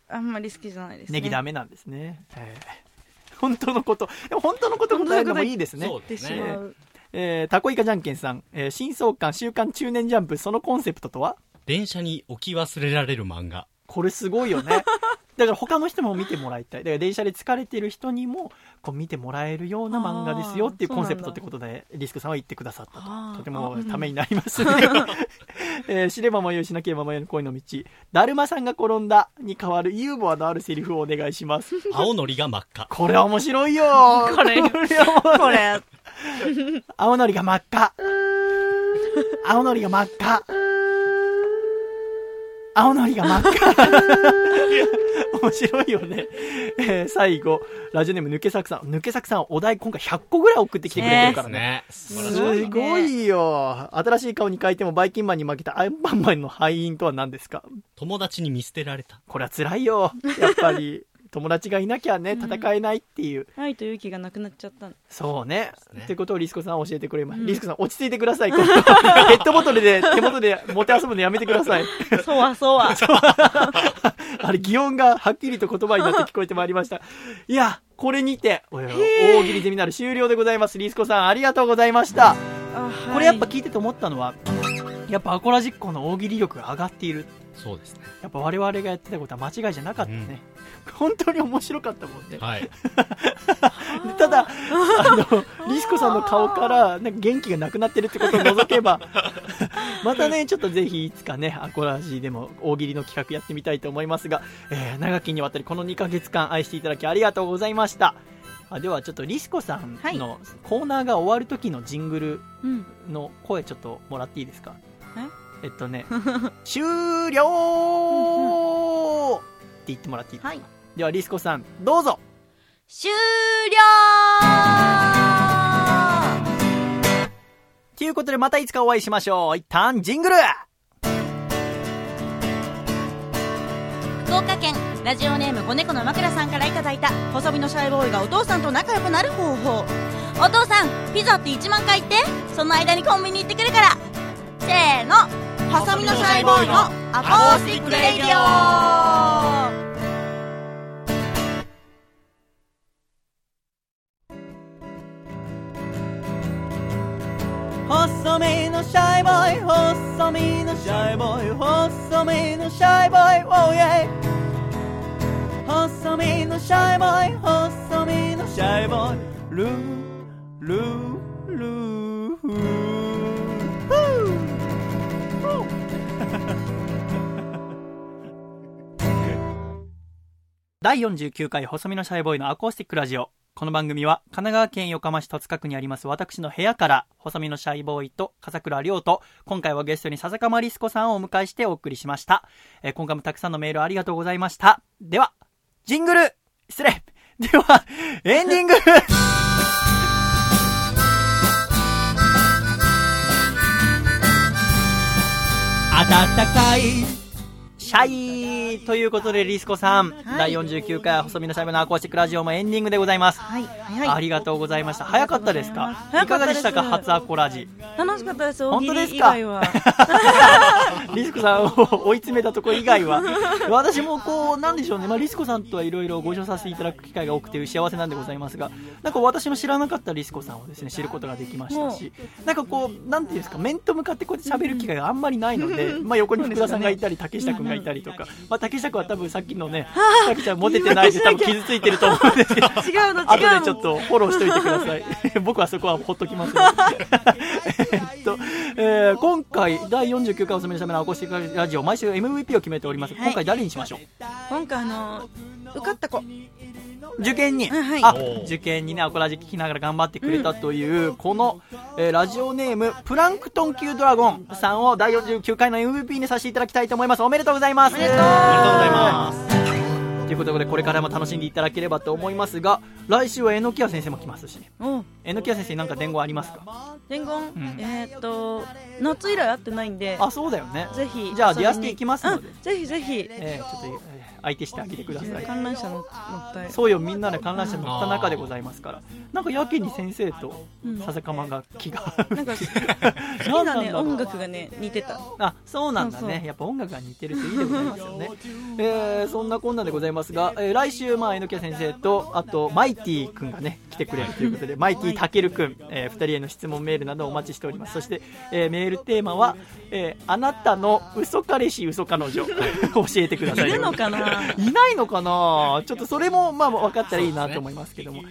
あんまり好きじゃないですねネギダメなんですね、えー本当のことでも本当のこと答えるのもいいですねそうでですしね。まうえーたこいかじゃんけんさん、えー新創刊週刊中年ジャンプそのコンセプトとは電車に置き忘れられる漫 画。これすごいよね だから他の人も見てもらいたいだから電車で疲れてる人にもこう見てもらえるような漫画ですよっていうあーコンセプトってことでリスクさんは言ってくださったあとーとてあうもんためになりますね、 えー知れば迷いしなければ迷いの恋の道だるまさんが転んだに代わるユーモアのあるセリフをお願いし ます青のりが真っ赤。これ面白いよーこれこれ青のりが真っ赤青のりが真っ赤青のりが真っ赤 面白いよね、えー最後ラジオネーム抜け作さん抜け作さんお題今回100個ぐらい送ってきてくれてるからねですね。ねすごいよ新しい顔に変えてもバイキンマンに負けたアンパンマンの敗因とは何ですか友達に見捨てられた。これは辛いよやっぱり友達がいなきゃね戦えないっていう、愛と勇気がなくなっちゃったのそうね。うですねってことをリスコさんは教えてくれました。うんリスコさん落ち着いてください。このペットボトルで手元で持て遊ぶのやめてください。そわそわあれ、擬音がはっきりと言葉になって聞こえてまいりました。いや、これにて、おいおい大喜利ゼミナール終了でございます。リスコさんありがとうございました。これやっぱ聞いてて思ったのは、やっぱアコラジッコの大喜利力が上がっている。そうですね。やっぱ我々がやってたことは間違いじゃなかったね。本当に面白かったもんね。はい。 ただ、あの、リスコさんの顔から、なんか元気がなくなってるってことを除けば、 またね、ちょっとぜひいつかね、アコラジーでも大喜利の企画やってみたいと思いますが、えー長きにわたりこの2ヶ月間愛していただきありがとうございました。あではちょっとリスコさんのコーナーが終わる時のジングルうんの声ちょっともらっていいですかえっとね、終了って言ってもらっていいですか、はいではリスコさん、どうぞ終了ということでまたいつかお会いしましょう。一旦ジングル福岡県ラジオネーム子猫の枕さんからいただいた細身のシャイボーイがお父さんと仲良くなる方法お父さんピザって1万回言ってその間にコンビニ行ってくるからせーの細身のシャイボーイのアコースティックレイディオ細身のシャイボーイ細身のシャイボーイ細身のシャイボーイおやい細身のシャイボーイ細身のシャイボーイルールールーフーふー第49回細身のシャイボーイのアコースティックラジオこの番組は神奈川県横浜市戸塚区にあります私の部屋から細身のシャイボーイと笠倉亮と今回はゲストに笹川リス子さんをお迎えしてお送りしました、えー今回もたくさんのメールありがとうございましたではジングル失礼 ではエンディング 暖かいシャイということでリスコさん、第49回細身のシャイボーイのアコースティックラジオもエンディングでございますはい、早い。ありがとうございました。早かったですか早いかかったでがですしたか初アコラジ。楽しかったです。大本喜当です利以か外は。 リスコさんを追い詰めたとこ以外は。私もこう、なんでしょうね。まあ、リスコさんとはいろいろご一緒させていただく機会が多くて幸せなんでございますが、なんか私の知らなかったリスコさんをですね、知ることができましたし、なんかこう、なんていうんですか、面と向かってこうやって喋る機会があんまりないので、まあ、横に福田さんがいたり、竹下くんがいたりとか、まあ、竹下くんは多分さっきのね、竹ちゃんモテてないで多分傷ついてると思うん ですけど、違うの、違うの。後でちょっとフォローしといてください 僕はそこはほっときますので えっと、えー今回第49回おすすめのしゃべのアコースティックラジオ毎週 MVP を決めております、はい今回誰にしましょ今回あの、受かった子。う受験に、うんはいあおー受験にねアコラジ聞きながら頑張ってくれたという、この、えーラジオネームプランクトン級ドラゴンさんを第49回の MVP にさせていただきたいと思いますおめでとうございますおめでとうございますということでこれからも楽しんでいただければと思いますが来週は榎谷先生も来ますしねお榎谷先生なんか伝言ありますか伝言、んえーっと、夏以来会ってないんで、あそうだよねぜひ。じゃあ遊びディにアステ行きますので、うんぜひぜひ。えーちょっと、えー相手してあげてください観覧車乗ったい。そうよみんなで観覧車乗った中でございますからなんかやけに先生と笹かまが気がなんか、好きな何なんだね、ろう音楽がね、似てた。あそうなんだねそうそうやっぱ音楽が似てるといいでございますよね、えーそんなこんなでございますが、えー来週、まあ、榎谷先生とあとマイティ君がね来てくれるということでマイティたける君、え2人への質問メールなどお待ちしておりますそして、えーメールテーマは、えーあなたの嘘彼氏嘘 彼女教えてくださいいるのか ないないのかなちょっとそれもまあ分かったらいいなと思いますけども、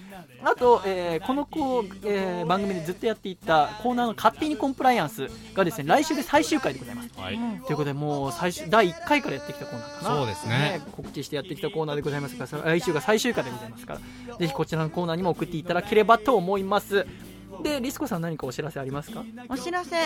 あと、えーこのこう、えー番組でずっとやっていたコーナーの勝手にコンプライアンスがですね来週で最終回でございますはい。ということでもう最終第1回からやってきたコーナーかなそうですね告知してやってきたコーナーでございますから来週が最終回でございますからぜひこちらのコーナーにも送っていただければと思いますでリスコさん何かお知らせありますかお知らせ、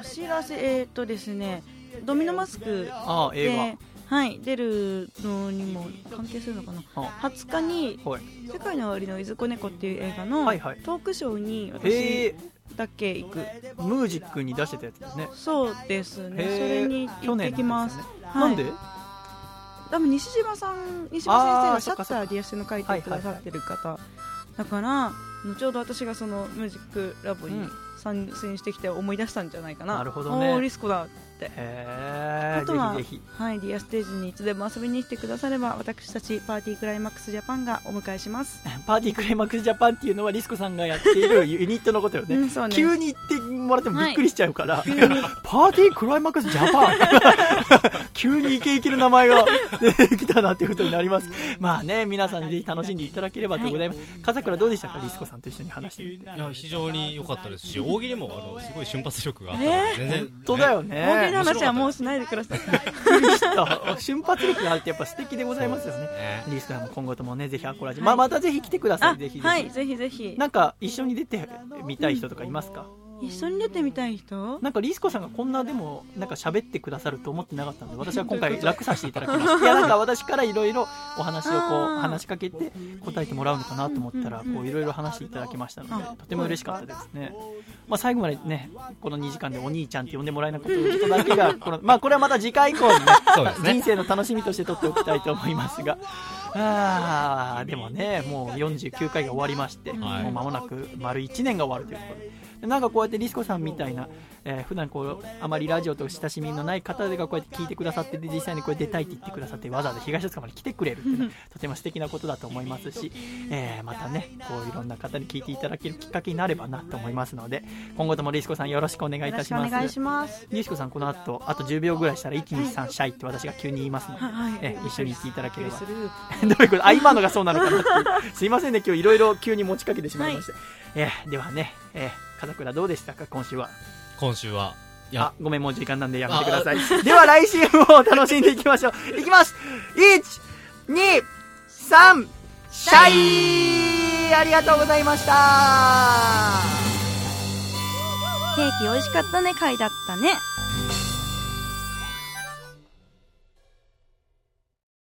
お知らせ、えーっとですね、ドミノマスクああ映画、で、はい、出るのにも関係するのかな。あ20日にはい「世界の終わりのいずこ猫」っていう映画のはいはいトークショーにへ私えだけ行く、ムージックに出してたやつですねそうですねへーそれに行ってきます、去年はいなんで多分西島さん西島あー先生そっがシャかッターで安の書いてくださってる方、だから後ほど私がそのミュージックラボうにん参戦してきて思い出したんじゃないかな、なるほどねおーリスコだへあえぜとはひぜひはいディアステージにいつでも遊びに来てくだされば私たちパーティークライマックスジャパンがお迎えします、パーティークライマックスジャパンっていうのはリスコさんがやっているユニットのことよね、うんそうね急に言ってもらってもびっくりしちゃうから、パーティークライマックスジャパン 急にイケイケの名前が 出てきたなっていうことになりますまあね皆さんぜひ楽しんでいただければとございます、笠倉どうでしたかリスコさんと一緒に話してみていや、非常に良かったですし、大喜利も、あの、すごい瞬発力があったのねで、全然。そうだね。よね大喜利の話はもうしないでください瞬発力があるってやっぱ素敵でございますよねねリスコさんも今後ともねぜひアコラジ、まあ、またぜひ来てくださあい ぜひぜひ、はいぜひぜひなんか一緒に出てみたい人とかいますか、一緒に出てみたい人なんかリスコさんがこんなでもなんか喋ってくださると思ってなかったので私は今回楽させていただきましたいやなんか私からいろいろお話をこうあー話しかけて答えてもらうのかなと思ったらうんうんうんこういろいろ話していただきましたのであとても嬉しかったですね、まあ、最後までねこの2時間でお兄ちゃんって呼んでもらえなかったことだけがこの、まあ、これはまた次回以降にねそうですね人生の楽しみとして取っておきたいと思いますがあーでもねもう49回が終わりまして、はいもう間もなく丸1年が終わるということででなんかこうやってリスコさんみたいな、えー普段こうあまりラジオと親しみのない方がこうやって聞いてくださってで実際にこう出たいって言ってくださってわざわざ東大塚まで来てくれるっていうのはとても素敵なことだと思いますし、えーまたねこういろんな方に聞いていただけるきっかけになればなと思いますので今後ともリスコさんよろしくお願いいたします。ますゆうしこさんこの後あと10秒ぐらいしたら123シャイって私が急に言いますので、はいはいえ一緒に言っていただければす どるういうことあ今のがそうなのかなっていうすいませんね今日いろいろ急に持ちかけてしまいまして、えーではね、えー、片倉どうでしたか今週は今週は、いあや、ごめんもう時間なんでやめてくださ いでは来週も楽しんでいきましょういきます123シャイありがとうございましたケーキ美味しかったね回だったね